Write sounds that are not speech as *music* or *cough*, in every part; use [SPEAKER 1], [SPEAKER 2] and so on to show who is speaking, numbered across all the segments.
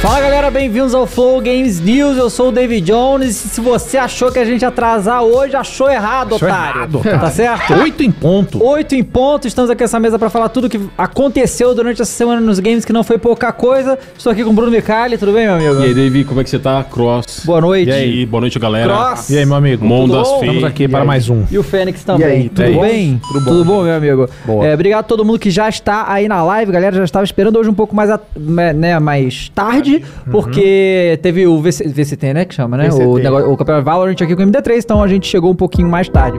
[SPEAKER 1] Fala galera, bem-vindos ao Flow Games News. Eu sou o David Jones. E se você achou que a gente ia atrasar hoje, achou errado,
[SPEAKER 2] Achou
[SPEAKER 1] otário.
[SPEAKER 2] errado, otário.
[SPEAKER 1] Tá certo?
[SPEAKER 2] Oito em ponto.
[SPEAKER 1] Oito em ponto, estamos aqui nessa mesa pra falar tudo que aconteceu durante essa semana nos games, que não foi pouca coisa. Estou aqui com o Bruno Micali, tudo bem, meu amigo?
[SPEAKER 3] E aí, Davi, como é que você tá? Cross.
[SPEAKER 1] Boa noite.
[SPEAKER 3] E aí, boa noite, galera.
[SPEAKER 1] Cross.
[SPEAKER 2] E aí, meu amigo?
[SPEAKER 3] Mondas
[SPEAKER 1] Tudo bom?
[SPEAKER 2] Estamos
[SPEAKER 3] Fei.
[SPEAKER 2] aqui para mais um.
[SPEAKER 1] E o Fênix também.
[SPEAKER 4] E aí,
[SPEAKER 1] tudo
[SPEAKER 2] é isso.
[SPEAKER 1] bem? Tudo bom. meu amigo?
[SPEAKER 2] Boa.
[SPEAKER 1] É, obrigado a todo mundo que já está aí na live, galera. Já estava esperando hoje um pouco mais, a- me- né, mais tarde, porque teve o VC, VCT, né? Que chama, né? O,
[SPEAKER 4] VCT.
[SPEAKER 1] negócio, o campeonato Valorant aqui com o MD3, então a gente chegou um pouquinho mais tarde.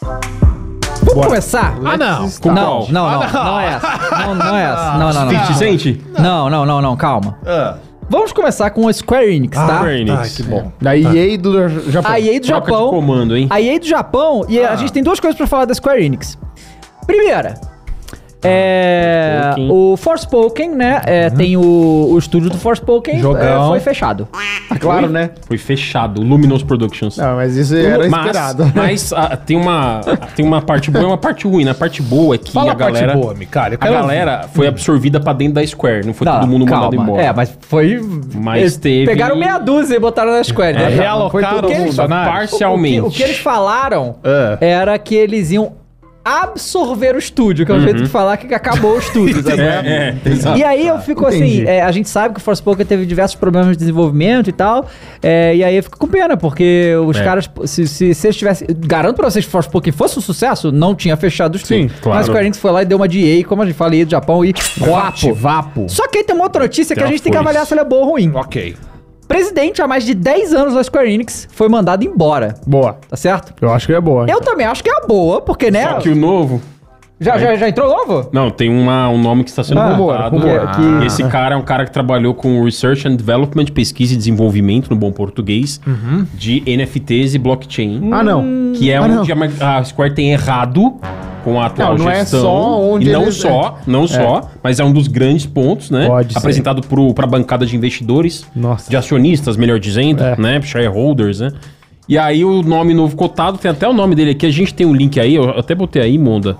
[SPEAKER 1] Vamos
[SPEAKER 2] Bora.
[SPEAKER 1] começar?
[SPEAKER 2] Ah, não.
[SPEAKER 3] tá
[SPEAKER 1] Não, não, não, não é essa. Não, não é essa. Não, não, não.
[SPEAKER 3] 50 Cent?
[SPEAKER 1] Não, não, não, não, calma. Vamos começar com a Square Enix, tá?
[SPEAKER 3] Ah. Square Enix.
[SPEAKER 2] que bom.
[SPEAKER 3] Tá.
[SPEAKER 4] Da EA do Japão.
[SPEAKER 1] Ah, A EA do
[SPEAKER 3] Troca de
[SPEAKER 1] Japão. Ah.
[SPEAKER 3] comando, Ah. hein?
[SPEAKER 1] A EA do Japão, e a gente tem duas coisas pra falar da Square Enix. Primeira, é,
[SPEAKER 3] Ah, Forspoken. Uhum.
[SPEAKER 1] o Forspoken, né? é, Tem o, o estúdio do Forspoken.
[SPEAKER 2] Jogão.
[SPEAKER 1] é, foi fechado.
[SPEAKER 4] Ah, claro, né?
[SPEAKER 3] Foi fechado. Luminous Productions.
[SPEAKER 4] Não, mas isso era
[SPEAKER 3] mas,
[SPEAKER 4] esperado. né? *laughs*
[SPEAKER 3] Mas ah, tem, uma, tem uma parte boa e uma parte ruim. né? A parte boa é que
[SPEAKER 2] Fala
[SPEAKER 3] a galera.
[SPEAKER 2] parte boa, Micalha.
[SPEAKER 3] A galera foi absorvida pra dentro da Square. Não foi
[SPEAKER 1] Não,
[SPEAKER 3] todo mundo mandado
[SPEAKER 1] calma.
[SPEAKER 3] embora.
[SPEAKER 1] É, mas foi.
[SPEAKER 3] Mas
[SPEAKER 1] eles
[SPEAKER 3] teve-
[SPEAKER 1] Pegaram meia dúzia e botaram na Square. né?
[SPEAKER 2] É,
[SPEAKER 1] tudo
[SPEAKER 2] realocaram
[SPEAKER 1] que
[SPEAKER 2] os
[SPEAKER 1] eles-
[SPEAKER 2] funcionários.
[SPEAKER 3] Parcialmente.
[SPEAKER 1] O que, o que eles falaram
[SPEAKER 2] Ah.
[SPEAKER 1] era que eles iam absorver o estúdio, que é um jeito de falar que acabou o
[SPEAKER 2] *laughs*
[SPEAKER 1] estúdio. sabe?
[SPEAKER 3] É, Uhum. é, exato.
[SPEAKER 1] E aí eu fico assim,
[SPEAKER 4] Entendi.
[SPEAKER 1] é, a gente sabe que o Forspoken teve diversos problemas de desenvolvimento e tal, é, e aí eu fico com pena, porque os
[SPEAKER 3] É.
[SPEAKER 1] caras, se, se, se eles tivessem, garanto pra vocês que o Forspoken fosse um sucesso, não tinha fechado o estúdio.
[SPEAKER 2] Sim,
[SPEAKER 3] claro.
[SPEAKER 1] Mas o Square Enix foi lá e deu uma de EA, como a gente fala, EA do Japão, e
[SPEAKER 2] Vapo.
[SPEAKER 1] vapo.
[SPEAKER 2] Vapo.
[SPEAKER 1] Só que aí tem uma outra notícia que a
[SPEAKER 3] Ela
[SPEAKER 1] gente tem que
[SPEAKER 3] foi.
[SPEAKER 1] avaliar se ela é boa ou ruim.
[SPEAKER 2] Ok.
[SPEAKER 1] Presidente há mais de 10 anos da Square Enix foi mandado embora,
[SPEAKER 4] Boa.
[SPEAKER 1] tá certo?
[SPEAKER 4] Eu acho que é boa.
[SPEAKER 1] Eu também acho que é a boa, porque, né?
[SPEAKER 3] Só que o novo.
[SPEAKER 1] já, já, já entrou novo?
[SPEAKER 3] Não, tem uma, um nome que está sendo
[SPEAKER 4] Ah,
[SPEAKER 3] cantado.
[SPEAKER 4] vambora,
[SPEAKER 1] vambora.
[SPEAKER 3] E Esse cara é um cara que trabalhou com Research and Development, pesquisa e desenvolvimento, no bom português, de NFTs e blockchain.
[SPEAKER 4] Ah, não.
[SPEAKER 3] Que é
[SPEAKER 4] Ah, não.
[SPEAKER 3] onde a a Square tem errado com a atual
[SPEAKER 4] Não, não é
[SPEAKER 3] gestão.
[SPEAKER 4] só onde
[SPEAKER 3] e não
[SPEAKER 4] eles-
[SPEAKER 3] só, não só, mas é um dos grandes pontos, né?
[SPEAKER 4] Pode ser.
[SPEAKER 3] Apresentado para a bancada de investidores,
[SPEAKER 4] Nossa.
[SPEAKER 3] de acionistas, melhor dizendo,
[SPEAKER 4] É.
[SPEAKER 3] né? Shareholders, né? E aí o nome novo cotado, tem até o nome dele aqui, a gente tem um link aí, eu até botei aí, Monda.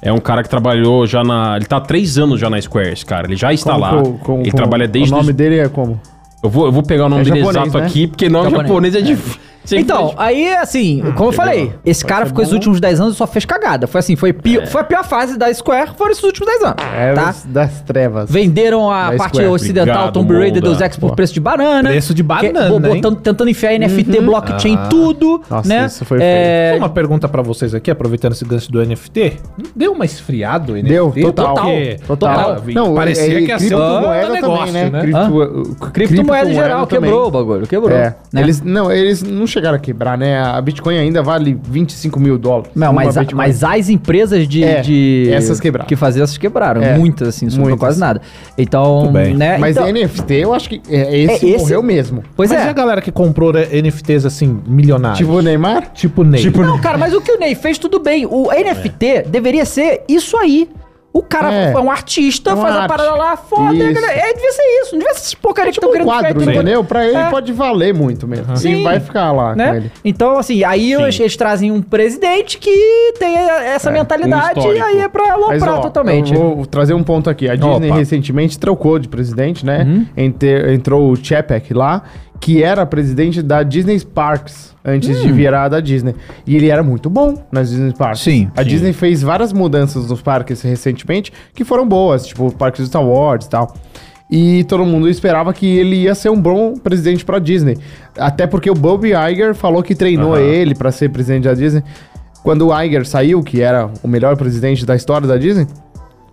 [SPEAKER 3] É um cara que trabalhou já na. Ele tá há três anos já na Square, esse cara. Ele já está
[SPEAKER 4] Como
[SPEAKER 3] Tá lá.
[SPEAKER 4] que eu- como-
[SPEAKER 3] ele
[SPEAKER 4] como-
[SPEAKER 3] trabalha desde.
[SPEAKER 4] O nome dele é como?
[SPEAKER 3] Eu, vou, eu vou pegar o nome
[SPEAKER 4] É
[SPEAKER 3] dele
[SPEAKER 4] japonês,
[SPEAKER 3] exato
[SPEAKER 4] né?
[SPEAKER 3] aqui, porque nome
[SPEAKER 1] Japonês.
[SPEAKER 3] japonês, é difícil.
[SPEAKER 1] Então, aí, assim, como eu falei, esse cara ficou esses últimos 10 anos e só fez cagada. Foi assim, foi, pi- foi a pior fase da Square, foram esses últimos 10 anos.
[SPEAKER 4] É
[SPEAKER 1] tá?
[SPEAKER 4] das- das trevas.
[SPEAKER 1] Venderam a
[SPEAKER 4] Da
[SPEAKER 1] parte
[SPEAKER 4] Square.
[SPEAKER 1] ocidental
[SPEAKER 3] Obrigado,
[SPEAKER 1] Tomb Raider
[SPEAKER 3] Molda.
[SPEAKER 1] Deus Ex por
[SPEAKER 4] Boa.
[SPEAKER 1] preço de banana.
[SPEAKER 2] Preço de banana,
[SPEAKER 1] Que- é botando, Tentando enfiar NFT, blockchain,
[SPEAKER 2] Ah.
[SPEAKER 1] tudo,
[SPEAKER 4] Nossa,
[SPEAKER 1] né?
[SPEAKER 4] isso foi
[SPEAKER 1] é,
[SPEAKER 2] Só uma pergunta pra vocês aqui, aproveitando esse gancho do NFT. Não Deu uma esfriada o NFT?
[SPEAKER 4] Deu, total.
[SPEAKER 2] Porque
[SPEAKER 4] Total.
[SPEAKER 2] tava-
[SPEAKER 4] Não,
[SPEAKER 2] parecia
[SPEAKER 4] é- é
[SPEAKER 2] que ia ser um
[SPEAKER 4] criptomoeda
[SPEAKER 2] outro negócio,
[SPEAKER 4] também, né?
[SPEAKER 2] né?
[SPEAKER 4] Cripto-
[SPEAKER 1] Hã?
[SPEAKER 4] o-
[SPEAKER 1] Criptomoeda, criptomoeda em geral,
[SPEAKER 4] também.
[SPEAKER 1] quebrou o bagulho, quebrou.
[SPEAKER 4] É,
[SPEAKER 1] né?
[SPEAKER 4] eles, não, eles não chegaram a quebrar, né? A Bitcoin ainda vale 25 mil dólares.
[SPEAKER 1] Não,
[SPEAKER 4] Uma
[SPEAKER 1] mas, a-
[SPEAKER 4] Bitcoin.
[SPEAKER 1] mas as empresas de,
[SPEAKER 4] É,
[SPEAKER 1] de-
[SPEAKER 4] essas quebraram.
[SPEAKER 1] Que faziam essas quebraram.
[SPEAKER 4] É,
[SPEAKER 1] muitas, assim, sobrou
[SPEAKER 4] muitas.
[SPEAKER 1] quase nada. Então,
[SPEAKER 2] Muito bem.
[SPEAKER 1] né?
[SPEAKER 4] Mas
[SPEAKER 1] então,
[SPEAKER 4] NFT, eu acho que é, esse,
[SPEAKER 1] É esse-
[SPEAKER 4] morreu mesmo.
[SPEAKER 1] Pois
[SPEAKER 2] Mas
[SPEAKER 1] é.
[SPEAKER 2] e a galera que comprou né, NFTs assim, milionários?
[SPEAKER 4] Tipo o Neymar?
[SPEAKER 1] É
[SPEAKER 2] tipo É. Ney.
[SPEAKER 1] Não, cara, mas o que o Ney fez, tudo bem. O NFT deveria ser isso aí. O cara é,
[SPEAKER 4] É.
[SPEAKER 1] um artista,
[SPEAKER 4] É uma
[SPEAKER 1] faz a
[SPEAKER 4] arte.
[SPEAKER 1] parada lá, foda.
[SPEAKER 4] Isso.
[SPEAKER 1] galera. É, devia ser isso. Não devia ser essas porcaria que estão
[SPEAKER 4] um
[SPEAKER 1] querendo
[SPEAKER 4] quadro,
[SPEAKER 1] ficar
[SPEAKER 4] entendeu? Pra ele
[SPEAKER 1] É.
[SPEAKER 4] pode valer muito mesmo.
[SPEAKER 1] Sim.
[SPEAKER 4] E vai ficar lá com
[SPEAKER 1] Né?
[SPEAKER 4] ele.
[SPEAKER 1] Então, assim, aí eles, eles trazem um presidente que tem essa
[SPEAKER 2] É, um
[SPEAKER 1] mentalidade e
[SPEAKER 3] histórico.
[SPEAKER 1] aí é pra
[SPEAKER 4] Mas,
[SPEAKER 1] aloprar
[SPEAKER 4] ó,
[SPEAKER 1] totalmente.
[SPEAKER 4] Eu vou trazer um ponto aqui. A Disney
[SPEAKER 2] Opa.
[SPEAKER 4] recentemente trocou de presidente, né?
[SPEAKER 1] Uhum.
[SPEAKER 4] Ente- entrou o Chapek lá, que era presidente da Disney Parks, antes
[SPEAKER 1] Hum.
[SPEAKER 4] de virar da Disney. E ele era muito bom nas Disney Parks.
[SPEAKER 1] Sim.
[SPEAKER 4] A Disney fez várias mudanças nos parques recentemente que foram boas, tipo o parque dos Star Wars e tal. E todo mundo esperava que ele ia ser um bom presidente pra Disney. Até porque o Bob Iger falou que treinou ele pra ser presidente da Disney. Quando o Iger saiu, que era o melhor presidente da história da Disney,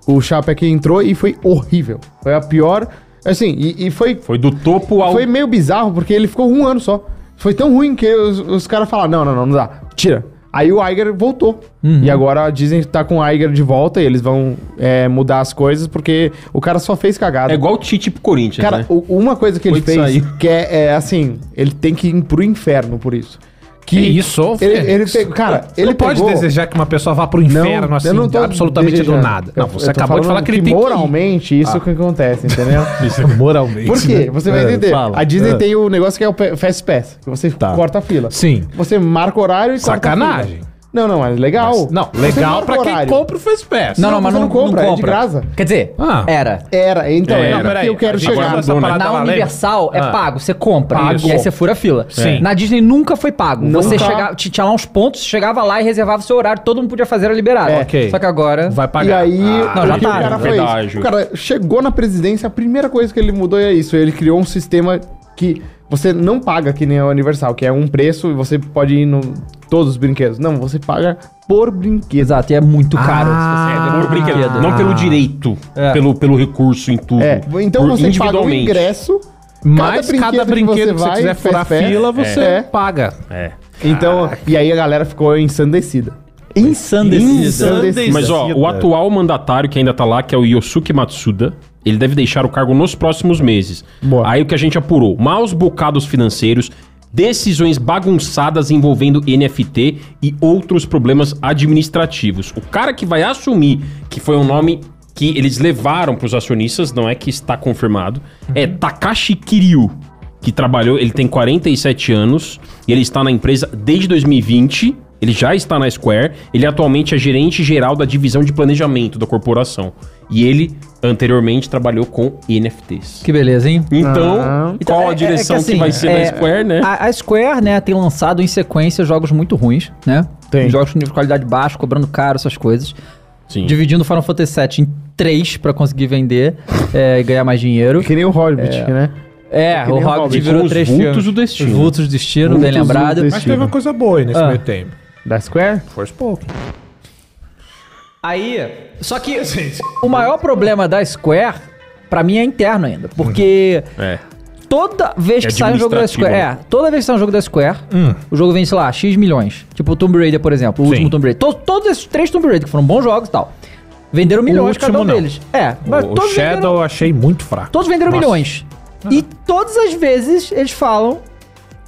[SPEAKER 4] o Chapek entrou e foi horrível. Foi a pior. Assim, e, e foi,
[SPEAKER 3] Foi do topo ao.
[SPEAKER 4] foi meio bizarro, porque ele ficou um ano só. Foi tão ruim que os, os caras falaram: não, não, não, não dá, tira. Aí o Iger voltou.
[SPEAKER 2] Uhum.
[SPEAKER 4] E agora dizem que tá com o Iger de volta e eles vão é, mudar as coisas, porque o cara só fez cagada.
[SPEAKER 3] É igual o Tite pro Corinthians.
[SPEAKER 4] Cara,
[SPEAKER 3] né?
[SPEAKER 4] o- uma coisa que ele
[SPEAKER 3] Foi que
[SPEAKER 4] fez,
[SPEAKER 3] saiu.
[SPEAKER 4] que é, é, assim, ele tem que ir pro inferno por isso. Que
[SPEAKER 2] isso,
[SPEAKER 4] ele,
[SPEAKER 2] Félix?
[SPEAKER 4] ele pe- Cara, ele
[SPEAKER 2] não pode
[SPEAKER 4] pegou...
[SPEAKER 2] desejar que uma pessoa vá pro inferno, assim, absolutamente
[SPEAKER 4] desejando.
[SPEAKER 2] do nada.
[SPEAKER 4] Eu-
[SPEAKER 2] Não, você
[SPEAKER 4] eu tô
[SPEAKER 2] acabou de
[SPEAKER 4] falando
[SPEAKER 2] falar que ele tem
[SPEAKER 4] moralmente, isso é o que acontece,
[SPEAKER 2] *laughs*
[SPEAKER 4] entendeu?
[SPEAKER 2] que... Moralmente.
[SPEAKER 4] Por quê? Você vai
[SPEAKER 2] É,
[SPEAKER 4] entender.
[SPEAKER 2] fala.
[SPEAKER 4] A Disney
[SPEAKER 2] É.
[SPEAKER 4] tem o negócio que é o pe- Fast Pass, que você corta a fila.
[SPEAKER 2] Sim.
[SPEAKER 4] Você marca o horário e corta a
[SPEAKER 2] Sacanagem.
[SPEAKER 4] fila. Não, não, é legal.
[SPEAKER 2] Mas- não,
[SPEAKER 4] Você
[SPEAKER 2] legal
[SPEAKER 4] marca
[SPEAKER 2] pra
[SPEAKER 4] o
[SPEAKER 2] quem
[SPEAKER 4] horário.
[SPEAKER 2] compra o Fastpass.
[SPEAKER 4] Não, você não compra, é de graça.
[SPEAKER 1] Quer dizer,
[SPEAKER 2] Ah.
[SPEAKER 1] era.
[SPEAKER 4] Era, então,
[SPEAKER 2] É,
[SPEAKER 4] é,
[SPEAKER 2] não,
[SPEAKER 4] porque
[SPEAKER 2] peraí,
[SPEAKER 4] eu
[SPEAKER 2] a
[SPEAKER 4] quero
[SPEAKER 2] gente
[SPEAKER 4] chegar.
[SPEAKER 2] agora essa
[SPEAKER 3] Dona.
[SPEAKER 2] parada
[SPEAKER 1] Na
[SPEAKER 2] da lei.
[SPEAKER 1] Universal é
[SPEAKER 2] Ah.
[SPEAKER 1] pago, você compra
[SPEAKER 2] Pago.
[SPEAKER 1] e aí você fura a fila.
[SPEAKER 2] Sim.
[SPEAKER 1] Na Disney nunca foi pago.
[SPEAKER 4] Nunca.
[SPEAKER 1] Você chegava, t- tinha lá uns pontos, chegava lá e reservava seu horário, todo mundo podia fazer, era liberado.
[SPEAKER 4] É.
[SPEAKER 2] Ok.
[SPEAKER 1] Só que agora.
[SPEAKER 2] Vai
[SPEAKER 4] E
[SPEAKER 2] pagar.
[SPEAKER 4] aí,
[SPEAKER 2] Ah,
[SPEAKER 1] não,
[SPEAKER 4] o
[SPEAKER 1] já
[SPEAKER 4] que o
[SPEAKER 1] tá,
[SPEAKER 4] cara
[SPEAKER 3] né?
[SPEAKER 4] foi
[SPEAKER 3] Verdade.
[SPEAKER 4] isso. O cara chegou na presidência, a primeira coisa que ele mudou é isso. Ele criou um sistema que você não paga que nem a Universal, que é um preço e você pode ir no todos os brinquedos. Não, você paga por brinquedo.
[SPEAKER 1] Exato, e é muito caro.
[SPEAKER 2] Ah.
[SPEAKER 1] se
[SPEAKER 3] Por
[SPEAKER 1] você-
[SPEAKER 3] brinquedo. né? Não pelo direito,
[SPEAKER 1] É.
[SPEAKER 3] pelo, pelo recurso em tudo.
[SPEAKER 4] É, então
[SPEAKER 3] Por-
[SPEAKER 4] você paga o ingresso,
[SPEAKER 2] Mas cada brinquedo, que você,
[SPEAKER 4] vai,
[SPEAKER 2] quiser furar
[SPEAKER 4] fast pass,
[SPEAKER 2] fila, você
[SPEAKER 4] é.
[SPEAKER 2] paga.
[SPEAKER 3] É.
[SPEAKER 4] Então, e aí a galera ficou ensandecida.
[SPEAKER 1] Ensandecido.
[SPEAKER 2] Ensandecido.
[SPEAKER 3] Mas ó, o atual mandatário que ainda tá lá, que é o Yosuke Matsuda, ele deve deixar o cargo nos próximos meses.
[SPEAKER 4] Boa.
[SPEAKER 3] Aí o que a gente apurou: maus bocados financeiros, decisões bagunçadas envolvendo NFT e outros problemas administrativos. O cara que vai assumir, que foi um nome que eles levaram pros acionistas, não é que está confirmado, é Takashi Kiryu. Que trabalhou, ele tem 47 anos e ele está na empresa desde 2020. Ele já está na Square, ele atualmente é gerente geral da divisão de planejamento da corporação. E ele anteriormente trabalhou com NFTs.
[SPEAKER 1] Que beleza, hein?
[SPEAKER 3] Então,
[SPEAKER 4] Ah.
[SPEAKER 1] Então,
[SPEAKER 3] qual
[SPEAKER 1] é-
[SPEAKER 3] a
[SPEAKER 1] é
[SPEAKER 3] direção que,
[SPEAKER 1] assim,
[SPEAKER 3] vai ser
[SPEAKER 1] é,
[SPEAKER 3] na Square, né?
[SPEAKER 1] A, a Square, né, tem lançado em sequência jogos muito ruins, né?
[SPEAKER 4] Tem.
[SPEAKER 1] Jogos com nível de qualidade baixo, cobrando caro, essas coisas.
[SPEAKER 3] Sim.
[SPEAKER 1] Dividindo o Final Fantasy VII em três pra conseguir vender é, e ganhar mais dinheiro.
[SPEAKER 4] Que nem o Hobbit, né?
[SPEAKER 1] É,
[SPEAKER 4] que
[SPEAKER 1] o
[SPEAKER 4] nem o
[SPEAKER 1] Hobbit
[SPEAKER 4] Hobbit,
[SPEAKER 1] virou
[SPEAKER 3] com os
[SPEAKER 1] três
[SPEAKER 3] vultos
[SPEAKER 1] filmes.
[SPEAKER 3] do destino.
[SPEAKER 1] Os vultos do destino, bem
[SPEAKER 4] Vultos do
[SPEAKER 1] lembrado.
[SPEAKER 4] destino.
[SPEAKER 2] Mas teve uma coisa boa aí nesse
[SPEAKER 1] Ah.
[SPEAKER 2] meio tempo.
[SPEAKER 4] Da Square?
[SPEAKER 2] Force pouco.
[SPEAKER 1] Aí, só que o maior problema da Square, pra mim, é interno ainda. Porque
[SPEAKER 3] É.
[SPEAKER 1] toda vez
[SPEAKER 3] É
[SPEAKER 1] que sai um jogo da Square... É,
[SPEAKER 3] administrativo.
[SPEAKER 1] toda vez que sai um jogo da Square, o jogo vende, sei lá, X milhões. Tipo o Tomb Raider, por exemplo, o último Tomb Raider. To- todos esses três Tomb Raider, que foram bons jogos e tal, venderam milhões cada um
[SPEAKER 2] último, não.
[SPEAKER 1] deles. É, mas
[SPEAKER 2] O, o
[SPEAKER 1] todos venderam-
[SPEAKER 2] Shadow eu achei muito fraco.
[SPEAKER 1] Todos venderam
[SPEAKER 2] Nossa.
[SPEAKER 1] milhões. E todas as vezes eles falam.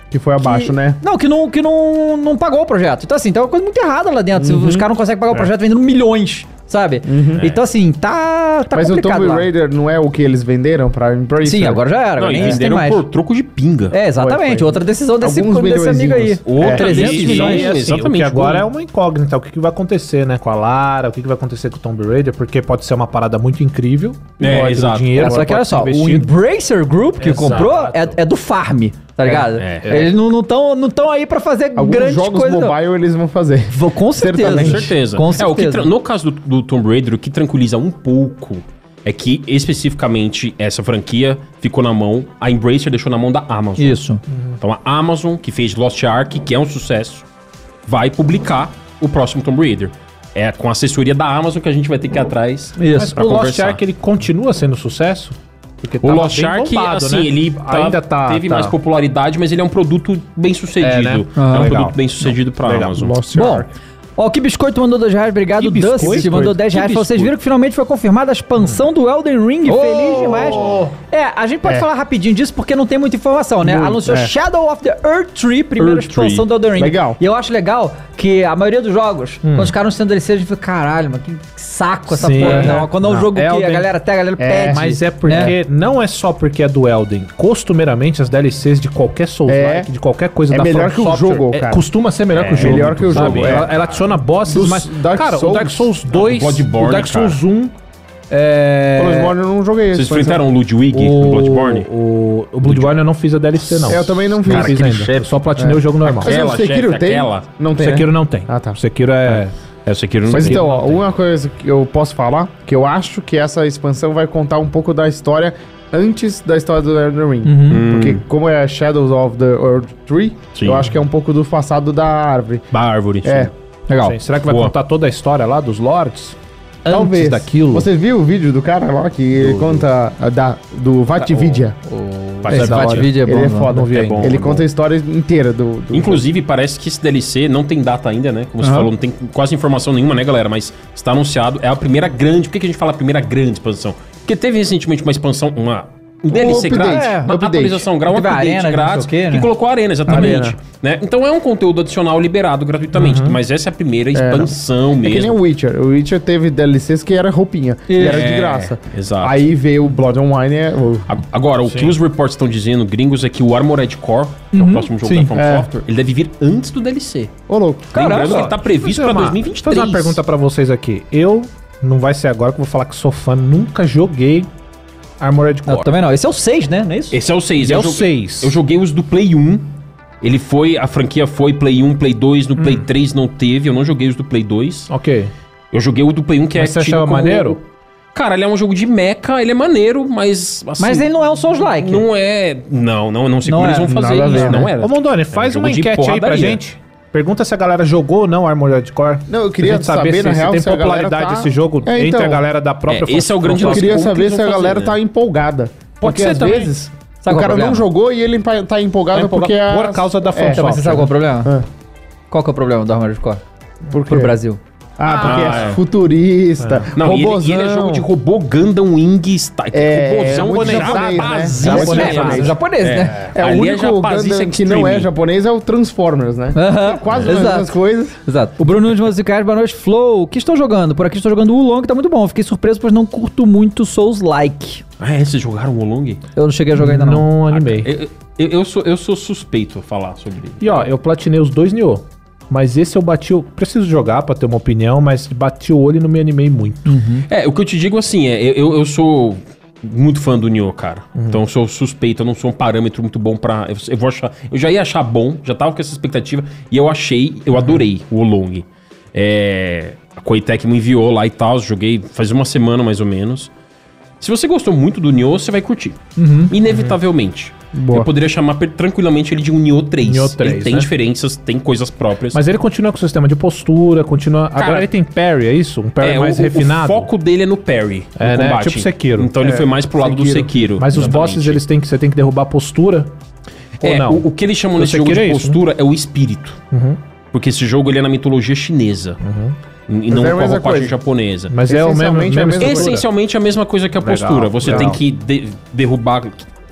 [SPEAKER 4] Que foi
[SPEAKER 1] que-
[SPEAKER 4] abaixo, né?
[SPEAKER 1] Não, que, não, que não, não pagou o projeto. Então, assim, tem uma coisa muito errada lá dentro. Se Os caras não conseguem pagar o projeto vendendo milhões, sabe? Então, assim, tá, tá
[SPEAKER 4] Mas o
[SPEAKER 1] complicado.
[SPEAKER 4] Tomb
[SPEAKER 1] lá.
[SPEAKER 4] Raider não é o que eles venderam pra Embracer?
[SPEAKER 1] Sim, agora já era.
[SPEAKER 3] Não,
[SPEAKER 1] agora
[SPEAKER 3] e
[SPEAKER 1] nem existem
[SPEAKER 3] venderam
[SPEAKER 1] mais.
[SPEAKER 3] por troco de pinga.
[SPEAKER 1] É, exatamente.
[SPEAKER 4] Foi, foi.
[SPEAKER 1] Outra decisão desse,
[SPEAKER 4] Alguns
[SPEAKER 1] desse amigo aí.
[SPEAKER 4] milhõezinhos.
[SPEAKER 3] Outra
[SPEAKER 1] 300
[SPEAKER 3] decisão,
[SPEAKER 1] milhões,
[SPEAKER 3] é,
[SPEAKER 2] assim,
[SPEAKER 3] exatamente.
[SPEAKER 2] O que agora é uma incógnita. O que, que vai acontecer, né? Com a Lara, o que, que vai acontecer com o Tomb Raider, porque pode ser uma parada muito incrível.
[SPEAKER 3] É,
[SPEAKER 2] pode, o
[SPEAKER 3] exato.
[SPEAKER 2] Dinheiro,
[SPEAKER 1] Era só
[SPEAKER 2] agora
[SPEAKER 1] que olha
[SPEAKER 2] pode ser
[SPEAKER 1] só, o
[SPEAKER 2] investido.
[SPEAKER 1] Embracer Group que
[SPEAKER 2] Exato.
[SPEAKER 1] comprou é, é do farm, tá ligado?
[SPEAKER 3] é,
[SPEAKER 1] Eles não estão não tão aí pra fazer
[SPEAKER 4] Alguns
[SPEAKER 1] grandes
[SPEAKER 4] jogos
[SPEAKER 1] coisas. é não.
[SPEAKER 4] mobile eles vão fazer.
[SPEAKER 1] Vou- Com certeza.
[SPEAKER 3] Com
[SPEAKER 4] Certamente.
[SPEAKER 3] certeza.
[SPEAKER 1] Com
[SPEAKER 3] É, o que
[SPEAKER 1] certeza.
[SPEAKER 3] tra- no caso do, do Tomb Raider, o que tranquiliza um pouco é que, especificamente, essa franquia ficou na mão, a Embracer deixou na mão da Amazon.
[SPEAKER 1] Isso.
[SPEAKER 3] Então a Amazon, que fez Lost Ark, que é um sucesso, vai publicar o próximo Tomb Raider. É com a assessoria da Amazon que a gente vai ter que ir atrás.
[SPEAKER 1] Isso.
[SPEAKER 2] Mas
[SPEAKER 3] pra
[SPEAKER 2] o Lost
[SPEAKER 3] conversar.
[SPEAKER 2] Ark, ele continua sendo sucesso? Porque
[SPEAKER 3] O
[SPEAKER 2] tava
[SPEAKER 3] Lost
[SPEAKER 2] bem
[SPEAKER 3] Ark,
[SPEAKER 2] bombado,
[SPEAKER 3] assim,
[SPEAKER 2] né?
[SPEAKER 3] ele tá-
[SPEAKER 2] ainda tá...
[SPEAKER 3] teve
[SPEAKER 2] tá.
[SPEAKER 3] mais popularidade, mas ele é um produto bem sucedido.
[SPEAKER 2] É,
[SPEAKER 3] É,
[SPEAKER 2] né?
[SPEAKER 1] Ah,
[SPEAKER 3] um
[SPEAKER 2] legal.
[SPEAKER 3] produto bem sucedido pra
[SPEAKER 2] Legal.
[SPEAKER 3] Amazon.
[SPEAKER 2] Lost
[SPEAKER 1] Bom,
[SPEAKER 2] Ark.
[SPEAKER 1] ó, o que biscoito mandou 2 reais, obrigado,
[SPEAKER 2] Que
[SPEAKER 1] Dusty,
[SPEAKER 2] biscoito?
[SPEAKER 1] mandou 10
[SPEAKER 2] Que
[SPEAKER 1] reais. Falou, Vocês
[SPEAKER 2] biscoito?
[SPEAKER 1] viram que finalmente foi confirmada a expansão do Elden Ring, feliz demais. É, a gente pode falar rapidinho disso porque não tem muita informação, né? Anunciou
[SPEAKER 2] é.
[SPEAKER 1] Shadow of the Earth Tree, primeira
[SPEAKER 3] Earth
[SPEAKER 1] expansão
[SPEAKER 3] Tree.
[SPEAKER 1] do Elden Ring.
[SPEAKER 4] Legal.
[SPEAKER 1] E eu acho legal que a maioria dos jogos, quando os caras sendo DLC, a gente fica, caralho, mano, que saco essa
[SPEAKER 2] Hum. Sim,
[SPEAKER 1] porra.
[SPEAKER 2] é.
[SPEAKER 1] Não, quando é um
[SPEAKER 2] Não,
[SPEAKER 1] jogo que a
[SPEAKER 2] Elden-
[SPEAKER 1] galera até a galera pede.
[SPEAKER 2] Mas é
[SPEAKER 1] né?
[SPEAKER 2] porque não é só porque é do Elden. Costumeiramente as DLCs de qualquer Souls-like,
[SPEAKER 4] É.
[SPEAKER 2] de qualquer coisa
[SPEAKER 4] É melhor
[SPEAKER 2] From
[SPEAKER 4] que o
[SPEAKER 2] Software,
[SPEAKER 4] jogo,
[SPEAKER 2] é-
[SPEAKER 4] cara.
[SPEAKER 2] costuma ser melhor que o jogo.
[SPEAKER 4] melhor que o
[SPEAKER 2] sabe?
[SPEAKER 4] jogo, é.
[SPEAKER 2] Ela, ela adiciona bosses,
[SPEAKER 4] Dos
[SPEAKER 2] mas
[SPEAKER 4] Dark
[SPEAKER 2] cara, o
[SPEAKER 4] Souls.
[SPEAKER 2] Dark Souls 2,
[SPEAKER 3] Ah, Bloodborne,
[SPEAKER 2] o Dark
[SPEAKER 3] cara.
[SPEAKER 2] Souls 1 é
[SPEAKER 4] Bloodborne eu não joguei.
[SPEAKER 3] Vocês
[SPEAKER 4] esse, mas
[SPEAKER 3] enfrentaram o Ludwig no Bloodborne?
[SPEAKER 2] O, o Bloodborne eu não fiz a DLC não.
[SPEAKER 4] Eu, eu também não vi.
[SPEAKER 2] Cara,
[SPEAKER 4] Cara,
[SPEAKER 2] fiz
[SPEAKER 3] aquele
[SPEAKER 2] ainda.
[SPEAKER 3] chefe.
[SPEAKER 2] Eu só platinei o jogo normal.
[SPEAKER 4] mas
[SPEAKER 3] Aquela,
[SPEAKER 4] o Sekiro
[SPEAKER 3] chefe,
[SPEAKER 4] tem?
[SPEAKER 3] aquela.
[SPEAKER 4] Não
[SPEAKER 2] O
[SPEAKER 4] tem, né?
[SPEAKER 2] Sekiro não tem.
[SPEAKER 4] Ah, tá.
[SPEAKER 2] O Sekiro é...
[SPEAKER 3] É, eu sei que ele não
[SPEAKER 4] Mas
[SPEAKER 3] tem.
[SPEAKER 4] então, ó, uma coisa que eu posso falar, que eu acho que essa expansão vai contar um pouco da história antes da história do Elden Ring.
[SPEAKER 1] Uhum.
[SPEAKER 4] Porque como é Shadows of the Earth Tree,
[SPEAKER 3] Hum. Sim.
[SPEAKER 4] eu acho que é um pouco do passado da árvore.
[SPEAKER 3] da árvore.
[SPEAKER 4] É,
[SPEAKER 3] sim.
[SPEAKER 1] Legal.
[SPEAKER 2] Sim, Será que vai
[SPEAKER 3] Boa.
[SPEAKER 2] contar toda a história lá dos lords?
[SPEAKER 4] talvez.
[SPEAKER 2] daquilo.
[SPEAKER 4] Você viu o vídeo do cara lá que ele conta a da, do Vatividia?
[SPEAKER 3] Vai
[SPEAKER 1] Esse
[SPEAKER 3] ser da hora.
[SPEAKER 1] Batvid é bom,
[SPEAKER 4] ele é
[SPEAKER 1] mano.
[SPEAKER 4] foda.
[SPEAKER 2] não vi ainda.
[SPEAKER 4] ele
[SPEAKER 3] É bom.
[SPEAKER 4] conta a história inteira do... do
[SPEAKER 3] Inclusive, parece que esse DLC não tem data ainda, né? Como você falou, não tem quase informação nenhuma, né, galera? Mas está anunciado. É a primeira grande. Por que que a gente fala primeira grande expansão? Porque teve recentemente uma expansão, uma DLC
[SPEAKER 4] update,
[SPEAKER 3] grátis,
[SPEAKER 4] é,
[SPEAKER 3] uma
[SPEAKER 4] update.
[SPEAKER 3] atualização grátis,
[SPEAKER 1] Teve a
[SPEAKER 3] update
[SPEAKER 1] arena, não
[SPEAKER 3] grátis,
[SPEAKER 1] sei o quê, né?
[SPEAKER 3] que colocou a arena, exatamente.
[SPEAKER 2] Arena.
[SPEAKER 3] Né? Então é um conteúdo adicional liberado gratuitamente, mas essa é a primeira expansão
[SPEAKER 4] É que nem
[SPEAKER 3] mesmo.
[SPEAKER 4] o Witcher. O Witcher teve DLCs que era roupinha. E era de
[SPEAKER 3] É,
[SPEAKER 4] graça.
[SPEAKER 3] exato.
[SPEAKER 4] Aí veio o Blood Online. é, o-
[SPEAKER 3] A- Agora, o que os reports estão dizendo, gringos, é que o Armored Core, que é o próximo jogo
[SPEAKER 2] Sim,
[SPEAKER 3] da From
[SPEAKER 4] é.
[SPEAKER 3] Software, ele deve vir antes do DLC.
[SPEAKER 4] Ô, louco.
[SPEAKER 1] Caraca.
[SPEAKER 3] Lembrando que ele tá previsto pra
[SPEAKER 2] Vou fazer
[SPEAKER 3] 2023.
[SPEAKER 2] uma pergunta pra vocês aqui. Eu, não vai ser agora que eu vou falar que sou fã, nunca joguei Armored
[SPEAKER 1] Eu
[SPEAKER 2] Core.
[SPEAKER 1] também não. Esse é o 6, né? Não é isso?
[SPEAKER 3] Esse é o 6.
[SPEAKER 2] É
[SPEAKER 3] eu
[SPEAKER 2] o
[SPEAKER 3] joguei-
[SPEAKER 2] 6.
[SPEAKER 3] Eu joguei os do Play 1. Ele foi, a franquia foi Play 1, Play 2, no
[SPEAKER 4] Hum.
[SPEAKER 3] Play 3 não teve, eu não joguei os do Play 2.
[SPEAKER 2] Ok.
[SPEAKER 3] Eu joguei o do Play 1 que
[SPEAKER 2] Mas
[SPEAKER 3] é
[SPEAKER 2] você
[SPEAKER 3] tido
[SPEAKER 2] achava
[SPEAKER 3] como-
[SPEAKER 2] maneiro?
[SPEAKER 3] Cara, ele é um jogo de mecha, ele é maneiro, mas assim,
[SPEAKER 1] Mas ele não é um Souls-like.
[SPEAKER 3] não é, não, não, eu não sei
[SPEAKER 1] Não
[SPEAKER 3] como
[SPEAKER 1] é,
[SPEAKER 3] eles vão fazer
[SPEAKER 4] nada a
[SPEAKER 3] isso,
[SPEAKER 4] ver,
[SPEAKER 3] não
[SPEAKER 4] né?
[SPEAKER 3] era. um
[SPEAKER 2] Ô, Mondoni, faz
[SPEAKER 3] jogo
[SPEAKER 2] uma
[SPEAKER 3] de
[SPEAKER 2] enquete aí pra
[SPEAKER 3] porradaria.
[SPEAKER 2] gente. Pergunta se a galera jogou ou não Armored Core.
[SPEAKER 4] Não, eu
[SPEAKER 2] Pra
[SPEAKER 4] queria
[SPEAKER 2] gente
[SPEAKER 4] saber, na
[SPEAKER 2] se,
[SPEAKER 4] real,
[SPEAKER 2] se tem
[SPEAKER 4] se a galera
[SPEAKER 2] popularidade
[SPEAKER 4] tá-
[SPEAKER 2] esse jogo
[SPEAKER 4] É, então.
[SPEAKER 2] entre a galera da própria...
[SPEAKER 3] É, esse é o
[SPEAKER 2] From
[SPEAKER 3] grande
[SPEAKER 2] Software.
[SPEAKER 4] Eu
[SPEAKER 3] Mas
[SPEAKER 4] queria
[SPEAKER 3] como que
[SPEAKER 4] saber
[SPEAKER 3] eles
[SPEAKER 4] se
[SPEAKER 3] vão
[SPEAKER 4] a galera
[SPEAKER 3] fazer,
[SPEAKER 4] tá
[SPEAKER 3] né?
[SPEAKER 4] empolgada.
[SPEAKER 2] Pode
[SPEAKER 4] porque
[SPEAKER 2] ser
[SPEAKER 4] às
[SPEAKER 2] também.
[SPEAKER 4] vezes
[SPEAKER 1] Sabe qual
[SPEAKER 4] o cara
[SPEAKER 1] é o
[SPEAKER 4] não
[SPEAKER 1] problema?
[SPEAKER 4] jogou e ele empa- tá empolgado
[SPEAKER 2] Tá
[SPEAKER 4] porque
[SPEAKER 2] empolgado
[SPEAKER 4] a-
[SPEAKER 2] por causa da
[SPEAKER 4] é,
[SPEAKER 1] Então, mas você sabe qual é o problema?
[SPEAKER 4] Ah.
[SPEAKER 1] Qual que é o problema do Armored Core?
[SPEAKER 4] por quê?
[SPEAKER 1] Pro é Brasil.
[SPEAKER 4] Ah, porque
[SPEAKER 3] Ah,
[SPEAKER 4] é,
[SPEAKER 3] é.
[SPEAKER 4] futurista,
[SPEAKER 3] Não, e ele, e
[SPEAKER 4] robozão.
[SPEAKER 3] ele é jogo de robô Gundam Wing Style.
[SPEAKER 4] É, é
[SPEAKER 3] robôzão
[SPEAKER 4] muito japonês, né?
[SPEAKER 3] japonês,
[SPEAKER 4] Japonês,
[SPEAKER 1] Japonês,
[SPEAKER 4] japonês.
[SPEAKER 1] mas japonês, né?
[SPEAKER 4] É,
[SPEAKER 3] Ali
[SPEAKER 4] o
[SPEAKER 3] é
[SPEAKER 4] único
[SPEAKER 3] japonês
[SPEAKER 4] Gundam que não é
[SPEAKER 3] extreme.
[SPEAKER 4] japonês é o Transformers, né?
[SPEAKER 1] Aham.
[SPEAKER 4] Quase as mesmas
[SPEAKER 1] Exato.
[SPEAKER 4] coisas.
[SPEAKER 1] Exato. O Bruno de Musicais, boa noite. Flow, o que estou jogando? Por aqui estou jogando o Long, que tá muito bom. Fiquei surpreso, pois não curto muito Souls-like.
[SPEAKER 3] Ah, é, vocês jogaram o Olong?
[SPEAKER 1] Eu não cheguei a jogar ainda, não.
[SPEAKER 2] Não animei.
[SPEAKER 3] Eu, eu, eu sou, eu sou suspeito a falar sobre ele.
[SPEAKER 2] E ó, eu platinei os dois Nioh. Mas esse eu bati o... Preciso jogar pra ter uma opinião, mas bati o olho e não me animei muito.
[SPEAKER 3] É, o que eu te digo assim, é, eu, eu- eu sou muito fã do Nioh, cara.
[SPEAKER 2] Uhum.
[SPEAKER 3] Então eu sou suspeito, eu não sou um parâmetro muito bom pra. Eu, eu vou achar. Eu já ia achar bom, já tava com essa expectativa, e eu achei,
[SPEAKER 2] Uhum.
[SPEAKER 3] eu adorei o Olong. É, a Coitec me enviou lá e tal, joguei faz uma semana mais ou menos. Se você gostou muito do Nioh, você vai curtir. Inevitavelmente.
[SPEAKER 2] Uhum. Boa.
[SPEAKER 3] Eu poderia chamar per- tranquilamente ele de um Nioh 3.
[SPEAKER 2] Nioh
[SPEAKER 3] ele
[SPEAKER 2] 3,
[SPEAKER 3] tem
[SPEAKER 2] né?
[SPEAKER 3] diferenças, tem coisas próprias.
[SPEAKER 2] Mas ele continua com o sistema de postura, continua... Agora ele tem parry, é isso? Um parry
[SPEAKER 3] É,
[SPEAKER 2] mais
[SPEAKER 3] o,
[SPEAKER 2] refinado?
[SPEAKER 3] O foco dele é no parry.
[SPEAKER 2] É,
[SPEAKER 3] no
[SPEAKER 2] né? Tipo Sekiro.
[SPEAKER 3] Então ele
[SPEAKER 2] É,
[SPEAKER 3] foi mais pro lado do Sekiro.
[SPEAKER 2] Mas os
[SPEAKER 3] exatamente.
[SPEAKER 2] bosses, eles têm que, você tem que derrubar a postura?
[SPEAKER 3] É,
[SPEAKER 2] ou não?
[SPEAKER 3] O, o que eles chamam
[SPEAKER 2] O
[SPEAKER 3] nesse jogo de
[SPEAKER 2] Sekiro é isso, Uhum.
[SPEAKER 3] postura é o espírito. Porque esse jogo ele é na mitologia chinesa. E não
[SPEAKER 4] Mas é a
[SPEAKER 3] com a
[SPEAKER 4] mesma
[SPEAKER 3] roupagem
[SPEAKER 4] coisa.
[SPEAKER 3] japonesa.
[SPEAKER 2] Mas é o mesmo,
[SPEAKER 4] Essencialmente é a
[SPEAKER 2] mesmo
[SPEAKER 4] mesma coisa.
[SPEAKER 3] Essencialmente é a mesma coisa que a
[SPEAKER 2] Legal,
[SPEAKER 3] postura. Você
[SPEAKER 2] legal.
[SPEAKER 3] tem que de- derrubar,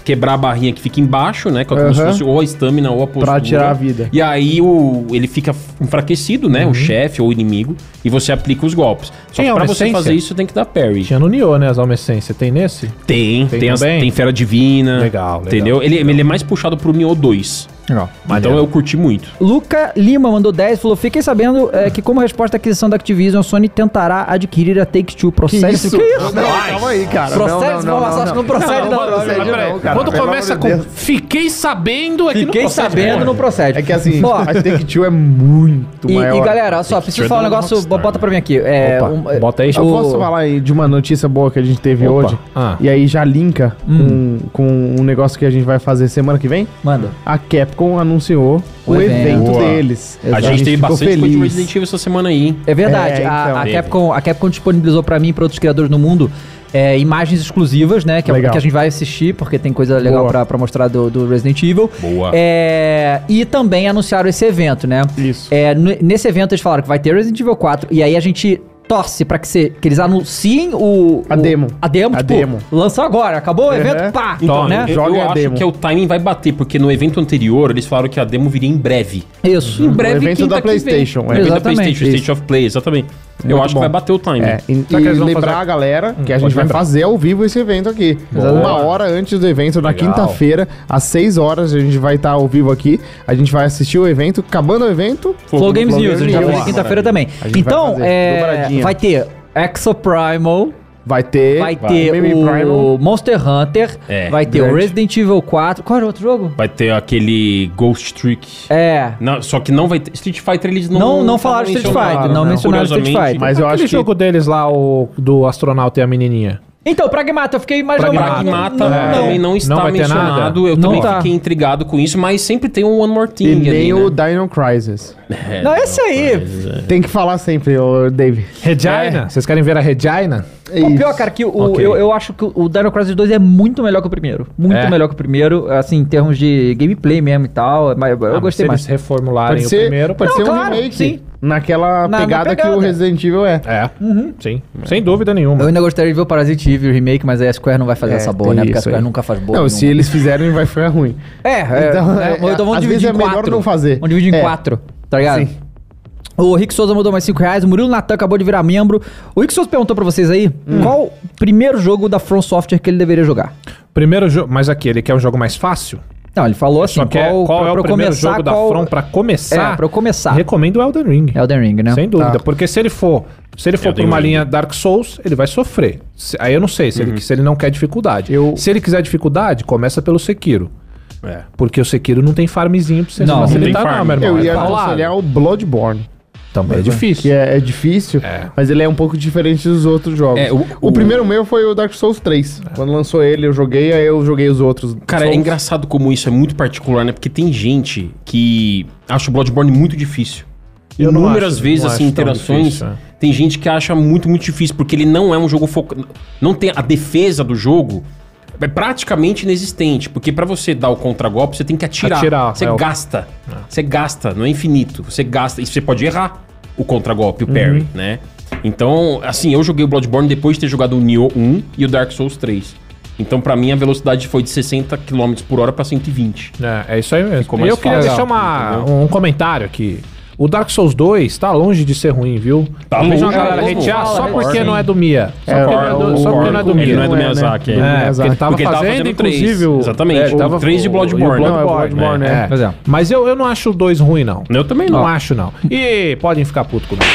[SPEAKER 3] quebrar a barrinha que fica embaixo, né? Que é como se
[SPEAKER 4] Aham.
[SPEAKER 3] fosse ou a estamina ou a postura.
[SPEAKER 4] tirar a vida.
[SPEAKER 3] E aí o, ele fica enfraquecido, né?
[SPEAKER 2] Uhum.
[SPEAKER 3] O chefe ou o inimigo. E você aplica os golpes. Só
[SPEAKER 2] Tinha
[SPEAKER 3] que pra
[SPEAKER 2] uma
[SPEAKER 3] você
[SPEAKER 2] essência?
[SPEAKER 3] fazer isso, você tem que dar parry.
[SPEAKER 2] Tinha no Nioh, né, as almessências. Tem nesse?
[SPEAKER 3] Tem, tem,
[SPEAKER 2] Tem
[SPEAKER 3] as-
[SPEAKER 2] também?
[SPEAKER 3] tem Fera Divina.
[SPEAKER 2] Legal, legal,
[SPEAKER 3] Entendeu? Ele, ele é mais puxado pro Nioh 2.
[SPEAKER 1] Legal.
[SPEAKER 3] Então eu curti muito.
[SPEAKER 1] Luca Lima mandou 10, falou: Fiquei sabendo é, que, como resposta à aquisição da Activision, a Sony tentará adquirir a Take-Two. Procede.
[SPEAKER 4] isso? Não, calma aí, cara. Não,
[SPEAKER 1] Procede,
[SPEAKER 4] não, não,
[SPEAKER 1] informação, acho que não procede, não.
[SPEAKER 4] não, procede,
[SPEAKER 2] Mas peraí,
[SPEAKER 4] não, cara.
[SPEAKER 2] Quando
[SPEAKER 4] Pelo
[SPEAKER 2] começa
[SPEAKER 4] amor de
[SPEAKER 2] com
[SPEAKER 4] Deus.
[SPEAKER 2] fiquei sabendo, aqui
[SPEAKER 1] Fiquei sabendo, não procede.
[SPEAKER 4] É que assim,
[SPEAKER 1] Ó,
[SPEAKER 4] a Take-Two é muito
[SPEAKER 1] E,
[SPEAKER 4] maior.
[SPEAKER 1] e galera, olha só, preciso
[SPEAKER 3] Take-Two
[SPEAKER 1] falar um
[SPEAKER 3] é da
[SPEAKER 1] negócio.
[SPEAKER 3] Rockstar,
[SPEAKER 1] bota pra mim aqui. É,
[SPEAKER 2] Opa,
[SPEAKER 1] um-
[SPEAKER 2] bota aí.
[SPEAKER 1] o-
[SPEAKER 4] Eu posso falar aí de uma notícia boa que a gente teve
[SPEAKER 2] Opa.
[SPEAKER 4] hoje?
[SPEAKER 2] Ah.
[SPEAKER 4] E aí já linka com, com um negócio que a gente vai fazer semana que vem?
[SPEAKER 1] Manda.
[SPEAKER 4] A Capcom anunciou
[SPEAKER 1] O
[SPEAKER 4] o, evento,
[SPEAKER 1] evento.
[SPEAKER 3] Boa.
[SPEAKER 4] deles.
[SPEAKER 1] A
[SPEAKER 3] A gente teve
[SPEAKER 4] ficou
[SPEAKER 3] bastante coisa de Resident Evil essa semana aí, hein?
[SPEAKER 1] É verdade.
[SPEAKER 4] É,
[SPEAKER 1] a-
[SPEAKER 4] então.
[SPEAKER 1] a,
[SPEAKER 3] Teve.
[SPEAKER 1] Capcom, a Capcom disponibilizou pra mim e pra outros criadores no mundo é, imagens exclusivas, né? Que, é o
[SPEAKER 4] Legal.
[SPEAKER 1] que a gente vai assistir, porque tem coisa legal
[SPEAKER 4] Boa.
[SPEAKER 1] pra, pra mostrar do, do Resident Evil.
[SPEAKER 3] Boa.
[SPEAKER 1] É, e também anunciaram esse evento, né?
[SPEAKER 4] Isso.
[SPEAKER 1] É, n- nesse evento eles falaram que vai ter Resident Evil 4, e aí a gente torce pra que, se- que eles anunciem o...
[SPEAKER 4] A
[SPEAKER 1] o-
[SPEAKER 4] demo.
[SPEAKER 1] A demo,
[SPEAKER 4] A
[SPEAKER 1] tipo,
[SPEAKER 4] demo.
[SPEAKER 1] lançou agora, acabou o
[SPEAKER 4] Uhum.
[SPEAKER 1] evento, pá!
[SPEAKER 3] Então,
[SPEAKER 1] né?
[SPEAKER 3] eu,
[SPEAKER 4] Joga
[SPEAKER 3] eu
[SPEAKER 4] a
[SPEAKER 3] acho
[SPEAKER 4] demo.
[SPEAKER 3] que o timing vai bater, porque no evento anterior eles falaram que a demo viria em breve.
[SPEAKER 1] Isso.
[SPEAKER 3] Em breve,
[SPEAKER 4] O evento
[SPEAKER 3] quinta
[SPEAKER 4] da
[SPEAKER 3] que vem.
[SPEAKER 4] PlayStation, é.
[SPEAKER 3] O evento da
[SPEAKER 1] Exatamente,
[SPEAKER 3] PlayStation,
[SPEAKER 1] isso.
[SPEAKER 3] State of Play, exatamente. eu
[SPEAKER 4] Muito
[SPEAKER 3] acho
[SPEAKER 4] bom.
[SPEAKER 3] que vai bater o timing.
[SPEAKER 4] É, e,
[SPEAKER 2] Será que
[SPEAKER 4] e
[SPEAKER 2] eles vão
[SPEAKER 4] lembrar
[SPEAKER 2] fazer- Hum,
[SPEAKER 4] a galera que a
[SPEAKER 2] pode
[SPEAKER 4] gente vai
[SPEAKER 2] lembrar.
[SPEAKER 4] fazer ao vivo esse evento aqui. Uma hora antes do evento, na
[SPEAKER 2] Legal.
[SPEAKER 4] quinta-feira, às 6 horas, a gente vai estar ao vivo aqui. A gente vai assistir o evento. Acabando o evento,
[SPEAKER 1] Flow Games
[SPEAKER 4] Flow
[SPEAKER 1] News, a gente vai
[SPEAKER 4] Games
[SPEAKER 1] fazer
[SPEAKER 4] News.
[SPEAKER 1] quinta-feira também.
[SPEAKER 4] A gente vai
[SPEAKER 1] Então,
[SPEAKER 4] fazer,
[SPEAKER 1] é,
[SPEAKER 4] dobradinha.
[SPEAKER 1] vai ter Exo Primal,
[SPEAKER 4] vai ter.
[SPEAKER 1] vai ter
[SPEAKER 4] Baby
[SPEAKER 1] o
[SPEAKER 4] Primal.
[SPEAKER 1] Monster Hunter,
[SPEAKER 3] É,
[SPEAKER 1] vai ter o
[SPEAKER 4] grande.
[SPEAKER 1] Resident Evil 4. Qual era o outro jogo?
[SPEAKER 3] Vai ter aquele Ghost Trick.
[SPEAKER 1] É.
[SPEAKER 3] Não, só que não vai ter. Street Fighter eles não.
[SPEAKER 1] Não, não falaram Street
[SPEAKER 3] mencionaram.
[SPEAKER 1] Fighter, não
[SPEAKER 4] não.
[SPEAKER 1] mencionaram Street
[SPEAKER 3] né? Curiosamente,
[SPEAKER 1] Fighter.
[SPEAKER 4] Mas eu
[SPEAKER 2] Aquele
[SPEAKER 4] acho que
[SPEAKER 2] jogo deles lá, o do astronauta e a menininha.
[SPEAKER 1] Então, Pragmata, eu fiquei imaginando. Não,
[SPEAKER 3] Pragmata
[SPEAKER 1] não,
[SPEAKER 3] Então, também não está
[SPEAKER 2] vai ter
[SPEAKER 3] mencionado. Eu
[SPEAKER 1] Não
[SPEAKER 3] também
[SPEAKER 1] tá.
[SPEAKER 3] fiquei intrigado com isso, mas sempre tem um One More Thing. ali,
[SPEAKER 4] E nem
[SPEAKER 3] né?
[SPEAKER 4] o Dino Crisis.
[SPEAKER 3] É,
[SPEAKER 1] Não, esse aí.
[SPEAKER 4] Tem que falar sempre, ô Dave.
[SPEAKER 2] É. Regina? É. Vocês querem ver a Regina?
[SPEAKER 4] É
[SPEAKER 1] O
[SPEAKER 4] isso.
[SPEAKER 1] pior, cara, que o,
[SPEAKER 2] Ok.
[SPEAKER 1] eu, eu acho que o Dino Crisis 2 é muito melhor que o primeiro. Muito
[SPEAKER 2] É?
[SPEAKER 1] melhor que o primeiro, assim, em termos de gameplay mesmo e tal. mas Eu
[SPEAKER 2] Ah, mas
[SPEAKER 1] gostei
[SPEAKER 2] se
[SPEAKER 1] mais.
[SPEAKER 2] eles reformularem
[SPEAKER 4] Pode ser-
[SPEAKER 2] o primeiro, pode
[SPEAKER 4] pode
[SPEAKER 2] ser
[SPEAKER 4] ser um
[SPEAKER 1] claro,
[SPEAKER 4] remake.
[SPEAKER 1] Sim.
[SPEAKER 4] naquela
[SPEAKER 1] Na- na
[SPEAKER 4] pegada, que
[SPEAKER 1] pegada.
[SPEAKER 4] o Resident Evil é.
[SPEAKER 2] É, sim. Sem dúvida nenhuma.
[SPEAKER 1] Eu ainda gostaria de ver o Parasite Eve o remake, mas aí a Square não vai fazer
[SPEAKER 4] É,
[SPEAKER 1] essa boa,
[SPEAKER 4] tem
[SPEAKER 1] né? Porque a
[SPEAKER 4] isso
[SPEAKER 1] Square
[SPEAKER 4] aí.
[SPEAKER 1] nunca faz boa.
[SPEAKER 4] Não,
[SPEAKER 1] nenhuma.
[SPEAKER 4] se
[SPEAKER 2] é.
[SPEAKER 4] eles fizerem, vai ficar ruim.
[SPEAKER 1] É, é,
[SPEAKER 4] Então,
[SPEAKER 1] é,
[SPEAKER 4] é,
[SPEAKER 1] então vamos
[SPEAKER 4] às
[SPEAKER 1] dividir
[SPEAKER 4] vezes
[SPEAKER 1] em
[SPEAKER 4] é melhor
[SPEAKER 1] quatro.
[SPEAKER 4] não fazer.
[SPEAKER 1] Vamos dividir em
[SPEAKER 4] É.
[SPEAKER 1] quatro, tá ligado?
[SPEAKER 4] Sim.
[SPEAKER 1] O Rick Souza mandou mais 5 reais, o Murilo Natan acabou de virar membro. O Rick Souza perguntou pra vocês aí
[SPEAKER 4] Hum.
[SPEAKER 1] qual o primeiro jogo da From Software que ele deveria jogar.
[SPEAKER 2] Primeiro jogo. Mas aqui, ele quer um jogo mais fácil?
[SPEAKER 1] Não, ele falou assim,
[SPEAKER 2] Só que qual, qual é
[SPEAKER 1] pra eu
[SPEAKER 2] o primeiro jogo da
[SPEAKER 1] qual-
[SPEAKER 2] From pra começar?
[SPEAKER 1] É, pra eu começar.
[SPEAKER 2] Recomendo o Elden Ring.
[SPEAKER 1] Elden Ring, né?
[SPEAKER 2] Sem dúvida,
[SPEAKER 4] Tá.
[SPEAKER 2] porque se ele for, se ele for
[SPEAKER 3] Elden
[SPEAKER 2] por uma
[SPEAKER 3] Ring.
[SPEAKER 2] linha Dark Souls, ele vai sofrer. Se- aí eu não sei
[SPEAKER 3] Uhum.
[SPEAKER 2] se, ele, se ele não quer dificuldade.
[SPEAKER 4] Eu-
[SPEAKER 2] Se ele quiser dificuldade, começa pelo Sekiro.
[SPEAKER 3] É.
[SPEAKER 2] Porque o Sekiro não tem farmzinho pra você
[SPEAKER 1] Não, não
[SPEAKER 2] facilitar,
[SPEAKER 3] tem
[SPEAKER 2] não,
[SPEAKER 3] farm.
[SPEAKER 2] meu irmão.
[SPEAKER 4] Eu
[SPEAKER 2] É
[SPEAKER 4] ia
[SPEAKER 2] paulado.
[SPEAKER 4] aconselhar o Bloodborne.
[SPEAKER 2] Também é difícil.
[SPEAKER 4] Que um é, é difícil, mas ele é um pouco diferente dos outros jogos.
[SPEAKER 3] É, o-
[SPEAKER 4] o,
[SPEAKER 3] o-
[SPEAKER 4] primeiro meu foi o Dark Souls 3. Quando lançou ele, eu joguei, aí eu joguei os outros.
[SPEAKER 3] Cara, é
[SPEAKER 4] Souls.
[SPEAKER 3] engraçado como isso é muito particular, né? Porque tem gente que acha o Bloodborne muito difícil.
[SPEAKER 2] Eu não
[SPEAKER 3] Inúmeras
[SPEAKER 2] acho,
[SPEAKER 3] vezes,
[SPEAKER 2] não
[SPEAKER 3] assim,
[SPEAKER 2] acho tão
[SPEAKER 3] interações.
[SPEAKER 2] difícil, é.
[SPEAKER 3] Tem gente que acha muito, muito difícil, porque ele não é um jogo focado. Não tem. A defesa do jogo é praticamente inexistente. Porque pra você dar o contragolpe, você tem que atirar.
[SPEAKER 2] Atirar,
[SPEAKER 3] você
[SPEAKER 2] é, o-
[SPEAKER 3] gasta. Você gasta, não é infinito. Você gasta. E você pode errar o contragolpe, o parry, né? Então, assim, eu joguei o Bloodborne depois de ter jogado o Nioh 1 e o Dark Souls 3. Então, pra mim, a velocidade foi de 60 km por hora pra 120.
[SPEAKER 2] É, é isso aí mesmo.
[SPEAKER 3] Ficou
[SPEAKER 2] E
[SPEAKER 3] mais
[SPEAKER 2] eu queria
[SPEAKER 3] fácil,
[SPEAKER 2] deixar uma, um comentário aqui. O Dark Souls 2 tá longe de ser ruim, viu?
[SPEAKER 3] Tá
[SPEAKER 2] Eu
[SPEAKER 3] longe,
[SPEAKER 2] vejo uma galera
[SPEAKER 3] tá
[SPEAKER 2] hatear
[SPEAKER 1] longe.
[SPEAKER 2] só
[SPEAKER 1] Fala,
[SPEAKER 2] porque
[SPEAKER 3] sim.
[SPEAKER 2] não é do Mia. Só
[SPEAKER 4] É,
[SPEAKER 2] porque não é do- só porque não é do
[SPEAKER 3] Ele não
[SPEAKER 2] Mia.
[SPEAKER 3] é do Miyazaki, é.
[SPEAKER 4] né? Do
[SPEAKER 2] É, porque
[SPEAKER 4] Miyazaki.
[SPEAKER 2] ele tava
[SPEAKER 3] Porque ele tava
[SPEAKER 2] fazendo,
[SPEAKER 3] fazendo três.
[SPEAKER 2] inclusive, o...
[SPEAKER 3] Exatamente.
[SPEAKER 2] É, ele
[SPEAKER 3] O
[SPEAKER 2] tava-
[SPEAKER 3] três de Bloodborne.
[SPEAKER 2] e o
[SPEAKER 4] Não, é o Bloodborne,
[SPEAKER 2] é.
[SPEAKER 4] é.
[SPEAKER 1] Pois é.
[SPEAKER 2] Mas eu, eu não acho o 2 ruim, não.
[SPEAKER 3] Eu também não.
[SPEAKER 2] Não acho, não. E podem ficar puto comigo.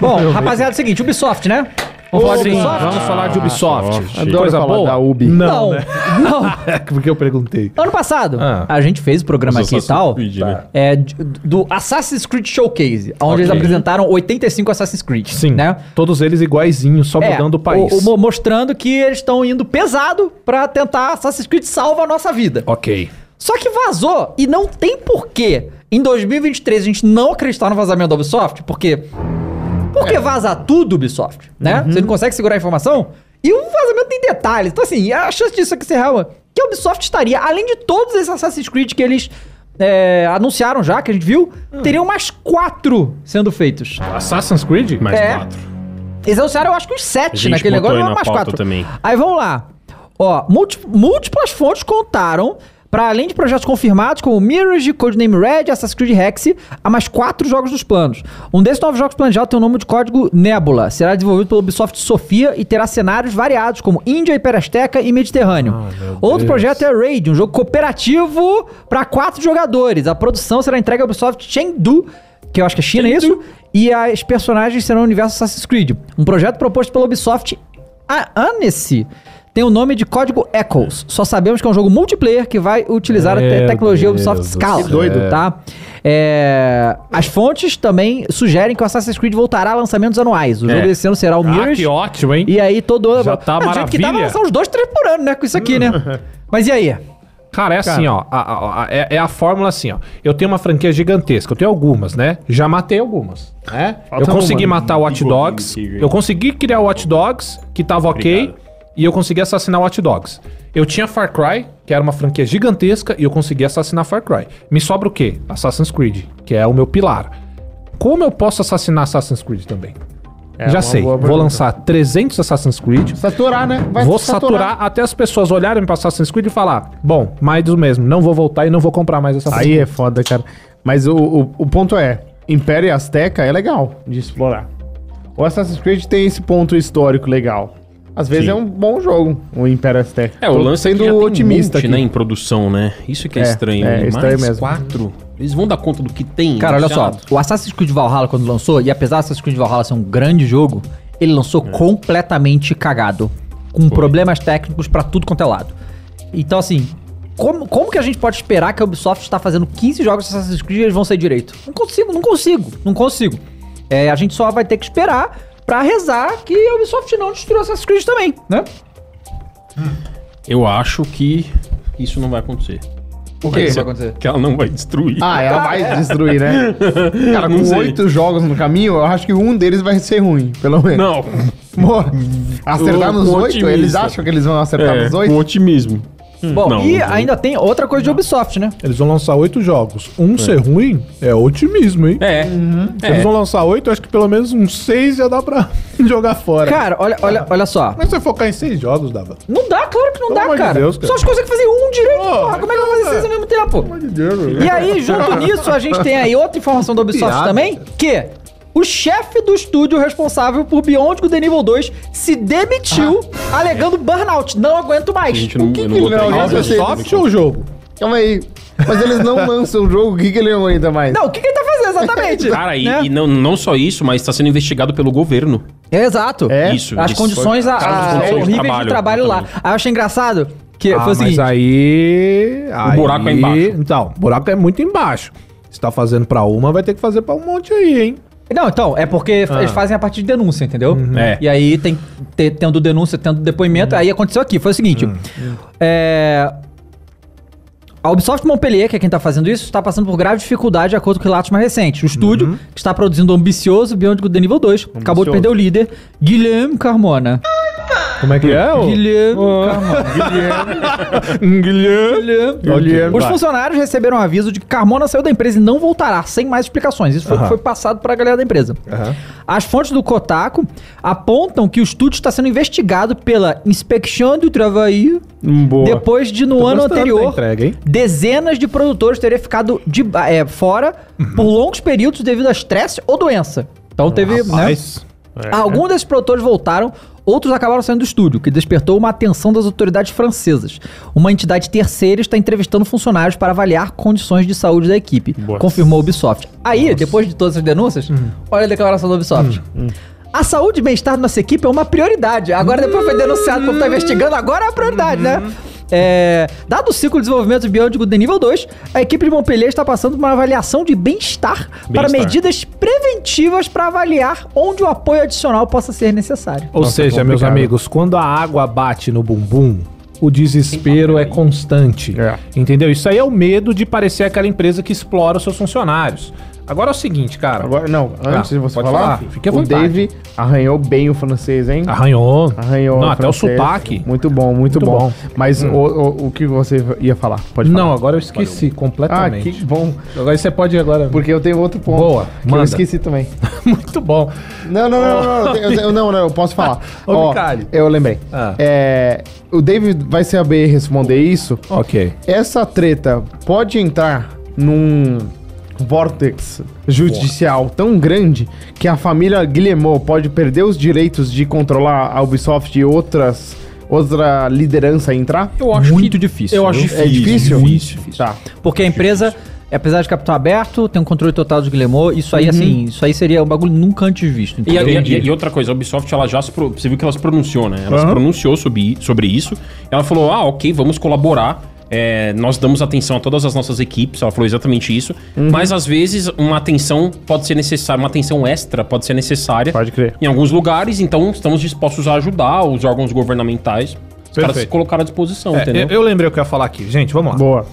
[SPEAKER 1] Bom, rapaziada, é o seguinte, Ubisoft, né? Vamos falar de Ubisoft?
[SPEAKER 2] Vamos falar de Ah, Ubisoft.
[SPEAKER 3] Ubisoft.
[SPEAKER 2] Coisa
[SPEAKER 4] falar
[SPEAKER 2] boa?
[SPEAKER 4] da Ubi.
[SPEAKER 1] Não, *laughs* não.
[SPEAKER 2] *laughs* Porque eu perguntei.
[SPEAKER 1] Ano passado,
[SPEAKER 2] né? Ah.
[SPEAKER 1] a gente fez o programa
[SPEAKER 3] Os
[SPEAKER 1] aqui e tal.
[SPEAKER 3] Assassin's Creed, né?
[SPEAKER 1] É, de- do Assassin's Creed Showcase, onde eles apresentaram 85 Assassin's Creed.
[SPEAKER 2] Sim,
[SPEAKER 1] Né?
[SPEAKER 2] todos eles iguaizinhos, só
[SPEAKER 1] É,
[SPEAKER 2] mudando o país.
[SPEAKER 1] o- o- mostrando que eles estão indo pesado pra tentar Assassin's Creed salva a nossa vida.
[SPEAKER 2] Ok.
[SPEAKER 1] Só que vazou e não tem porquê em 2023 a gente não acreditar no vazamento da Ubisoft, porque porque
[SPEAKER 3] É.
[SPEAKER 1] vaza tudo Ubisoft, né?
[SPEAKER 3] Uhum.
[SPEAKER 1] Você não consegue segurar a informação e o vazamento tem detalhes. Então assim, a chance disso aqui ser real é que a Ubisoft estaria além de todos esses Assassin's Creed que eles é, anunciaram já, que a gente viu,
[SPEAKER 3] Hum.
[SPEAKER 1] teriam mais quatro sendo feitos.
[SPEAKER 2] Assassin's Creed?
[SPEAKER 3] Mais
[SPEAKER 1] É.
[SPEAKER 3] quatro.
[SPEAKER 1] Eles anunciaram, eu acho que uns sete
[SPEAKER 3] gente
[SPEAKER 1] naquele negócio,
[SPEAKER 3] botou aí
[SPEAKER 1] não,
[SPEAKER 3] na
[SPEAKER 1] mais
[SPEAKER 3] pauta
[SPEAKER 1] quatro.
[SPEAKER 3] também.
[SPEAKER 1] Aí vamos lá. Ó, múlti- múltiplas fontes contaram, para além de projetos confirmados como Mirage, Codename Red, Assassin's Creed Hex, há mais quatro jogos nos planos. Um desses novos jogos planejados tem o nome de código Nebula. Será desenvolvido pela Ubisoft Sofia e terá cenários variados, como Índia, Hiperesteca e Mediterrâneo. Outro projeto é Raid, um jogo cooperativo para quatro jogadores. A produção será entregue à Ubisoft Chengdu, que eu acho que é China, é isso? E as personagens serão o universo Assassin's Creed. Um projeto proposto pela Ubisoft a Ah, Annecy tem o nome de código Echoes. Só sabemos que é um jogo multiplayer que vai utilizar a te-
[SPEAKER 2] Meu
[SPEAKER 1] tecnologia
[SPEAKER 2] Deus
[SPEAKER 1] Ubisoft
[SPEAKER 2] do
[SPEAKER 1] Scala.
[SPEAKER 2] céu. Doido.
[SPEAKER 1] Tá? É, as fontes também sugerem que o Assassin's Creed voltará a lançamentos anuais. O
[SPEAKER 3] É.
[SPEAKER 1] jogo desse ano será o
[SPEAKER 2] Ah,
[SPEAKER 1] Mirage.
[SPEAKER 2] que ótimo, hein?
[SPEAKER 1] e aí todo ano.
[SPEAKER 2] Já tá
[SPEAKER 1] Ah, do jeito que tava,
[SPEAKER 2] maravilha.
[SPEAKER 1] são uns dois, três por ano, né? Com isso aqui, né?
[SPEAKER 2] *laughs*
[SPEAKER 1] Mas e aí?
[SPEAKER 2] Cara, é assim, ó. a- a- a- é, é a fórmula assim, ó. Eu tenho uma franquia gigantesca, eu tenho algumas, né? Já matei algumas,
[SPEAKER 4] É?
[SPEAKER 2] né? eu
[SPEAKER 4] uma.
[SPEAKER 2] consegui matar o Watch
[SPEAKER 3] Igor,
[SPEAKER 2] Dogs.
[SPEAKER 3] Igor.
[SPEAKER 2] Eu consegui criar o Watch Dogs, que tava ok.
[SPEAKER 3] Obrigado.
[SPEAKER 2] E eu consegui assassinar o Watch Dogs. Eu tinha Far Cry, que era uma franquia gigantesca, e eu consegui assassinar Far Cry. Me sobra o quê? Assassin's Creed, que é o meu pilar. Como eu posso assassinar Assassin's Creed também? Já
[SPEAKER 4] uma
[SPEAKER 2] sei,
[SPEAKER 4] boa
[SPEAKER 2] vou
[SPEAKER 4] pergunta.
[SPEAKER 2] lançar 300 Assassin's Creed,
[SPEAKER 4] Saturar, né? Vai
[SPEAKER 2] vou saturar, até as pessoas olharem pra Assassin's Creed e falar: Bom, mais do mesmo, não vou voltar e não vou comprar mais essa
[SPEAKER 4] Aí é foda, cara. Mas o, o, o ponto é, Império Azteca é legal de explorar. O Assassin's Creed tem esse ponto histórico legal. Às vezes
[SPEAKER 3] Sim.
[SPEAKER 4] é um bom jogo, o Império Azteca.
[SPEAKER 3] É, o
[SPEAKER 4] Tô
[SPEAKER 3] lance é que
[SPEAKER 4] sendo
[SPEAKER 3] já tem um
[SPEAKER 4] otimista
[SPEAKER 3] monte,
[SPEAKER 4] aqui.
[SPEAKER 3] né, em produção, né? Isso que é,
[SPEAKER 4] É,
[SPEAKER 3] estranho.
[SPEAKER 4] é,
[SPEAKER 3] E
[SPEAKER 4] estranho
[SPEAKER 3] mais
[SPEAKER 4] mesmo.
[SPEAKER 3] quatro. Eles vão dar conta do que tem.
[SPEAKER 1] Cara, olha só.
[SPEAKER 3] anunciado?
[SPEAKER 1] O Assassin's Creed Valhalla, quando lançou, e apesar do Assassin's Creed Valhalla ser um grande jogo, ele lançou
[SPEAKER 3] É.
[SPEAKER 1] completamente cagado. Com problemas técnicos pra tudo quanto é lado. Então, assim, como, como que a gente pode esperar que a Ubisoft está fazendo 15 jogos de Assassin's Creed e eles vão sair direito? Não consigo, não consigo, não consigo. É, a gente só vai ter que esperar pra rezar que a Ubisoft não destruiu Assassin's Creed também, né?
[SPEAKER 3] Eu acho que isso não vai acontecer.
[SPEAKER 4] O
[SPEAKER 1] que
[SPEAKER 4] quê?
[SPEAKER 1] vai é. acontecer?
[SPEAKER 3] Que ela não vai destruir.
[SPEAKER 4] Ah, ela vai destruir, né? Cara,
[SPEAKER 3] Não
[SPEAKER 4] com
[SPEAKER 3] sei.
[SPEAKER 4] oito jogos no caminho, eu acho que um deles vai ser ruim, pelo menos.
[SPEAKER 3] Não.
[SPEAKER 4] *laughs* Pô, acertar
[SPEAKER 3] Eu-
[SPEAKER 4] nos
[SPEAKER 3] um
[SPEAKER 4] oito? Eles
[SPEAKER 3] otimista.
[SPEAKER 1] Tá
[SPEAKER 4] acham que eles vão acertar
[SPEAKER 3] É,
[SPEAKER 4] nos
[SPEAKER 3] com
[SPEAKER 4] oito?
[SPEAKER 3] otimismo.
[SPEAKER 1] Bom,
[SPEAKER 3] Hum. Não,
[SPEAKER 1] e
[SPEAKER 3] não.
[SPEAKER 1] ainda tem outra coisa de Ubisoft, né?
[SPEAKER 2] Eles vão lançar oito jogos. Um ser ruim é otimismo, hein?
[SPEAKER 3] É.
[SPEAKER 2] Se Eles vão lançar oito, acho que pelo menos uns seis já dá pra *laughs* jogar fora.
[SPEAKER 1] Cara, olha, olha, olha só.
[SPEAKER 2] Mas se eu focar em seis jogos, dava.
[SPEAKER 1] Não dá, claro que não
[SPEAKER 2] Pelo
[SPEAKER 1] dá,
[SPEAKER 2] amor de
[SPEAKER 1] cara.
[SPEAKER 2] Deus, cara.
[SPEAKER 1] Só as coisas que fazer um direito,
[SPEAKER 2] Pô, então,
[SPEAKER 1] porra. Como é que eu vou fazer seis ao mesmo
[SPEAKER 2] é
[SPEAKER 1] tempo? E
[SPEAKER 2] E
[SPEAKER 1] aí, junto nisso, a gente tem aí outra informação da Ubisoft
[SPEAKER 2] Piada,
[SPEAKER 1] também, que o chefe do estúdio responsável por Beyond Good and Evil 2 se demitiu
[SPEAKER 2] Ah.
[SPEAKER 1] alegando burnout. Não aguento mais.
[SPEAKER 3] Gente, não, eu não
[SPEAKER 4] que
[SPEAKER 3] vou
[SPEAKER 4] não,
[SPEAKER 3] pegar
[SPEAKER 4] né?
[SPEAKER 3] isso.
[SPEAKER 2] Ubisoft ou jogo?
[SPEAKER 4] Calma aí. Mas eles não lançam o jogo, o que, que ele aguenta mais?
[SPEAKER 1] Não, o que, que ele tá fazendo
[SPEAKER 2] *laughs*
[SPEAKER 1] exatamente?
[SPEAKER 3] Cara, e,
[SPEAKER 1] Né?
[SPEAKER 3] e não, não só isso, mas tá sendo investigado pelo governo.
[SPEAKER 1] Exato.
[SPEAKER 4] É?
[SPEAKER 3] Isso.
[SPEAKER 1] As
[SPEAKER 3] isso.
[SPEAKER 1] condições, a,
[SPEAKER 3] Caso
[SPEAKER 1] a,
[SPEAKER 3] de condições de
[SPEAKER 1] horríveis de trabalho lá.
[SPEAKER 3] também.
[SPEAKER 1] Aí eu achei engraçado que
[SPEAKER 2] Ah,
[SPEAKER 1] foi o seguinte.
[SPEAKER 2] Mas aí, aí.
[SPEAKER 3] buraco é embaixo.
[SPEAKER 2] Então, o buraco é muito embaixo. Se tá fazendo pra uma, vai ter que fazer pra um monte aí, hein?
[SPEAKER 1] Não, então, é porque f- eles fazem a partir de denúncia, entendeu?
[SPEAKER 3] É.
[SPEAKER 1] E aí tem te- tendo denúncia, tendo depoimento, aí aconteceu aqui, foi o seguinte. É, A Ubisoft Montpellier, que é quem tá fazendo isso, está passando por grave dificuldade de acordo com relatos mais recentes. O estúdio, que está produzindo o ambicioso Beyond Good and Evil 2, acabou de perder o líder, Guilherme Carmona.
[SPEAKER 2] Como é que é? ô?
[SPEAKER 1] Guilherme
[SPEAKER 2] Guilherme. Guilherme.
[SPEAKER 1] Os
[SPEAKER 2] Vai.
[SPEAKER 1] funcionários receberam um aviso de que Carmona saiu da empresa e não voltará, sem mais explicações. Isso foi,
[SPEAKER 2] Aham.
[SPEAKER 1] foi passado para a galera da empresa. As fontes do Kotaku apontam que o estúdio está sendo investigado pela Inspection do Travail,
[SPEAKER 4] Boa.
[SPEAKER 1] depois de, no
[SPEAKER 2] Tô
[SPEAKER 1] ano
[SPEAKER 2] gostando da
[SPEAKER 1] anterior,
[SPEAKER 2] entrega, hein?
[SPEAKER 1] dezenas de produtores terem ficado de, ba- é, fora por longos períodos devido a estresse ou doença. Então teve... né?
[SPEAKER 2] Rapaz.
[SPEAKER 1] Alguns desses produtores voltaram, outros acabaram saindo do estúdio, o que despertou uma atenção das autoridades francesas. Uma entidade terceira está entrevistando funcionários para avaliar condições de saúde da equipe, confirmou a Ubisoft. Aí, depois de todas as denúncias, olha a declaração da Ubisoft. A saúde e bem-estar da nossa equipe é uma prioridade. Agora, depois foi denunciado, o povo tá investigando, agora é a prioridade, né? É, dado o ciclo de desenvolvimento de Beyond Good and Evil 2, a equipe de Montpellier está passando por uma avaliação de bem-estar para
[SPEAKER 3] Bem-estar.
[SPEAKER 1] medidas preventivas para avaliar onde o apoio adicional possa ser necessário.
[SPEAKER 2] Ou
[SPEAKER 4] Nossa,
[SPEAKER 2] seja, meus
[SPEAKER 4] complicado.
[SPEAKER 2] amigos, quando a água bate no bumbum, o desespero é constante.
[SPEAKER 4] É.
[SPEAKER 2] Entendeu? Isso aí é o medo de parecer aquela empresa que explora os seus funcionários. Agora é o seguinte, cara.
[SPEAKER 4] Agora, não, antes
[SPEAKER 2] Ah,
[SPEAKER 4] de você
[SPEAKER 2] pode
[SPEAKER 4] falar,
[SPEAKER 2] falar. Fique à
[SPEAKER 4] o
[SPEAKER 2] vontade.
[SPEAKER 4] Dave arranhou bem o francês, hein?
[SPEAKER 2] Arranhou.
[SPEAKER 4] Arranhou.
[SPEAKER 2] Não, até o
[SPEAKER 4] francês.
[SPEAKER 2] sotaque.
[SPEAKER 4] Muito bom, muito,
[SPEAKER 2] Muito
[SPEAKER 4] bom.
[SPEAKER 2] bom.
[SPEAKER 4] Mas o, o, o que você ia falar? Pode falar.
[SPEAKER 2] Não, agora eu esqueci
[SPEAKER 4] Ah,
[SPEAKER 2] completamente.
[SPEAKER 4] que bom.
[SPEAKER 2] Agora você pode ir agora.
[SPEAKER 4] Porque eu tenho outro ponto.
[SPEAKER 2] Boa,
[SPEAKER 4] que eu
[SPEAKER 2] manda.
[SPEAKER 4] esqueci também.
[SPEAKER 2] *laughs* Muito bom.
[SPEAKER 4] Não, não, não, não,
[SPEAKER 2] *laughs*
[SPEAKER 4] não, eu tenho- eu tenho- não, não, eu posso falar.
[SPEAKER 2] Ô,
[SPEAKER 4] Ó,
[SPEAKER 2] Micali.
[SPEAKER 4] eu lembrei.
[SPEAKER 2] Ah.
[SPEAKER 4] É, o David vai saber responder isso.
[SPEAKER 2] Ok.
[SPEAKER 4] Essa treta pode entrar num vórtex judicial tão grande que a família Guillemot pode perder os direitos de controlar a Ubisoft e outras outra liderança entrar?
[SPEAKER 3] Eu acho
[SPEAKER 1] Muito
[SPEAKER 3] que-
[SPEAKER 1] difícil,
[SPEAKER 3] Eu acho
[SPEAKER 1] viu?
[SPEAKER 3] difícil.
[SPEAKER 4] É difícil?
[SPEAKER 3] Difícil.
[SPEAKER 4] Tá.
[SPEAKER 1] Porque a empresa, apesar de capital aberto, tem um controle total do Guillemot, isso aí, assim, isso aí seria um bagulho nunca antes visto.
[SPEAKER 3] E,
[SPEAKER 1] entendeu?
[SPEAKER 3] e- e- e outra coisa, a Ubisoft, ela já se pro- você viu que ela se pronunciou, né? Ela se pronunciou sobre, sobre isso. Ela falou, ah, ok, vamos colaborar. é, nós damos atenção a todas as nossas equipes, ela falou exatamente isso.
[SPEAKER 1] Uhum.
[SPEAKER 3] Mas às vezes uma atenção pode ser necessária, uma atenção extra pode ser necessária
[SPEAKER 4] Pode crer.
[SPEAKER 3] em alguns lugares, então estamos dispostos a ajudar os órgãos governamentais. Os caras
[SPEAKER 2] Perfeito.
[SPEAKER 3] se colocaram à disposição,
[SPEAKER 2] É,
[SPEAKER 3] entendeu?
[SPEAKER 2] eu, eu lembrei o que eu ia falar aqui. Gente, vamos lá.
[SPEAKER 4] Boa.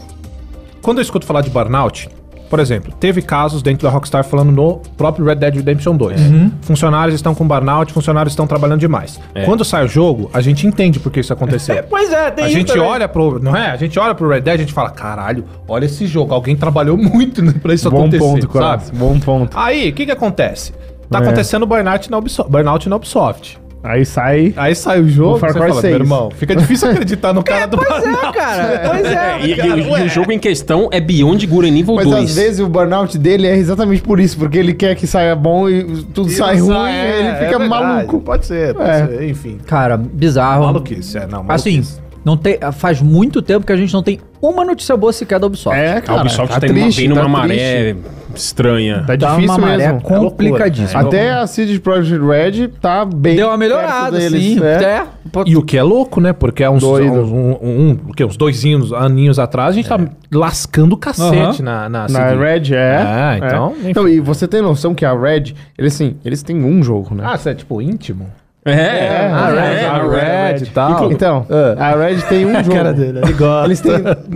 [SPEAKER 2] Quando eu escuto falar de burnout, por exemplo, teve casos dentro da Rockstar falando no próprio Red Dead Redemption 2. Funcionários estão com burnout, funcionários estão trabalhando demais. Quando sai o jogo, a gente entende por que *laughs* isso aconteceu.
[SPEAKER 1] Pois é, tem
[SPEAKER 2] A
[SPEAKER 1] isso
[SPEAKER 2] gente
[SPEAKER 1] também.
[SPEAKER 2] olha pro, não é? A gente olha pro Red Dead, a gente fala, caralho, olha esse jogo, alguém trabalhou *laughs* muito né, pra isso
[SPEAKER 4] Bom
[SPEAKER 2] acontecer,
[SPEAKER 4] ponto,
[SPEAKER 2] sabe?
[SPEAKER 4] Coraz. Bom ponto.
[SPEAKER 2] Aí, o que que acontece? Tá
[SPEAKER 4] É.
[SPEAKER 2] acontecendo burnout na, Ubisoft, burnout na Ubisoft.
[SPEAKER 4] Aí sai.
[SPEAKER 2] Aí sai o jogo,
[SPEAKER 4] O Far
[SPEAKER 2] você
[SPEAKER 4] Cry
[SPEAKER 2] fala, meu
[SPEAKER 4] 6.
[SPEAKER 2] irmão, fica *laughs* difícil acreditar no cara do
[SPEAKER 1] Pois é, cara. Pois é.
[SPEAKER 3] E, e- e o jogo em questão é Beyond Good and Evil
[SPEAKER 4] Mas
[SPEAKER 3] 2.
[SPEAKER 4] às vezes o burnout dele é exatamente por isso, porque ele quer que saia bom e tudo sai é, ruim, e ele fica maluco.
[SPEAKER 2] é Pode ser, pode
[SPEAKER 4] É.
[SPEAKER 2] ser, enfim.
[SPEAKER 1] Cara, bizarro.
[SPEAKER 2] Maluquice, é, não,
[SPEAKER 1] Assim,
[SPEAKER 2] maluquice.
[SPEAKER 1] não tem, faz muito tempo que a gente não tem uma notícia boa sequer da Ubisoft.
[SPEAKER 4] É,
[SPEAKER 3] a Ubisoft tá, indo- vem numa maré estranha.
[SPEAKER 4] Tá
[SPEAKER 1] Tá
[SPEAKER 4] difícil
[SPEAKER 1] uma maré
[SPEAKER 4] mesmo.
[SPEAKER 1] complicadíssima.
[SPEAKER 4] Até a Cid Project Red tá bem.
[SPEAKER 1] Deu uma
[SPEAKER 4] perto
[SPEAKER 1] melhorada,
[SPEAKER 4] deles,
[SPEAKER 1] sim.
[SPEAKER 4] né?
[SPEAKER 1] É. Pô,
[SPEAKER 2] E o que é louco, né? Porque há uns,
[SPEAKER 4] Doido.
[SPEAKER 2] uns, um, um, o quê? uns dois anos- aninhos atrás, a gente tá lascando o cacete
[SPEAKER 1] Aham.
[SPEAKER 2] na, na,
[SPEAKER 4] Na
[SPEAKER 2] seguinte.
[SPEAKER 4] Red é.
[SPEAKER 2] Ah,
[SPEAKER 4] é.
[SPEAKER 2] então, enfim.
[SPEAKER 4] Então, e você tem noção que a Red, eles assim, eles têm um jogo, né?
[SPEAKER 2] Ah, você é tipo íntimo?
[SPEAKER 3] É, é,
[SPEAKER 4] a
[SPEAKER 3] é,
[SPEAKER 4] Red,
[SPEAKER 3] a
[SPEAKER 5] Red
[SPEAKER 3] Red.
[SPEAKER 5] e tal.
[SPEAKER 4] Então,
[SPEAKER 5] Ah.
[SPEAKER 4] a Red tem um
[SPEAKER 5] A
[SPEAKER 4] jogo.
[SPEAKER 5] cara dele, ele gosta.
[SPEAKER 4] Eles têm,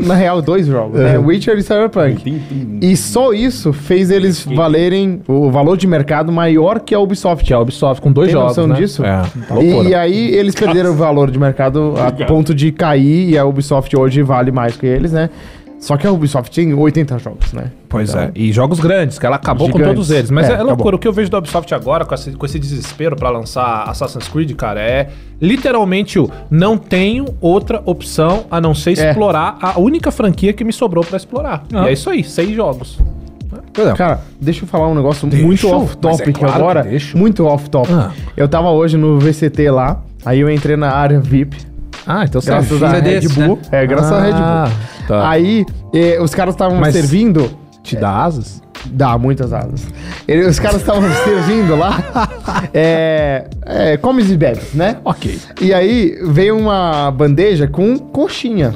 [SPEAKER 4] na real, dois jogos, né? Witcher e Cyberpunk.
[SPEAKER 3] Tem- tem-
[SPEAKER 4] E só isso fez eles valerem o valor de mercado maior que a Ubisoft.
[SPEAKER 2] Que é a Ubisoft com dois
[SPEAKER 4] Tem
[SPEAKER 2] jogos.
[SPEAKER 4] noção
[SPEAKER 2] né?
[SPEAKER 4] disso?
[SPEAKER 2] É,
[SPEAKER 4] E,
[SPEAKER 2] loucura.
[SPEAKER 4] e aí eles perderam o valor de mercado a ponto de cair e a Ubisoft hoje vale mais que eles, né? Só que a Ubisoft tem 80 jogos, né?
[SPEAKER 2] Pois é. E jogos grandes, que ela acabou com
[SPEAKER 4] Gigantes.
[SPEAKER 2] todos eles. Mas
[SPEAKER 4] É,
[SPEAKER 2] é,
[SPEAKER 4] acabou.
[SPEAKER 2] loucura. O que eu vejo da Ubisoft agora, com esse, com esse desespero pra lançar Assassin's Creed, cara, é literalmente o não tenho outra opção a não ser
[SPEAKER 4] É.
[SPEAKER 2] explorar a única franquia que me sobrou pra explorar.
[SPEAKER 1] Ah.
[SPEAKER 2] E é isso aí, seis jogos.
[SPEAKER 4] Cara, deixa eu falar um negócio
[SPEAKER 2] Então. Deixa,
[SPEAKER 4] muito
[SPEAKER 2] mas é
[SPEAKER 4] off-topic
[SPEAKER 2] claro que
[SPEAKER 4] agora.
[SPEAKER 2] deixa.
[SPEAKER 4] Muito off-topic.
[SPEAKER 2] Ah.
[SPEAKER 4] Eu tava hoje no VCT lá, aí eu entrei na área VIP
[SPEAKER 2] Ah, então você né?
[SPEAKER 4] Graças
[SPEAKER 1] Você
[SPEAKER 4] à
[SPEAKER 1] é
[SPEAKER 4] Red
[SPEAKER 1] desse,
[SPEAKER 4] Bull. É, graças à Red Bull.
[SPEAKER 2] Tá.
[SPEAKER 4] Aí, eh, os caras estavam
[SPEAKER 2] Mas-
[SPEAKER 4] servindo.
[SPEAKER 2] Te dá asas?
[SPEAKER 4] Dá muitas asas. Ele- os caras estavam *laughs* servindo lá. É, é, comes e bebes, né?
[SPEAKER 2] Ok.
[SPEAKER 4] E aí veio uma bandeja com coxinha.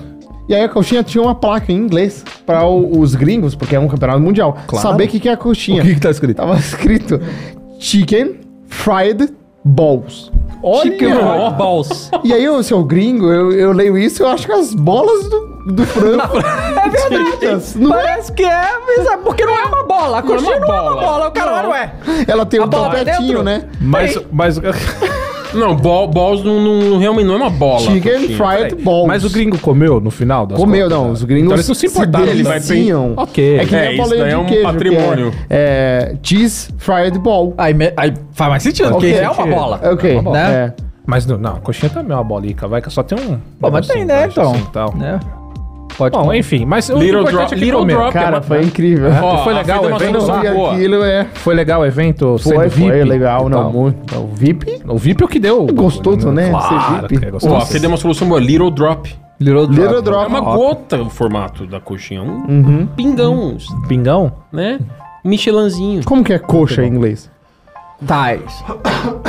[SPEAKER 4] E aí a coxinha tinha uma placa em inglês para os gringos, porque é um campeonato mundial, saber o que, que é a coxinha.
[SPEAKER 5] O que que tá escrito?
[SPEAKER 4] Tava escrito Chicken Fried Balls.
[SPEAKER 1] Olha, balls.
[SPEAKER 4] E aí, eu, seu gringo, eu, eu leio isso eu acho que as bolas do, do frango.
[SPEAKER 1] *laughs*
[SPEAKER 4] é verdade. Não é?
[SPEAKER 1] Parece que é, mas é porque não é uma bola. A coxinha não é uma bola. O cara olha, ué.
[SPEAKER 4] Ela tem
[SPEAKER 1] A
[SPEAKER 4] um
[SPEAKER 1] bola pra dentro?
[SPEAKER 4] topetinho, né?
[SPEAKER 2] Mas,
[SPEAKER 4] *laughs*
[SPEAKER 2] mas,
[SPEAKER 3] Não, ball, balls não, não- não- realmente não é uma bola.
[SPEAKER 4] Chicken
[SPEAKER 3] coxinha.
[SPEAKER 4] Fried Balls.
[SPEAKER 2] mas o gringo comeu no final das
[SPEAKER 4] Comeu,
[SPEAKER 2] contas?
[SPEAKER 4] não. Os gringos
[SPEAKER 2] Então eles não se importaram.
[SPEAKER 4] Eles
[SPEAKER 3] Ele vai
[SPEAKER 4] deliciam.
[SPEAKER 2] Ok.
[SPEAKER 4] É que
[SPEAKER 3] É,
[SPEAKER 4] nem eu
[SPEAKER 3] isso
[SPEAKER 4] falei
[SPEAKER 3] daí
[SPEAKER 4] de
[SPEAKER 3] é um
[SPEAKER 4] queijo, que
[SPEAKER 3] patrimônio.
[SPEAKER 4] é, é, cheese Fried Ball.
[SPEAKER 1] Aí, me- aí faz mais sentido, porque
[SPEAKER 4] Ok,
[SPEAKER 1] é uma
[SPEAKER 2] ok.
[SPEAKER 1] bola.
[SPEAKER 4] Ok,
[SPEAKER 2] bom.
[SPEAKER 4] né?
[SPEAKER 1] Né?
[SPEAKER 2] Mas não, não, a coxinha também é uma bolica, vai que só tem um.
[SPEAKER 1] Pô, mas tem, né, então.
[SPEAKER 2] Assim, tal.
[SPEAKER 1] Né? Pode
[SPEAKER 2] Bom, enfim, mas o
[SPEAKER 3] Little
[SPEAKER 2] importante
[SPEAKER 3] drop-
[SPEAKER 2] é que
[SPEAKER 3] little
[SPEAKER 2] comeu.
[SPEAKER 3] drop.
[SPEAKER 4] Cara, foi incrível.
[SPEAKER 3] Ó,
[SPEAKER 2] Foi legal,
[SPEAKER 3] a
[SPEAKER 2] é
[SPEAKER 3] Fê
[SPEAKER 2] bem
[SPEAKER 3] tem uma
[SPEAKER 4] Não,
[SPEAKER 3] solução
[SPEAKER 4] e
[SPEAKER 3] Ah, boa.
[SPEAKER 4] aquilo é...
[SPEAKER 2] Foi legal o evento sendo
[SPEAKER 4] Foi,
[SPEAKER 2] VIP.
[SPEAKER 4] foi legal,
[SPEAKER 2] e
[SPEAKER 4] não,
[SPEAKER 2] tal.
[SPEAKER 4] muito. Então. O VIP?
[SPEAKER 2] O VIP é o que deu.
[SPEAKER 4] Gostoso, né?
[SPEAKER 2] Claro,
[SPEAKER 4] Ser VIP.
[SPEAKER 2] que é
[SPEAKER 3] Pô,
[SPEAKER 2] gostoso.
[SPEAKER 3] a Fê deu uma solução boa, little drop.
[SPEAKER 1] Little Drop.
[SPEAKER 4] Little Drop.
[SPEAKER 3] É uma gota o formato da coxinha, um pingão,
[SPEAKER 2] Pingão?
[SPEAKER 3] né? Michelanzinho.
[SPEAKER 4] Como que é coxa em inglês?
[SPEAKER 1] Ties.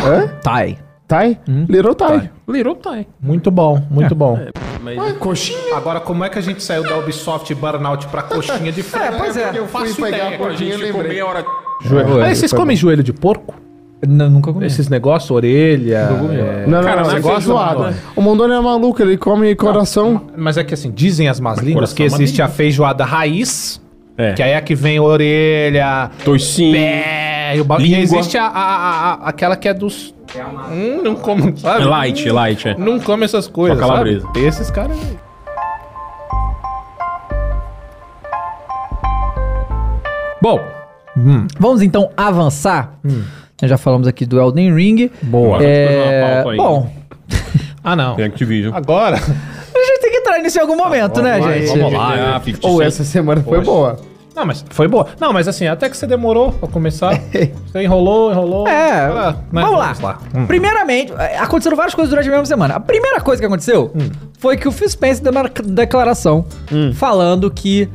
[SPEAKER 4] Hã?
[SPEAKER 1] Tie.
[SPEAKER 4] Thai? Little Thai.
[SPEAKER 3] Little Thai.
[SPEAKER 2] Muito bom, muito bom.
[SPEAKER 3] Mas
[SPEAKER 4] Coxinha?
[SPEAKER 2] É, Agora, como é que a gente saiu da Ubisoft Burnout pra coxinha de frango?
[SPEAKER 1] É, pois é.
[SPEAKER 2] Eu faço
[SPEAKER 4] fui pegar né?
[SPEAKER 2] ideia.
[SPEAKER 4] a
[SPEAKER 2] cara.
[SPEAKER 3] a gente ficou meia hora...
[SPEAKER 2] Mas vocês comem joelho de porco?
[SPEAKER 1] Não, nunca comi.
[SPEAKER 2] Esses negócios, orelha. é-
[SPEAKER 4] Não, não,
[SPEAKER 3] Cara,
[SPEAKER 4] não,
[SPEAKER 3] mas
[SPEAKER 4] você
[SPEAKER 3] é
[SPEAKER 4] gosta
[SPEAKER 2] feijoada.
[SPEAKER 4] zoado. O Mondoni é maluco, ele come coração.
[SPEAKER 2] Mas é que assim, dizem as más línguas
[SPEAKER 3] coração
[SPEAKER 2] que
[SPEAKER 3] é uma
[SPEAKER 2] existe
[SPEAKER 3] delícia.
[SPEAKER 2] a feijoada raiz,
[SPEAKER 3] É.
[SPEAKER 2] que aí é que vem orelha,
[SPEAKER 3] Toicinho.
[SPEAKER 2] pé, e, o ba- e
[SPEAKER 3] Língua.
[SPEAKER 2] existe a, a- a- a- aquela que é dos. Hum, não como,
[SPEAKER 3] É
[SPEAKER 2] sabe?
[SPEAKER 3] light, é light, é.
[SPEAKER 2] Não come essas coisas.
[SPEAKER 3] Só calabresa.
[SPEAKER 2] sabe? Tem esses caras aí.
[SPEAKER 3] Bom,
[SPEAKER 1] Vamos então avançar. Nós Já falamos aqui do Elden Ring.
[SPEAKER 3] Boa.
[SPEAKER 1] É...
[SPEAKER 3] Vamos fazer uma pauta aí.
[SPEAKER 1] Bom,
[SPEAKER 2] Ah, não.
[SPEAKER 3] tem Activision.
[SPEAKER 2] Agora. *laughs*
[SPEAKER 1] a gente tem que entrar nisso em algum momento, né,
[SPEAKER 4] lá,
[SPEAKER 1] gente?
[SPEAKER 4] Tá vamos
[SPEAKER 3] lá, né?
[SPEAKER 4] Ou essa semana foi boa.
[SPEAKER 2] Não, mas foi boa. Não, mas assim, até que você demorou
[SPEAKER 3] *laughs*
[SPEAKER 2] pra começar. você enrolou, enrolou.
[SPEAKER 1] É,
[SPEAKER 2] Ah, né,
[SPEAKER 1] vamos lá.
[SPEAKER 4] Hum.
[SPEAKER 1] Primeiramente, é, aconteceram várias coisas durante a mesma semana. A primeira coisa que aconteceu
[SPEAKER 4] Hum.
[SPEAKER 1] foi que o Phil Spencer deu uma declaração falando que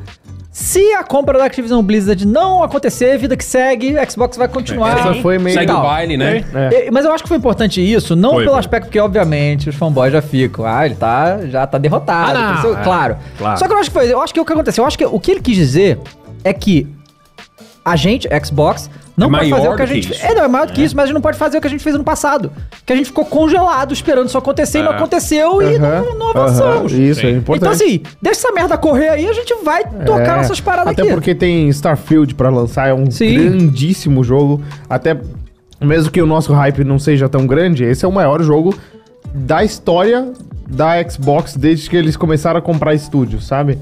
[SPEAKER 1] se a compra da Activision Blizzard não acontecer, vida que segue, Xbox vai continuar.
[SPEAKER 4] Essa foi meio.
[SPEAKER 3] Segue
[SPEAKER 1] Tal.
[SPEAKER 3] o baile, né?
[SPEAKER 4] É.
[SPEAKER 1] E- Mas eu acho que foi importante isso, não
[SPEAKER 3] Foi,
[SPEAKER 1] pelo
[SPEAKER 3] foi.
[SPEAKER 1] aspecto que, obviamente, os fanboys já ficam. Ah, ele tá, já tá derrotado.
[SPEAKER 2] Ah, não,
[SPEAKER 1] não sei o-
[SPEAKER 2] é,
[SPEAKER 1] claro.
[SPEAKER 2] claro.
[SPEAKER 1] Só que eu acho que foi. Eu acho que é o que aconteceu? Eu acho que o que ele quis dizer é que a gente, Xbox, não
[SPEAKER 3] É
[SPEAKER 1] pode fazer
[SPEAKER 3] maior
[SPEAKER 1] o que a
[SPEAKER 3] do que
[SPEAKER 1] gente.
[SPEAKER 3] isso.
[SPEAKER 1] É, não, é maior do que isso, mas a gente não pode fazer o que a gente fez ano passado. Que a gente ficou congelado esperando isso acontecer e não
[SPEAKER 3] É.
[SPEAKER 1] aconteceu e
[SPEAKER 4] Aham,
[SPEAKER 1] não, não
[SPEAKER 4] aham,
[SPEAKER 1] avançamos.
[SPEAKER 4] Isso, é
[SPEAKER 1] Então,
[SPEAKER 4] importante.
[SPEAKER 1] assim, deixa essa merda correr aí, a gente vai tocar
[SPEAKER 4] É,
[SPEAKER 1] nossas paradas
[SPEAKER 4] Até
[SPEAKER 1] aqui.
[SPEAKER 4] porque tem Starfield pra lançar, é um
[SPEAKER 1] Sim.
[SPEAKER 4] grandíssimo jogo. Até mesmo que o nosso hype não seja tão grande, esse é o maior jogo da história da Xbox desde que eles começaram a comprar estúdios, sabe?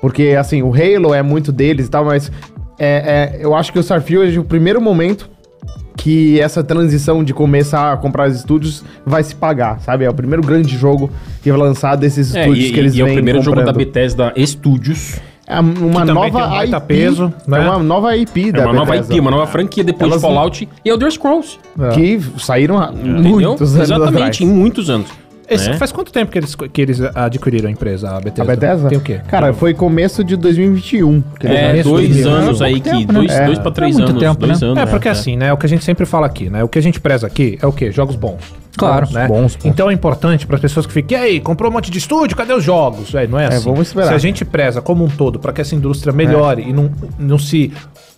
[SPEAKER 4] Porque, assim, o Halo é muito deles e tal, mas é, é, eu acho que o Starfield é o primeiro momento que essa transição de começar a comprar os estúdios vai se pagar, sabe? É o primeiro grande jogo que vai lançar desses
[SPEAKER 3] É,
[SPEAKER 4] estúdios
[SPEAKER 3] e,
[SPEAKER 4] que eles
[SPEAKER 3] e é o
[SPEAKER 4] vêm
[SPEAKER 3] primeiro jogo da
[SPEAKER 4] comprando.
[SPEAKER 3] Bethesda Studios.
[SPEAKER 4] É uma
[SPEAKER 2] também
[SPEAKER 4] nova
[SPEAKER 2] tem um baita
[SPEAKER 4] IP.
[SPEAKER 2] peso, né?
[SPEAKER 4] É uma nova IP
[SPEAKER 3] É
[SPEAKER 4] da
[SPEAKER 3] uma nova
[SPEAKER 4] Bethesda,
[SPEAKER 3] IP, uma nova franquia depois
[SPEAKER 4] Elas
[SPEAKER 3] de Fallout e Elder Scrolls.
[SPEAKER 2] É.
[SPEAKER 4] Que saíram há
[SPEAKER 3] Entendeu?
[SPEAKER 4] muitos anos
[SPEAKER 3] Exatamente, em
[SPEAKER 4] atrás.
[SPEAKER 3] muitos anos.
[SPEAKER 2] Esse-
[SPEAKER 3] né?
[SPEAKER 2] Faz quanto tempo que eles, que eles adquiriram a empresa, a Bethesda?
[SPEAKER 4] A Bethesda?
[SPEAKER 2] Tem o quê?
[SPEAKER 4] Cara, foi começo de 2021. Que eles
[SPEAKER 3] É,
[SPEAKER 4] lançaram
[SPEAKER 3] dois
[SPEAKER 4] esse
[SPEAKER 2] né?
[SPEAKER 4] jogo.
[SPEAKER 2] um
[SPEAKER 3] anos aí que. Dois,
[SPEAKER 4] É.
[SPEAKER 3] dois pra três
[SPEAKER 1] muito
[SPEAKER 3] anos.
[SPEAKER 1] tempo,
[SPEAKER 3] dois
[SPEAKER 1] né?
[SPEAKER 3] anos.
[SPEAKER 2] É, porque assim, né? O que a gente sempre fala aqui, né? O que a gente preza aqui é o quê? Jogos bons.
[SPEAKER 1] Claro.
[SPEAKER 2] Né?
[SPEAKER 4] bons, bons.
[SPEAKER 2] Então é importante para as pessoas que ficam, e aí, comprou um monte de estúdio, cadê os jogos? É, não é assim.
[SPEAKER 4] vamos esperar. É.
[SPEAKER 2] Se a gente preza como um todo para que essa indústria melhore e não, não se.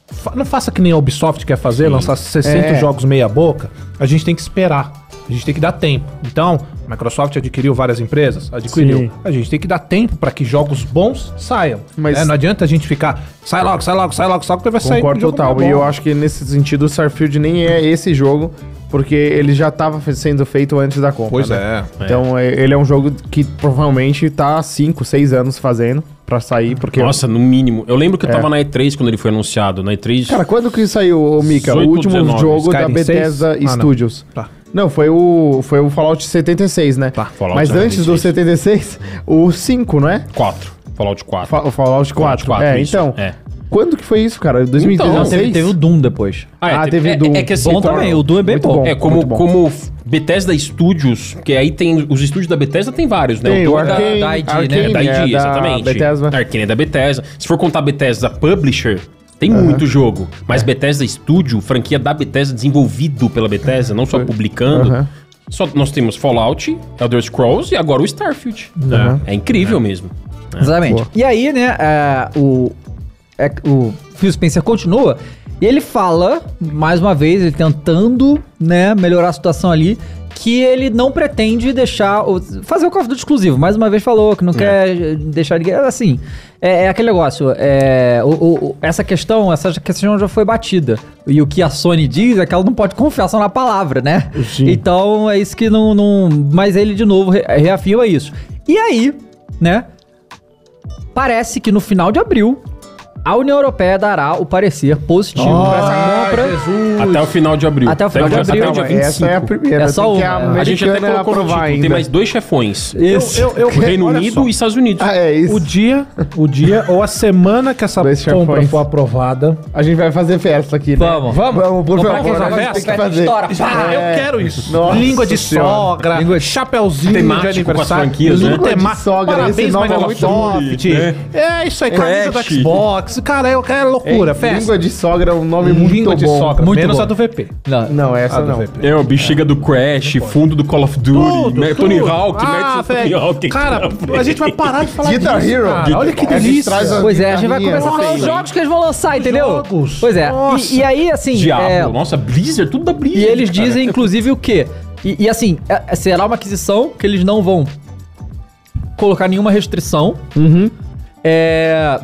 [SPEAKER 2] fa- Não faça que nem a Ubisoft quer fazer, lançar 60
[SPEAKER 4] É.
[SPEAKER 2] jogos meia boca, a gente tem que esperar. A gente tem que dar tempo. Então, a Microsoft adquiriu várias empresas? Adquiriu.
[SPEAKER 5] Sim.
[SPEAKER 2] A gente tem que dar tempo pra que jogos bons saiam.
[SPEAKER 4] Mas-
[SPEAKER 2] né? Não adianta a gente ficar, sai logo, sai logo, sai logo, sai logo, que vai sair.
[SPEAKER 4] Concordo
[SPEAKER 2] um jogo
[SPEAKER 4] total.
[SPEAKER 2] bom.
[SPEAKER 4] E eu acho que nesse sentido o Starfield nem é esse jogo, porque ele já estava sendo feito antes da compra.
[SPEAKER 2] Pois
[SPEAKER 4] né?
[SPEAKER 2] é.
[SPEAKER 4] Então é- ele é um jogo que provavelmente tá há 5, 6 anos fazendo pra sair, porque.
[SPEAKER 3] Nossa, no mínimo. Eu lembro que eu tava na E3 quando ele foi anunciado. Na E3.
[SPEAKER 4] É. Cara, quando que saiu, ô Mika? o
[SPEAKER 3] 18,
[SPEAKER 4] último
[SPEAKER 3] 19,
[SPEAKER 4] jogo da
[SPEAKER 2] Skyrim
[SPEAKER 4] Bethesda
[SPEAKER 2] 6? Ah, não.
[SPEAKER 4] Studios.
[SPEAKER 2] Tá.
[SPEAKER 4] Não, foi o, foi o Fallout 76, né?
[SPEAKER 2] Tá,
[SPEAKER 3] Fallout
[SPEAKER 4] Mas antes do
[SPEAKER 3] 76.
[SPEAKER 4] 76, o 5, não é?
[SPEAKER 3] 4. Fallout 4.
[SPEAKER 4] Fa- O Fallout 4. é,
[SPEAKER 3] isso.
[SPEAKER 4] então.
[SPEAKER 3] É.
[SPEAKER 4] Quando que foi isso, cara?
[SPEAKER 1] Não,
[SPEAKER 4] 2016?
[SPEAKER 1] teve, teve o Doom depois.
[SPEAKER 4] Ah, teve
[SPEAKER 3] é,
[SPEAKER 4] Doom.
[SPEAKER 3] É, é que assim,
[SPEAKER 1] bom
[SPEAKER 3] como-
[SPEAKER 1] também, o Doom é bem
[SPEAKER 4] Muito
[SPEAKER 1] bom.
[SPEAKER 4] bom.
[SPEAKER 3] É, como,
[SPEAKER 4] Muito bom.
[SPEAKER 3] como Bethesda Studios, que aí tem os estúdios da Bethesda, tem vários, né?
[SPEAKER 4] Tem, o
[SPEAKER 3] Doom é da-
[SPEAKER 4] Arkane,
[SPEAKER 1] da ID, né?
[SPEAKER 3] É
[SPEAKER 4] Arkane,
[SPEAKER 3] da
[SPEAKER 4] é,
[SPEAKER 3] ID,
[SPEAKER 4] da
[SPEAKER 3] exatamente.
[SPEAKER 4] Bethesda.
[SPEAKER 3] Da Arkane é da Bethesda. Se for contar Bethesda Publisher, tem muito jogo. Mas Bethesda Studio, franquia da Bethesda, desenvolvido pela Bethesda, não só publicando.
[SPEAKER 4] Aham.
[SPEAKER 3] Só, nós temos Fallout, Elder Scrolls e agora o Starfield.
[SPEAKER 4] Aham.
[SPEAKER 3] É incrível mesmo.
[SPEAKER 1] Exatamente.
[SPEAKER 4] É, Boa.
[SPEAKER 1] E aí, né, é, o, é, o Phil Spencer continua e ele fala, mais uma vez, ele tentando, né, melhorar a situação ali, que ele não pretende deixar, o- fazer o Call of Duty exclusivo. Mais uma vez falou
[SPEAKER 4] É.
[SPEAKER 1] que não quer deixar ninguém, assim, é, é aquele negócio, é, o- o- o- essa questão, essa questão já foi batida. E o que a Sony diz é que ela não pode confiar só na palavra, né?
[SPEAKER 4] Sim.
[SPEAKER 1] Então, é isso que não, não... Mas ele, de novo, re- reafirma isso. E aí, né, Parece que no final de abril, a União Europeia dará o parecer positivo para essa compra.
[SPEAKER 3] Até o final de abril.
[SPEAKER 1] Até o final de
[SPEAKER 3] até
[SPEAKER 1] abril.
[SPEAKER 3] o dia
[SPEAKER 1] Não,
[SPEAKER 3] 25.
[SPEAKER 4] Essa é a primeira.
[SPEAKER 1] É só
[SPEAKER 4] tem que
[SPEAKER 1] uma.
[SPEAKER 4] A,
[SPEAKER 1] A
[SPEAKER 3] A gente até
[SPEAKER 4] americana é
[SPEAKER 3] colocou no
[SPEAKER 4] aprovar
[SPEAKER 3] título,
[SPEAKER 4] ainda.
[SPEAKER 3] tem mais dois chefões.
[SPEAKER 1] Esse.
[SPEAKER 2] Eu, eu,
[SPEAKER 3] Reino
[SPEAKER 2] olha
[SPEAKER 3] Unido
[SPEAKER 2] só.
[SPEAKER 3] e Estados Unidos.
[SPEAKER 4] Ah, é isso.
[SPEAKER 2] O dia, o dia ou a semana que essa
[SPEAKER 4] Dois
[SPEAKER 2] compra
[SPEAKER 4] chefões.
[SPEAKER 2] for aprovada.
[SPEAKER 4] A gente vai fazer festa aqui, né?
[SPEAKER 1] Vamos.
[SPEAKER 4] Vamos, por
[SPEAKER 1] Vamos
[SPEAKER 4] favor.
[SPEAKER 1] fazer
[SPEAKER 4] a gente
[SPEAKER 2] festa?
[SPEAKER 4] tem que
[SPEAKER 1] Festa
[SPEAKER 4] fazer.
[SPEAKER 1] estoura, pá!
[SPEAKER 2] Ah,
[SPEAKER 4] É.
[SPEAKER 2] eu quero isso.
[SPEAKER 4] Nossa
[SPEAKER 2] Língua de
[SPEAKER 4] Senhora.
[SPEAKER 2] sogra,
[SPEAKER 1] Língua de-
[SPEAKER 2] chapeuzinho
[SPEAKER 3] Temático
[SPEAKER 2] de
[SPEAKER 3] com as
[SPEAKER 2] aniversário.
[SPEAKER 3] franquias, né?
[SPEAKER 2] tudo
[SPEAKER 4] Língua de
[SPEAKER 2] temático.
[SPEAKER 4] sogra,
[SPEAKER 2] Parabéns,
[SPEAKER 4] esse nome é né?
[SPEAKER 2] Microsoft.
[SPEAKER 3] muito bom,
[SPEAKER 2] É isso aí, camisa do
[SPEAKER 3] Flash.
[SPEAKER 2] Xbox. Cara, eu quero
[SPEAKER 4] É,
[SPEAKER 2] loucura, festa.
[SPEAKER 4] Língua de sogra é um nome muito
[SPEAKER 2] Língua de
[SPEAKER 4] bom.
[SPEAKER 2] sogra,
[SPEAKER 1] Muito
[SPEAKER 2] menos
[SPEAKER 1] bom.
[SPEAKER 2] a do VP.
[SPEAKER 1] Não,
[SPEAKER 4] Não,
[SPEAKER 2] a
[SPEAKER 4] essa
[SPEAKER 2] do
[SPEAKER 4] não.
[SPEAKER 2] VP.
[SPEAKER 3] É, o bexiga do Crash, fundo do Call of Duty, me- Né, Tony Hawk,
[SPEAKER 2] ah,
[SPEAKER 3] Max Tony
[SPEAKER 2] velho.
[SPEAKER 3] Hawk. né?
[SPEAKER 2] Cara, a gente vai
[SPEAKER 3] *laughs*
[SPEAKER 2] parar de falar
[SPEAKER 4] Guitar
[SPEAKER 2] disso,
[SPEAKER 4] Hero.
[SPEAKER 2] cara.
[SPEAKER 4] Guitar-
[SPEAKER 2] Olha que
[SPEAKER 4] É, eles
[SPEAKER 2] delícia.
[SPEAKER 4] trazem a-
[SPEAKER 1] Pois é, a gente vai
[SPEAKER 4] Guitarrinha,
[SPEAKER 1] começar a falar
[SPEAKER 4] sim.
[SPEAKER 1] os jogos que eles vão lançar, entendeu?
[SPEAKER 2] jogos.
[SPEAKER 1] Pois é.
[SPEAKER 2] Nossa.
[SPEAKER 1] E, e aí, assim.
[SPEAKER 3] Diabo,
[SPEAKER 1] é,
[SPEAKER 3] nossa, Blizzard, tudo da Blizzard.
[SPEAKER 1] e eles
[SPEAKER 3] cara.
[SPEAKER 1] dizem, inclusive, o quê? E, e assim, é- é- será uma aquisição que eles não vão colocar nenhuma restrição.
[SPEAKER 3] Uhum.
[SPEAKER 1] É,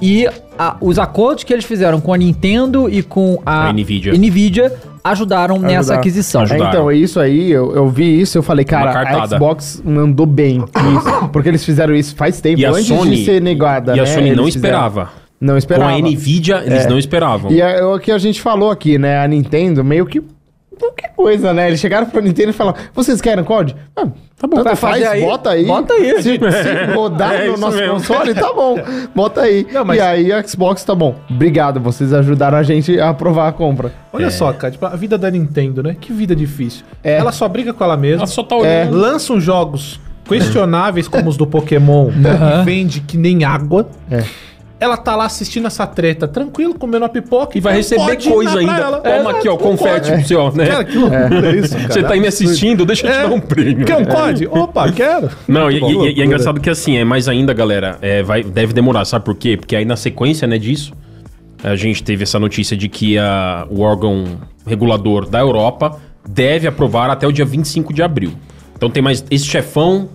[SPEAKER 1] e a- os acordos que eles fizeram com a Nintendo e com a,
[SPEAKER 3] A Nvidia.
[SPEAKER 1] ajudaram nessa
[SPEAKER 4] Ajudaram.
[SPEAKER 1] aquisição.
[SPEAKER 3] Ajudaram.
[SPEAKER 4] É, então, é isso aí. Eu, eu vi isso, eu falei, cara, a
[SPEAKER 3] cartada.
[SPEAKER 4] Xbox mandou bem. Isso, porque eles fizeram isso faz tempo,
[SPEAKER 3] E a
[SPEAKER 4] antes
[SPEAKER 3] Sony-
[SPEAKER 4] de ser negada.
[SPEAKER 3] E a
[SPEAKER 4] né,
[SPEAKER 3] Sony
[SPEAKER 4] eles
[SPEAKER 3] não
[SPEAKER 4] fizeram.
[SPEAKER 3] esperava.
[SPEAKER 4] Não esperava.
[SPEAKER 3] Com a Nvidia, eles não esperavam.
[SPEAKER 4] E é o que a gente falou aqui, né? A Nintendo meio que. Qualquer coisa, né? Eles chegaram pra Nintendo e falaram: vocês querem COD? Ah, tá bom, tanto faz,
[SPEAKER 1] fazer aí,
[SPEAKER 4] bota aí.
[SPEAKER 1] bota aí.
[SPEAKER 4] Se, se rodar
[SPEAKER 3] *laughs* É
[SPEAKER 4] no
[SPEAKER 3] isso
[SPEAKER 4] nosso
[SPEAKER 3] mesmo.
[SPEAKER 4] console, tá bom. Bota aí.
[SPEAKER 2] Não, mas-
[SPEAKER 4] E aí a Xbox tá bom. Obrigado, vocês ajudaram a gente a aprovar a compra.
[SPEAKER 2] Olha só, cara, tipo, a vida da Nintendo, né? Que vida difícil.
[SPEAKER 4] É.
[SPEAKER 2] Ela só briga com ela mesma.
[SPEAKER 3] Ela só tá olhando.
[SPEAKER 2] Lançam jogos questionáveis como os
[SPEAKER 4] *laughs*
[SPEAKER 2] do Pokémon e vende que nem água.
[SPEAKER 4] É.
[SPEAKER 2] Ela tá lá assistindo essa treta, tranquilo, comendo a pipoca
[SPEAKER 3] E vai
[SPEAKER 2] É. não
[SPEAKER 3] receber
[SPEAKER 2] pode
[SPEAKER 3] coisa
[SPEAKER 2] dar pra
[SPEAKER 3] ainda.
[SPEAKER 2] ela.
[SPEAKER 3] Toma
[SPEAKER 2] É,
[SPEAKER 3] aqui, ó,
[SPEAKER 2] não
[SPEAKER 3] confete pro seu, né?
[SPEAKER 2] Cara,
[SPEAKER 3] *laughs*
[SPEAKER 2] que loucura é isso, cara.
[SPEAKER 3] Você tá aí me assistindo, deixa eu te
[SPEAKER 2] É.
[SPEAKER 3] dar um prêmio.
[SPEAKER 2] Quer um COD? Opa, quero.
[SPEAKER 3] Não, e,
[SPEAKER 2] Muito bom.
[SPEAKER 3] e- e é engraçado que assim, é mais ainda, galera, é, vai, deve demorar, sabe por quê? Porque aí na sequência, né, disso, a gente teve essa notícia de que a- o órgão regulador da Europa deve aprovar até o dia 25 de abril. Então tem mais. Esse chefão,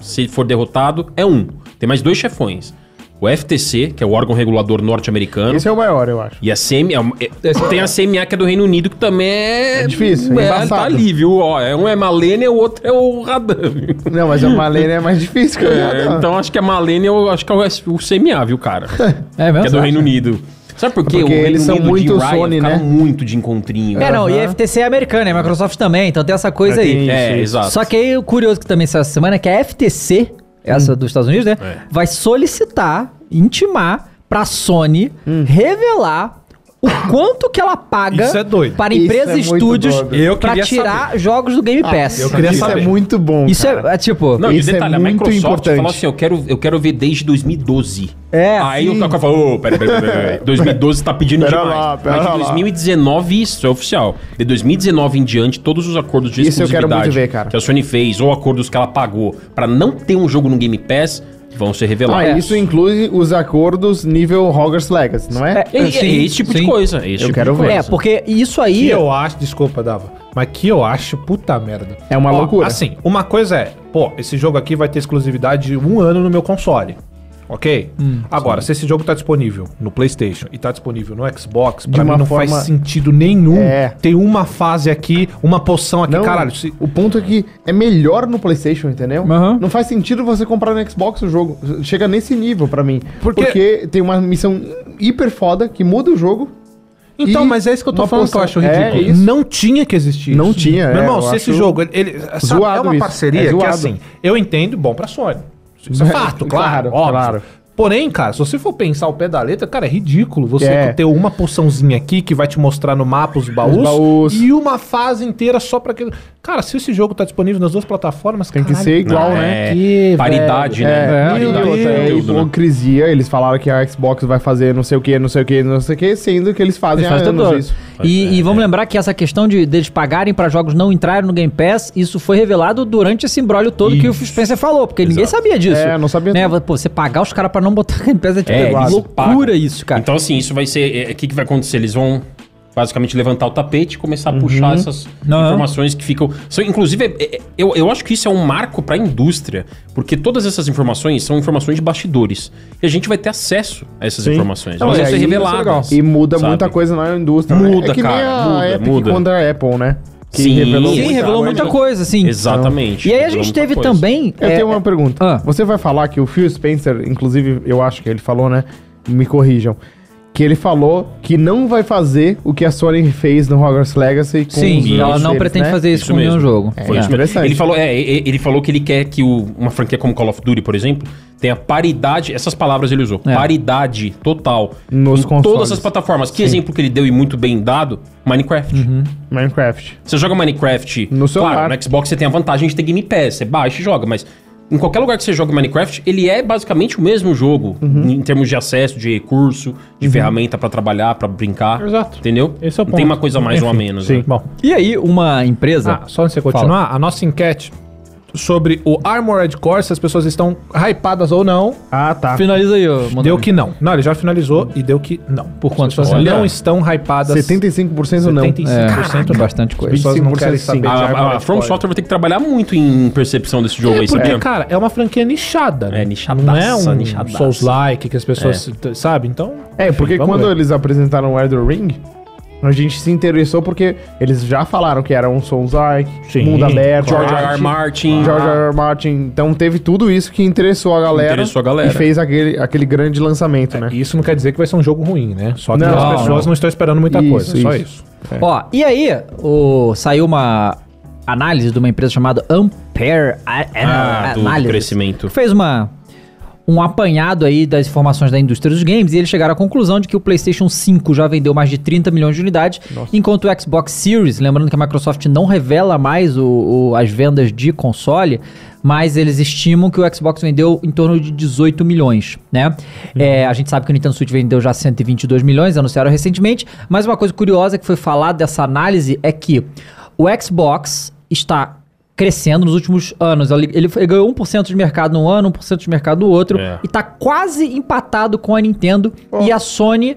[SPEAKER 3] se for derrotado, é um. Tem mais dois chefões. O FTC, que é o órgão regulador norte-americano.
[SPEAKER 4] Esse é o maior, eu acho.
[SPEAKER 3] E a CMA. é- tem a CMA que é do Reino Unido, que também é.
[SPEAKER 4] É difícil, é
[SPEAKER 3] é,
[SPEAKER 4] embaçado.
[SPEAKER 3] tá ali, viu? Ó, é um é Malene, o outro é o Radami.
[SPEAKER 4] Não, mas a Malene é mais difícil que eu já
[SPEAKER 3] É,
[SPEAKER 4] não.
[SPEAKER 3] então acho que a Malene, eu acho que é o S- o CMA, viu,
[SPEAKER 4] *laughs*
[SPEAKER 3] cara? que
[SPEAKER 1] É mesmo?
[SPEAKER 3] é do Reino Unido. Sabe por quê?
[SPEAKER 4] Porque
[SPEAKER 3] o Reino
[SPEAKER 4] eles são
[SPEAKER 3] Unido de
[SPEAKER 4] muito
[SPEAKER 3] Ryan
[SPEAKER 4] Sony,
[SPEAKER 3] ficaram
[SPEAKER 4] né?
[SPEAKER 3] muito de encontrinho. né?
[SPEAKER 1] É, não, e a FTC é americana, e a Microsoft também, então tem essa coisa
[SPEAKER 4] É, tem
[SPEAKER 1] aí.
[SPEAKER 4] isso,
[SPEAKER 3] É,
[SPEAKER 4] isso.
[SPEAKER 3] exato.
[SPEAKER 1] Só que aí o curioso que também saiu essa semana é que a FTC, essa
[SPEAKER 4] Hum.
[SPEAKER 1] dos Estados Unidos, né,
[SPEAKER 3] É.
[SPEAKER 1] vai solicitar, intimar pra Sony
[SPEAKER 4] Hum.
[SPEAKER 1] revelar o quanto que ela paga
[SPEAKER 2] Isso é doido.
[SPEAKER 1] para
[SPEAKER 4] Isso
[SPEAKER 1] empresas
[SPEAKER 4] é
[SPEAKER 1] e
[SPEAKER 4] muito
[SPEAKER 1] estúdios
[SPEAKER 4] doido. Ah,
[SPEAKER 2] Eu
[SPEAKER 1] pra
[SPEAKER 2] queria
[SPEAKER 1] tirar jogos do Game Pass.
[SPEAKER 2] eu queria
[SPEAKER 4] isso
[SPEAKER 2] saber.
[SPEAKER 4] é muito bom.
[SPEAKER 1] Isso
[SPEAKER 4] cara.
[SPEAKER 1] é, é tipo.
[SPEAKER 3] Não, e
[SPEAKER 4] Isso é
[SPEAKER 3] detalhe, a
[SPEAKER 4] muito
[SPEAKER 3] Microsoft
[SPEAKER 4] importante.
[SPEAKER 3] falou assim, eu quero, eu quero ver desde 2012.
[SPEAKER 1] É,
[SPEAKER 3] Aí
[SPEAKER 1] sim.
[SPEAKER 3] o Toca falou, ô, peraí, peraí, peraí, peraí, 2012 tá pedindo
[SPEAKER 4] Pera
[SPEAKER 3] demais.
[SPEAKER 4] lá, pera
[SPEAKER 3] Mas de
[SPEAKER 4] lá.
[SPEAKER 3] 2019 isso é oficial. De 2019 em diante, todos os acordos de
[SPEAKER 4] Isso eu quero muito
[SPEAKER 3] exclusividade
[SPEAKER 4] ver, cara.
[SPEAKER 3] que a Sony fez, ou acordos que ela pagou pra não ter um jogo no Game Pass, vão ser revelados.
[SPEAKER 4] Ah, isso inclui os acordos nível Hogwarts Legacy, não é?
[SPEAKER 1] É,
[SPEAKER 3] É, é
[SPEAKER 1] Sim,
[SPEAKER 3] esse tipo
[SPEAKER 1] sim.
[SPEAKER 3] de coisa. É esse
[SPEAKER 4] Eu
[SPEAKER 3] tipo
[SPEAKER 4] quero
[SPEAKER 3] de
[SPEAKER 4] ver.
[SPEAKER 1] É,
[SPEAKER 3] coisa.
[SPEAKER 1] porque isso aí.
[SPEAKER 2] E eu acho, desculpa, Dava. Mas que eu acho puta merda.
[SPEAKER 4] É uma
[SPEAKER 2] Ó,
[SPEAKER 4] loucura.
[SPEAKER 2] Assim, uma coisa é, pô, esse jogo aqui vai ter exclusividade de um ano no meu console. Ok?
[SPEAKER 4] Hum,
[SPEAKER 2] Agora, se esse jogo tá disponível no PlayStation e tá disponível no Xbox, pra
[SPEAKER 4] De
[SPEAKER 2] mim
[SPEAKER 4] uma
[SPEAKER 2] não faz
[SPEAKER 4] forma-
[SPEAKER 2] sentido nenhum
[SPEAKER 4] É.
[SPEAKER 2] ter uma fase aqui, uma poção aqui.
[SPEAKER 4] Não,
[SPEAKER 2] Caralho, se,
[SPEAKER 4] o ponto é que é melhor no PlayStation, entendeu?
[SPEAKER 1] Aham.
[SPEAKER 4] Não faz sentido você comprar no Xbox o jogo. Chega nesse nível pra mim.
[SPEAKER 2] Porque-
[SPEAKER 4] Porque tem uma missão hiper foda que muda o jogo.
[SPEAKER 2] Então,
[SPEAKER 4] E
[SPEAKER 2] mas é isso que eu tô
[SPEAKER 4] uma
[SPEAKER 2] falando que eu acho
[SPEAKER 4] poção. É,
[SPEAKER 2] ridículo.
[SPEAKER 4] é isso.
[SPEAKER 2] Não tinha que existir
[SPEAKER 4] Não
[SPEAKER 2] isso.
[SPEAKER 4] tinha,
[SPEAKER 2] Meu
[SPEAKER 4] é,
[SPEAKER 2] irmão,
[SPEAKER 4] eu
[SPEAKER 2] se esse
[SPEAKER 4] acho
[SPEAKER 2] jogo. Ele, ele- sabe, é
[SPEAKER 4] zoado
[SPEAKER 2] uma
[SPEAKER 4] isso, é
[SPEAKER 2] parceria que,
[SPEAKER 4] zoado.
[SPEAKER 2] assim, eu entendo, bom pra Sony.
[SPEAKER 4] *laughs*
[SPEAKER 2] Isso é fato,
[SPEAKER 4] Claro,
[SPEAKER 2] claro. óbvio.
[SPEAKER 4] claro.
[SPEAKER 2] Porém, cara, se você for pensar o pé da letra, cara, é ridículo você
[SPEAKER 4] É.
[SPEAKER 2] ter uma poçãozinha aqui que vai te mostrar no mapa os baús,
[SPEAKER 4] Os baús.
[SPEAKER 2] e uma fase inteira só pra aquele. Cara, se esse jogo tá disponível nas duas plataformas,
[SPEAKER 4] Tem que ser igual,
[SPEAKER 3] Não,
[SPEAKER 4] né?
[SPEAKER 3] é
[SPEAKER 2] Que,
[SPEAKER 3] paridade, né?
[SPEAKER 4] É,
[SPEAKER 2] Meu
[SPEAKER 4] e
[SPEAKER 3] Paridade
[SPEAKER 4] outra,
[SPEAKER 3] de
[SPEAKER 4] é
[SPEAKER 3] conteúdo, né?
[SPEAKER 4] hipocrisia. Eles falaram que a Xbox vai fazer não sei o que, não sei o que, não sei o que, sendo que eles fazem
[SPEAKER 1] Eles
[SPEAKER 4] há
[SPEAKER 1] fazem todo ano.
[SPEAKER 4] anos isso.
[SPEAKER 1] E, e vamos lembrar que essa questão de deles pagarem pra jogos não entrarem no Game Pass, isso foi revelado durante esse imbróglio todo que o
[SPEAKER 3] Isso.
[SPEAKER 1] Spencer falou, porque ninguém sabia disso.
[SPEAKER 4] É, não sabia
[SPEAKER 1] Né?
[SPEAKER 4] tudo.
[SPEAKER 1] Pô, você pagar os caras pra não botar *laughs* Game Pass é tipo
[SPEAKER 3] É, eles
[SPEAKER 1] loucura
[SPEAKER 3] pagam.
[SPEAKER 1] isso, cara.
[SPEAKER 3] Então, assim, isso vai ser. é, O que, que vai acontecer? Eles vão basicamente levantar o tapete e começar a puxar essas
[SPEAKER 1] Uhum. Não.
[SPEAKER 3] informações que ficam. São, inclusive, é- é- eu, eu acho que isso é um marco para a indústria, porque todas essas informações são informações de bastidores. E a gente vai ter acesso a essas informações.
[SPEAKER 4] Então,
[SPEAKER 3] Elas
[SPEAKER 4] é,
[SPEAKER 3] vão ser
[SPEAKER 4] aí isso é
[SPEAKER 3] reveladas.
[SPEAKER 4] E muda
[SPEAKER 3] sabe?
[SPEAKER 4] muita coisa na indústria. né?
[SPEAKER 3] Muda,
[SPEAKER 4] é que nem
[SPEAKER 3] cara,
[SPEAKER 4] a
[SPEAKER 3] muda,
[SPEAKER 4] Epic
[SPEAKER 3] muda.
[SPEAKER 4] contra a Apple, né? Que
[SPEAKER 3] Sim.
[SPEAKER 4] revelou
[SPEAKER 3] Sim,
[SPEAKER 1] Sim,
[SPEAKER 4] muita
[SPEAKER 1] revelou
[SPEAKER 4] coisa.
[SPEAKER 1] muita coisa, sim.
[SPEAKER 3] Exatamente.
[SPEAKER 1] E aí a gente
[SPEAKER 3] Revelou muita
[SPEAKER 1] teve
[SPEAKER 3] coisa.
[SPEAKER 1] também.
[SPEAKER 4] Eu
[SPEAKER 1] é,
[SPEAKER 4] tenho uma pergunta.
[SPEAKER 1] Ah.
[SPEAKER 4] Você vai falar que o Phil Spencer, inclusive, eu acho que ele falou, né? Me corrijam. Que ele falou que não vai fazer o que a Sony fez no Hogwarts Legacy com
[SPEAKER 1] Sim,
[SPEAKER 4] os
[SPEAKER 1] ela
[SPEAKER 4] jogos
[SPEAKER 1] não
[SPEAKER 4] deles,
[SPEAKER 1] pretende
[SPEAKER 4] né?
[SPEAKER 1] fazer isso,
[SPEAKER 3] Isso
[SPEAKER 1] com nenhum
[SPEAKER 3] mesmo.
[SPEAKER 1] jogo.
[SPEAKER 3] Foi
[SPEAKER 1] É.
[SPEAKER 3] isso mesmo.
[SPEAKER 4] Interessante.
[SPEAKER 3] Ele falou, é, e- ele falou que ele quer que o- uma franquia como Call of Duty, por exemplo, tenha paridade. Essas palavras ele usou.
[SPEAKER 1] É.
[SPEAKER 3] Paridade total.
[SPEAKER 4] Nos
[SPEAKER 3] em
[SPEAKER 4] consoles.
[SPEAKER 3] todas as plataformas. Que exemplo que ele deu e muito bem dado? Minecraft.
[SPEAKER 1] Uhum.
[SPEAKER 4] Minecraft.
[SPEAKER 3] Você joga Minecraft
[SPEAKER 4] No celular.
[SPEAKER 3] Claro, no Xbox você tem a vantagem de ter Game Pass. Você baixa e joga, mas. Em qualquer lugar que você joga Minecraft, ele é basicamente o mesmo jogo em termos de acesso, de recurso, de ferramenta pra trabalhar, pra brincar.
[SPEAKER 2] Exato.
[SPEAKER 3] Entendeu?
[SPEAKER 2] Esse é o
[SPEAKER 3] Não Tem
[SPEAKER 2] ponto.
[SPEAKER 3] uma coisa a mais ou a
[SPEAKER 2] Enfim,
[SPEAKER 3] menos.
[SPEAKER 4] sim.
[SPEAKER 3] né?
[SPEAKER 2] Bom,
[SPEAKER 1] E aí, uma empresa.
[SPEAKER 2] Ah, só antes de você continuar, a nossa enquete sobre o Armored Core, se as pessoas estão hypadas ou não,
[SPEAKER 4] Ah, tá.
[SPEAKER 1] Finaliza aí, ô,
[SPEAKER 2] deu
[SPEAKER 1] Mondoni.
[SPEAKER 2] que não. Não, ele já finalizou e deu que não. Por
[SPEAKER 1] quanto?
[SPEAKER 2] quanto? As pessoas
[SPEAKER 3] Olha.
[SPEAKER 4] é?
[SPEAKER 2] não estão hypadas.
[SPEAKER 4] 75% não.
[SPEAKER 2] 75%
[SPEAKER 1] É,
[SPEAKER 2] não.
[SPEAKER 1] bastante coisa.
[SPEAKER 2] As pessoas não
[SPEAKER 4] 25%
[SPEAKER 2] querem
[SPEAKER 4] sim.
[SPEAKER 2] saber.
[SPEAKER 3] A,
[SPEAKER 2] de
[SPEAKER 3] a, a
[SPEAKER 4] é
[SPEAKER 2] Armored
[SPEAKER 3] From
[SPEAKER 2] Core.
[SPEAKER 3] Software vai ter que trabalhar muito em percepção desse jogo aí,
[SPEAKER 2] É porque,
[SPEAKER 3] sabia?
[SPEAKER 2] cara, é uma franquia nichada, né?
[SPEAKER 3] É, nichadaça,
[SPEAKER 2] Não é um
[SPEAKER 3] nichadaça.
[SPEAKER 2] Souls-like que as pessoas, t- sabe? Então...
[SPEAKER 4] É, porque
[SPEAKER 2] Vamos
[SPEAKER 4] quando
[SPEAKER 2] ver.
[SPEAKER 4] eles apresentaram o Elder Ring, a gente se interessou porque eles já falaram que era um Souls-like,
[SPEAKER 2] Sim,
[SPEAKER 4] mundo aberto,
[SPEAKER 3] George R.
[SPEAKER 4] arte,
[SPEAKER 3] Martin.
[SPEAKER 4] George R. Martin. Então teve tudo isso que interessou a galera.
[SPEAKER 3] Interessou a galera. É,
[SPEAKER 4] E fez aquele, aquele grande lançamento, né?
[SPEAKER 2] Isso não quer dizer que vai ser um jogo ruim, né? Só que
[SPEAKER 4] Não,
[SPEAKER 2] as
[SPEAKER 4] não.
[SPEAKER 2] pessoas não. estão esperando muita
[SPEAKER 4] Isso,
[SPEAKER 2] coisa, só
[SPEAKER 4] isso.
[SPEAKER 2] isso.
[SPEAKER 3] É.
[SPEAKER 1] Ó, e aí, o, saiu uma análise de uma empresa chamada Ampere a-
[SPEAKER 3] Ah, do
[SPEAKER 1] Analysis,
[SPEAKER 3] crescimento.
[SPEAKER 1] que Fez uma um apanhado aí das informações da indústria dos games e eles chegaram à conclusão de que o PlayStation 5 já vendeu mais de 30 milhões de unidades, enquanto o Xbox Series, lembrando que a Microsoft não revela mais o- o- as vendas de console, mas eles estimam que o Xbox vendeu em torno de 18 milhões, né? É, a gente sabe que o Nintendo Switch vendeu já 122 milhões, anunciaram recentemente, mas uma coisa curiosa que foi falada dessa análise é que o Xbox está crescendo nos últimos anos. Ele, ele foi- ganhou 1% de mercado num ano, 1% de mercado no outro,
[SPEAKER 3] É.
[SPEAKER 1] e tá quase empatado com a Nintendo e a Sony.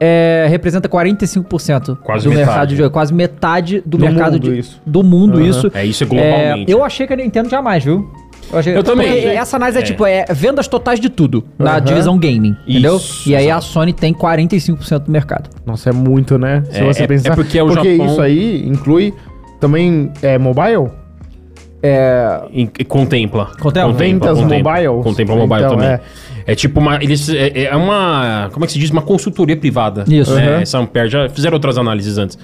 [SPEAKER 1] é, representa 45%
[SPEAKER 3] Quase
[SPEAKER 1] do
[SPEAKER 3] metade.
[SPEAKER 1] mercado de jogo, quase metade do,
[SPEAKER 4] Do
[SPEAKER 1] mercado
[SPEAKER 4] mundo,
[SPEAKER 1] de,
[SPEAKER 4] isso.
[SPEAKER 1] do mundo isso.
[SPEAKER 3] É, isso é
[SPEAKER 1] É,
[SPEAKER 3] globalmente.
[SPEAKER 1] eu achei que a Nintendo jamais, viu? achei-
[SPEAKER 3] Eu também.
[SPEAKER 1] Porque Essa análise é,
[SPEAKER 3] É.
[SPEAKER 1] tipo é vendas totais de tudo na
[SPEAKER 4] Aham.
[SPEAKER 1] divisão gaming, entendeu?
[SPEAKER 3] Isso,
[SPEAKER 1] E aí a Sony tem 45% do mercado.
[SPEAKER 4] Nossa, é muito, né? Se
[SPEAKER 3] É,
[SPEAKER 4] você
[SPEAKER 3] é-
[SPEAKER 4] pensar.
[SPEAKER 3] é porque é o Japão-
[SPEAKER 4] isso aí inclui também é, mobile?
[SPEAKER 3] E- e contempla.
[SPEAKER 1] Contempla?
[SPEAKER 4] Ventas
[SPEAKER 3] contempla.
[SPEAKER 4] mobile?
[SPEAKER 3] Contempla mobile
[SPEAKER 4] Então,
[SPEAKER 3] também.
[SPEAKER 4] é.
[SPEAKER 3] É. tipo uma. Eles, é, é uma. Como é que se diz? Uma consultoria privada.
[SPEAKER 1] Isso.
[SPEAKER 3] Né?
[SPEAKER 1] Uhum.
[SPEAKER 3] Essa Ampere já fizeram outras análises antes.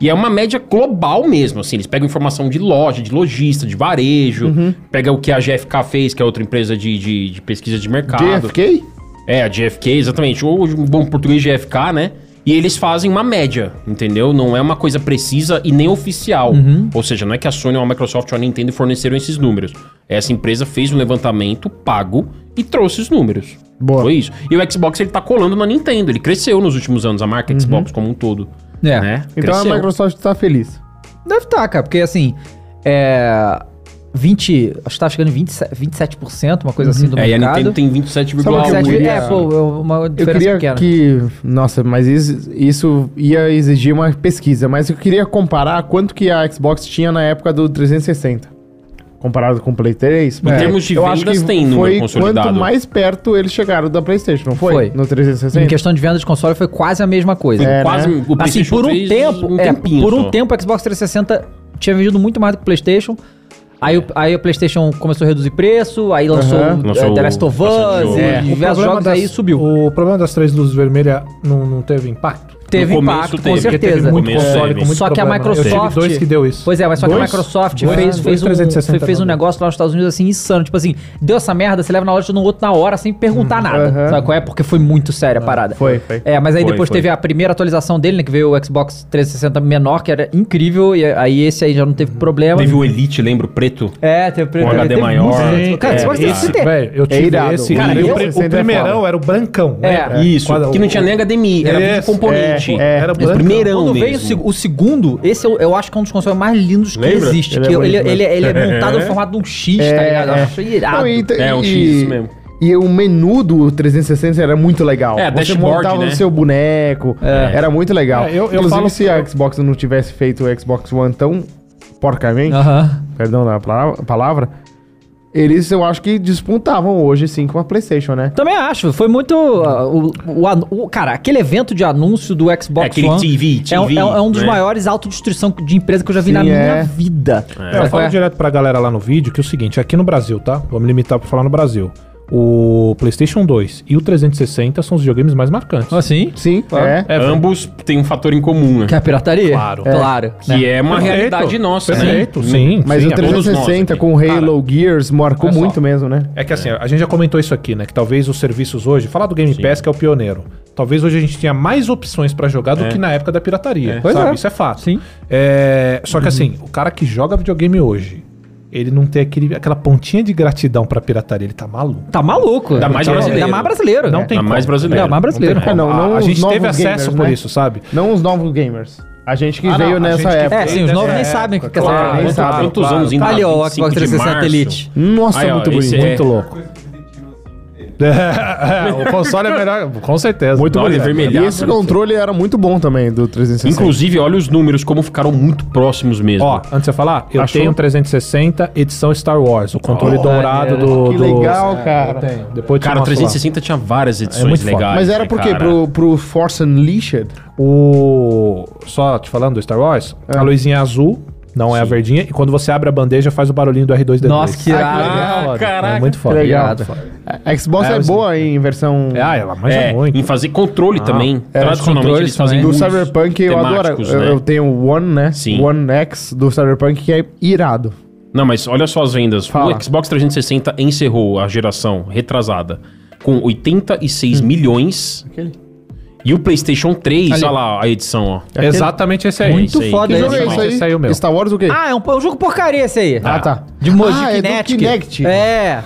[SPEAKER 3] E é uma média global mesmo, assim. Eles pegam informação de loja, de lojista, de varejo. Pega o que a GFK fez, que é outra empresa de, de, de pesquisa de mercado.
[SPEAKER 4] JFK?
[SPEAKER 3] É, a GFK, exatamente. Ou um bom português GFK, né? E eles fazem uma média, entendeu? Não é uma coisa precisa e nem oficial.
[SPEAKER 1] Uhum.
[SPEAKER 3] Ou seja, não é que a Sony ou a Microsoft ou a Nintendo forneceram esses números. Essa empresa fez um levantamento pago e trouxe os números.
[SPEAKER 4] Boa.
[SPEAKER 3] Foi isso. E o Xbox, ele tá colando na Nintendo. Ele cresceu nos últimos anos, a marca Xbox como um todo.
[SPEAKER 1] Uhum. É.
[SPEAKER 3] Né?
[SPEAKER 4] Então a Microsoft tá feliz.
[SPEAKER 1] Deve estar, cara, porque assim. É. 20, acho que tava chegando em 27%, 27% uma coisa assim do
[SPEAKER 3] É, e um, a
[SPEAKER 1] mercado.
[SPEAKER 3] Nintendo tem 27,1.
[SPEAKER 4] Sabe o que eu queria-
[SPEAKER 1] É,
[SPEAKER 3] né?
[SPEAKER 1] pô, é uma
[SPEAKER 4] Uhum. Eu
[SPEAKER 1] diferença pequena.
[SPEAKER 4] queria que. Nossa, mas isso, isso ia exigir uma pesquisa, mas eu queria comparar quanto que a Xbox tinha na época do 360. Comparado com o Play 3.
[SPEAKER 3] Em termos de
[SPEAKER 4] eu acho
[SPEAKER 3] vendas,
[SPEAKER 4] que
[SPEAKER 3] tem número
[SPEAKER 4] foi
[SPEAKER 3] consolidado.
[SPEAKER 4] Quanto mais perto eles chegaram da PlayStation, não foi?
[SPEAKER 1] Foi.
[SPEAKER 4] No
[SPEAKER 1] Em
[SPEAKER 4] 360.
[SPEAKER 1] questão de venda de console foi quase a mesma coisa.
[SPEAKER 4] É,
[SPEAKER 3] quase
[SPEAKER 4] né?
[SPEAKER 3] o
[SPEAKER 1] assim,
[SPEAKER 3] PlayStation
[SPEAKER 1] por um
[SPEAKER 3] 3
[SPEAKER 1] tempo, é,
[SPEAKER 3] tempinho
[SPEAKER 1] por um
[SPEAKER 3] só.
[SPEAKER 1] tempo o Xbox 360 tinha vendido muito mais do que o PlayStation. Aí, o, aí o PlayStation começou a reduzir preço, aí lançou,
[SPEAKER 4] Aham.
[SPEAKER 1] o,
[SPEAKER 3] Lançou
[SPEAKER 1] é, The Last of
[SPEAKER 3] o Last of
[SPEAKER 1] Us,
[SPEAKER 3] Us.
[SPEAKER 1] e
[SPEAKER 3] É.
[SPEAKER 1] diversos jogos aí subiu.
[SPEAKER 2] O problema das três luzes vermelhas não, não teve impacto?
[SPEAKER 1] Teve
[SPEAKER 3] começo
[SPEAKER 1] impacto,
[SPEAKER 3] teve,
[SPEAKER 1] com
[SPEAKER 3] porque teve
[SPEAKER 1] certeza.
[SPEAKER 3] muito Começo console, teve. com muito
[SPEAKER 1] só que a
[SPEAKER 2] problema, né? Eu tive
[SPEAKER 1] Microsoft.
[SPEAKER 2] dois que deu isso.
[SPEAKER 1] Pois é, mas só que a
[SPEAKER 4] Dois?
[SPEAKER 1] Microsoft
[SPEAKER 2] Dois?
[SPEAKER 1] fez,
[SPEAKER 2] Ah,
[SPEAKER 1] fez,
[SPEAKER 2] dois
[SPEAKER 1] um,
[SPEAKER 2] 360
[SPEAKER 1] fez, fez um
[SPEAKER 2] também.
[SPEAKER 1] negócio lá nos Estados Unidos assim, insano. Tipo assim, deu essa merda, você leva na loja de um outro na hora sem perguntar
[SPEAKER 2] Hum,
[SPEAKER 1] nada.
[SPEAKER 4] Aham.
[SPEAKER 1] Sabe qual é? Porque foi muito séria
[SPEAKER 2] Ah,
[SPEAKER 1] a parada.
[SPEAKER 4] foi, foi.
[SPEAKER 1] É, mas aí
[SPEAKER 3] Foi,
[SPEAKER 1] depois
[SPEAKER 3] foi.
[SPEAKER 1] teve a primeira atualização dele, né? Que veio o Xbox 360 menor, que era incrível. E aí esse aí já não teve problema.
[SPEAKER 3] Teve o Elite, lembra? O preto.
[SPEAKER 1] É, teve
[SPEAKER 3] Com HD
[SPEAKER 1] teve
[SPEAKER 3] maior.
[SPEAKER 1] muito- Cara,
[SPEAKER 3] É,
[SPEAKER 1] Xbox
[SPEAKER 3] esse-
[SPEAKER 1] 360 é-
[SPEAKER 2] Velho, eu tive
[SPEAKER 4] irado.
[SPEAKER 2] esse.
[SPEAKER 4] Cara,
[SPEAKER 2] e
[SPEAKER 4] eu-
[SPEAKER 2] o, pri- o
[SPEAKER 4] 360 é
[SPEAKER 2] primeirão
[SPEAKER 4] foda.
[SPEAKER 2] era o brancão,
[SPEAKER 1] É.
[SPEAKER 2] né?
[SPEAKER 3] Isso, que não tinha nem HDMI, era
[SPEAKER 2] Isso,
[SPEAKER 3] muito componente.
[SPEAKER 2] é, é, era
[SPEAKER 3] Mas
[SPEAKER 2] branco.
[SPEAKER 3] primeirão
[SPEAKER 1] Quando
[SPEAKER 3] mesmo.
[SPEAKER 1] veio o, seg- o segundo, esse eu, eu acho que é um dos consoles mais lindos que
[SPEAKER 3] Lembra?
[SPEAKER 1] existe.
[SPEAKER 4] Ele
[SPEAKER 1] que
[SPEAKER 4] é
[SPEAKER 1] ele,
[SPEAKER 4] bonito
[SPEAKER 1] ele- ele é montado no formato de um X, tá ligado? Eu acho irado.
[SPEAKER 4] É, Não, então- e,
[SPEAKER 3] É, um
[SPEAKER 4] e-
[SPEAKER 3] X, isso mesmo.
[SPEAKER 4] E o menu do 360 era muito legal.
[SPEAKER 3] É,
[SPEAKER 4] Você
[SPEAKER 3] dashboard,
[SPEAKER 4] montava
[SPEAKER 3] né?
[SPEAKER 4] o seu boneco. Era muito legal.
[SPEAKER 2] É, eu- eu
[SPEAKER 4] Inclusive,
[SPEAKER 2] falo-
[SPEAKER 4] se a Xbox não tivesse feito o Xbox One tão porcamente,
[SPEAKER 1] Aham.
[SPEAKER 4] perdão da pala- palavra, eles eu acho que despontavam hoje sim com a PlayStation, né?
[SPEAKER 1] Também acho, foi muito. ah, o, o anu- o- cara, aquele evento de anúncio do Xbox
[SPEAKER 3] É, aquele
[SPEAKER 1] One
[SPEAKER 3] TV,
[SPEAKER 1] é, um- é um- é um dos
[SPEAKER 3] né?
[SPEAKER 1] maiores autodestruição de empresa que eu já vi na
[SPEAKER 4] Sim,
[SPEAKER 1] minha
[SPEAKER 4] é.
[SPEAKER 1] vida.
[SPEAKER 2] Eu
[SPEAKER 1] Sabe qual
[SPEAKER 2] falo
[SPEAKER 1] é?
[SPEAKER 2] direto pra galera lá no vídeo que é o seguinte, aqui no Brasil, tá? Vamos limitar pra falar no Brasil. O PlayStation 2 e o 360 são os videogames mais marcantes.
[SPEAKER 1] Ah, sim?
[SPEAKER 4] Sim, é.
[SPEAKER 2] É, velho.
[SPEAKER 3] Ambos têm um fator em comum, né?
[SPEAKER 1] Que é a pirataria?
[SPEAKER 2] Claro.
[SPEAKER 1] É. Claro.
[SPEAKER 3] Que é uma
[SPEAKER 2] Perfeito,
[SPEAKER 3] realidade nossa,
[SPEAKER 2] perfeito,
[SPEAKER 3] né?
[SPEAKER 2] sim.
[SPEAKER 4] Mas
[SPEAKER 3] Sim,
[SPEAKER 4] o
[SPEAKER 3] é todos nós
[SPEAKER 4] 360
[SPEAKER 3] aqui.
[SPEAKER 4] com Halo Gears marcou
[SPEAKER 2] olha só.
[SPEAKER 4] muito mesmo, né?
[SPEAKER 2] É que assim, a gente já comentou isso aqui, né? Que talvez os serviços hoje, falar do Game Pass, que é o pioneiro. Talvez hoje a gente tenha mais opções pra jogar
[SPEAKER 3] É.
[SPEAKER 2] do que na época da pirataria.
[SPEAKER 1] Pois
[SPEAKER 2] Sabe?
[SPEAKER 1] é.
[SPEAKER 2] Isso é fato.
[SPEAKER 1] Sim.
[SPEAKER 2] É,
[SPEAKER 3] Uhum.
[SPEAKER 2] só que assim, o cara que joga videogame hoje, ele não tem aquele, aquela pontinha de gratidão pra pirataria. Ele tá maluco.
[SPEAKER 1] Tá maluco.
[SPEAKER 3] Ainda mais
[SPEAKER 1] Tá-
[SPEAKER 3] brasileiro.
[SPEAKER 1] Ainda mais brasileiro.
[SPEAKER 2] Não
[SPEAKER 1] É.
[SPEAKER 2] tem
[SPEAKER 3] Ainda mais brasileiro.
[SPEAKER 1] Ainda mais brasileiro.
[SPEAKER 2] Não tem
[SPEAKER 4] É, não,
[SPEAKER 2] como.
[SPEAKER 4] não
[SPEAKER 2] a, a
[SPEAKER 4] os
[SPEAKER 2] gente teve
[SPEAKER 4] novos
[SPEAKER 2] acesso
[SPEAKER 4] gamers,
[SPEAKER 2] por
[SPEAKER 4] né?
[SPEAKER 2] isso,
[SPEAKER 3] *laughs*
[SPEAKER 2] sabe?
[SPEAKER 4] Não os novos gamers. A gente que
[SPEAKER 2] Ah, não,
[SPEAKER 4] veio
[SPEAKER 2] a
[SPEAKER 4] nessa
[SPEAKER 2] gente que
[SPEAKER 4] época.
[SPEAKER 1] É, sim, os
[SPEAKER 2] Desde
[SPEAKER 1] novos
[SPEAKER 2] essa
[SPEAKER 1] nem
[SPEAKER 2] época,
[SPEAKER 1] sabem o que que é
[SPEAKER 2] claro,
[SPEAKER 1] essa
[SPEAKER 4] nem
[SPEAKER 1] parada.
[SPEAKER 4] sabe.
[SPEAKER 3] Quantos
[SPEAKER 4] Claro, claro.
[SPEAKER 3] anos ainda?
[SPEAKER 1] Tá Ali, ó, o
[SPEAKER 3] 25
[SPEAKER 1] Xbox
[SPEAKER 3] de
[SPEAKER 1] 360
[SPEAKER 3] março.
[SPEAKER 1] Elite.
[SPEAKER 4] É. Nossa,
[SPEAKER 3] Aí, ó,
[SPEAKER 4] muito
[SPEAKER 3] esse
[SPEAKER 4] bonito.
[SPEAKER 3] é-
[SPEAKER 2] Muito louco. É, o console é melhor, com certeza. é.
[SPEAKER 3] Muito Olha, bonito.
[SPEAKER 4] E
[SPEAKER 3] vermelhaço.
[SPEAKER 2] né,
[SPEAKER 4] esse controle era muito bom também do
[SPEAKER 1] é-
[SPEAKER 4] 360.
[SPEAKER 3] Inclusive, olha os números, como ficaram muito próximos mesmo.
[SPEAKER 2] Ó, antes de você falar, eu
[SPEAKER 4] Achou?
[SPEAKER 2] tenho um 360 edição Star Wars, o controle
[SPEAKER 4] Oh,
[SPEAKER 2] dourado
[SPEAKER 4] maneiro.
[SPEAKER 2] do,
[SPEAKER 4] Que
[SPEAKER 2] do-
[SPEAKER 4] legal, cara.
[SPEAKER 2] Depois eu te
[SPEAKER 3] cara, o
[SPEAKER 2] mostro lá.
[SPEAKER 3] 360 tinha várias
[SPEAKER 2] É
[SPEAKER 3] edições
[SPEAKER 2] muito foda.
[SPEAKER 3] legais.
[SPEAKER 4] Mas era
[SPEAKER 3] né,
[SPEAKER 4] por quê?
[SPEAKER 3] cara?
[SPEAKER 4] Pro, pro Force Unleashed?
[SPEAKER 2] O só te falando do Star Wars, a luzinha é azul, não é a verdinha, e quando você abre a bandeja faz o barulhinho do R2D2.
[SPEAKER 1] Nossa, que irado.
[SPEAKER 3] Ah,
[SPEAKER 2] É foda.
[SPEAKER 3] caraca.
[SPEAKER 2] É muito foda.
[SPEAKER 4] Que legal.
[SPEAKER 2] Muito foda.
[SPEAKER 4] A Xbox
[SPEAKER 2] É,
[SPEAKER 4] é,
[SPEAKER 2] assim,
[SPEAKER 4] boa em versão...
[SPEAKER 2] É, ah, ela manja
[SPEAKER 3] É,
[SPEAKER 2] muito. Ah.
[SPEAKER 3] em fazer controle também. Tradicionalmente
[SPEAKER 1] controles
[SPEAKER 3] eles fazem
[SPEAKER 1] também.
[SPEAKER 4] É, do
[SPEAKER 3] muitos
[SPEAKER 4] Cyberpunk eu adoro.
[SPEAKER 3] temáticos,
[SPEAKER 4] Eu-
[SPEAKER 3] né?
[SPEAKER 4] Eu tenho o One, né?
[SPEAKER 3] Sim.
[SPEAKER 4] One X do Cyberpunk que é irado.
[SPEAKER 3] Não, mas olha só as vendas.
[SPEAKER 4] Fala.
[SPEAKER 3] O Xbox 360 encerrou a geração retrasada com
[SPEAKER 4] Hum.
[SPEAKER 3] 86 milhões. E o PlayStation 3, olha lá a edição, ó.
[SPEAKER 4] aquele-
[SPEAKER 2] Exatamente esse aí.
[SPEAKER 1] Muito
[SPEAKER 3] Esse aí.
[SPEAKER 1] foda
[SPEAKER 4] Que
[SPEAKER 3] É,
[SPEAKER 4] jogo é
[SPEAKER 3] demais.
[SPEAKER 4] esse
[SPEAKER 2] Exatamente
[SPEAKER 4] aí?
[SPEAKER 2] esse aí o meu.
[SPEAKER 4] Star Wars o quê?
[SPEAKER 1] Ah, é um, é um jogo porcaria esse aí.
[SPEAKER 4] Ah, tá.
[SPEAKER 1] De Moji
[SPEAKER 4] Ah, é do
[SPEAKER 1] Kinect.
[SPEAKER 4] Kinect.
[SPEAKER 1] É.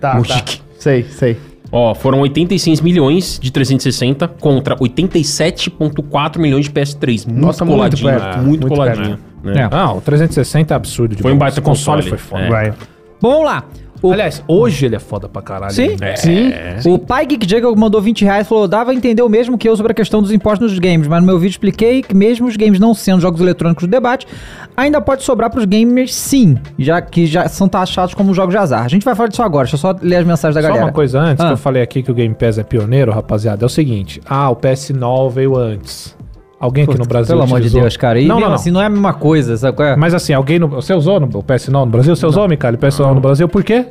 [SPEAKER 4] Tá,
[SPEAKER 3] Mojique.
[SPEAKER 4] tá. Sei, sei.
[SPEAKER 3] Ó, foram 86 milhões de 360 contra 87,4 milhões de PS3. Muito
[SPEAKER 4] Nossa, muito
[SPEAKER 3] coladinho. Muito,
[SPEAKER 4] perto, muito
[SPEAKER 3] coladinho. né?
[SPEAKER 1] É.
[SPEAKER 2] Ah, o 360 é absurdo. de
[SPEAKER 3] Foi
[SPEAKER 2] bom.
[SPEAKER 3] um baita
[SPEAKER 2] Esse console.
[SPEAKER 3] console.
[SPEAKER 2] Foi foda.
[SPEAKER 3] É.
[SPEAKER 4] Vai.
[SPEAKER 1] Bom, vamos lá. O,
[SPEAKER 2] Aliás, hoje ele é foda pra caralho.
[SPEAKER 1] Sim?
[SPEAKER 2] né?
[SPEAKER 4] Sim.
[SPEAKER 1] o Pai Geek Diego mandou 20 reais e falou: dava a entender o mesmo que eu sobre a questão dos impostos nos games, mas no meu vídeo expliquei que, mesmo os games não sendo jogos eletrônicos do debate, ainda pode sobrar pros gamers sim, já que já são taxados como jogos de azar. A gente vai falar disso agora, deixa eu só ler as mensagens da
[SPEAKER 2] Só
[SPEAKER 1] galera.
[SPEAKER 2] uma coisa antes,
[SPEAKER 1] Ah.
[SPEAKER 2] que eu falei aqui que o Game Pass é pioneiro, rapaziada, é o seguinte. Ah, o PS9 veio antes. Alguém aqui no Brasil
[SPEAKER 1] Pelo amor de
[SPEAKER 2] utilizou?
[SPEAKER 1] Deus, cara. E
[SPEAKER 2] não,
[SPEAKER 1] mesmo
[SPEAKER 2] não, não.
[SPEAKER 1] assim, não é a mesma coisa, sabe qual é?
[SPEAKER 2] *laughs* Mas assim, alguém no... Você usou no, o PS9 no Brasil? Você usou, Mikael, o PS9 no Brasil? Por quê?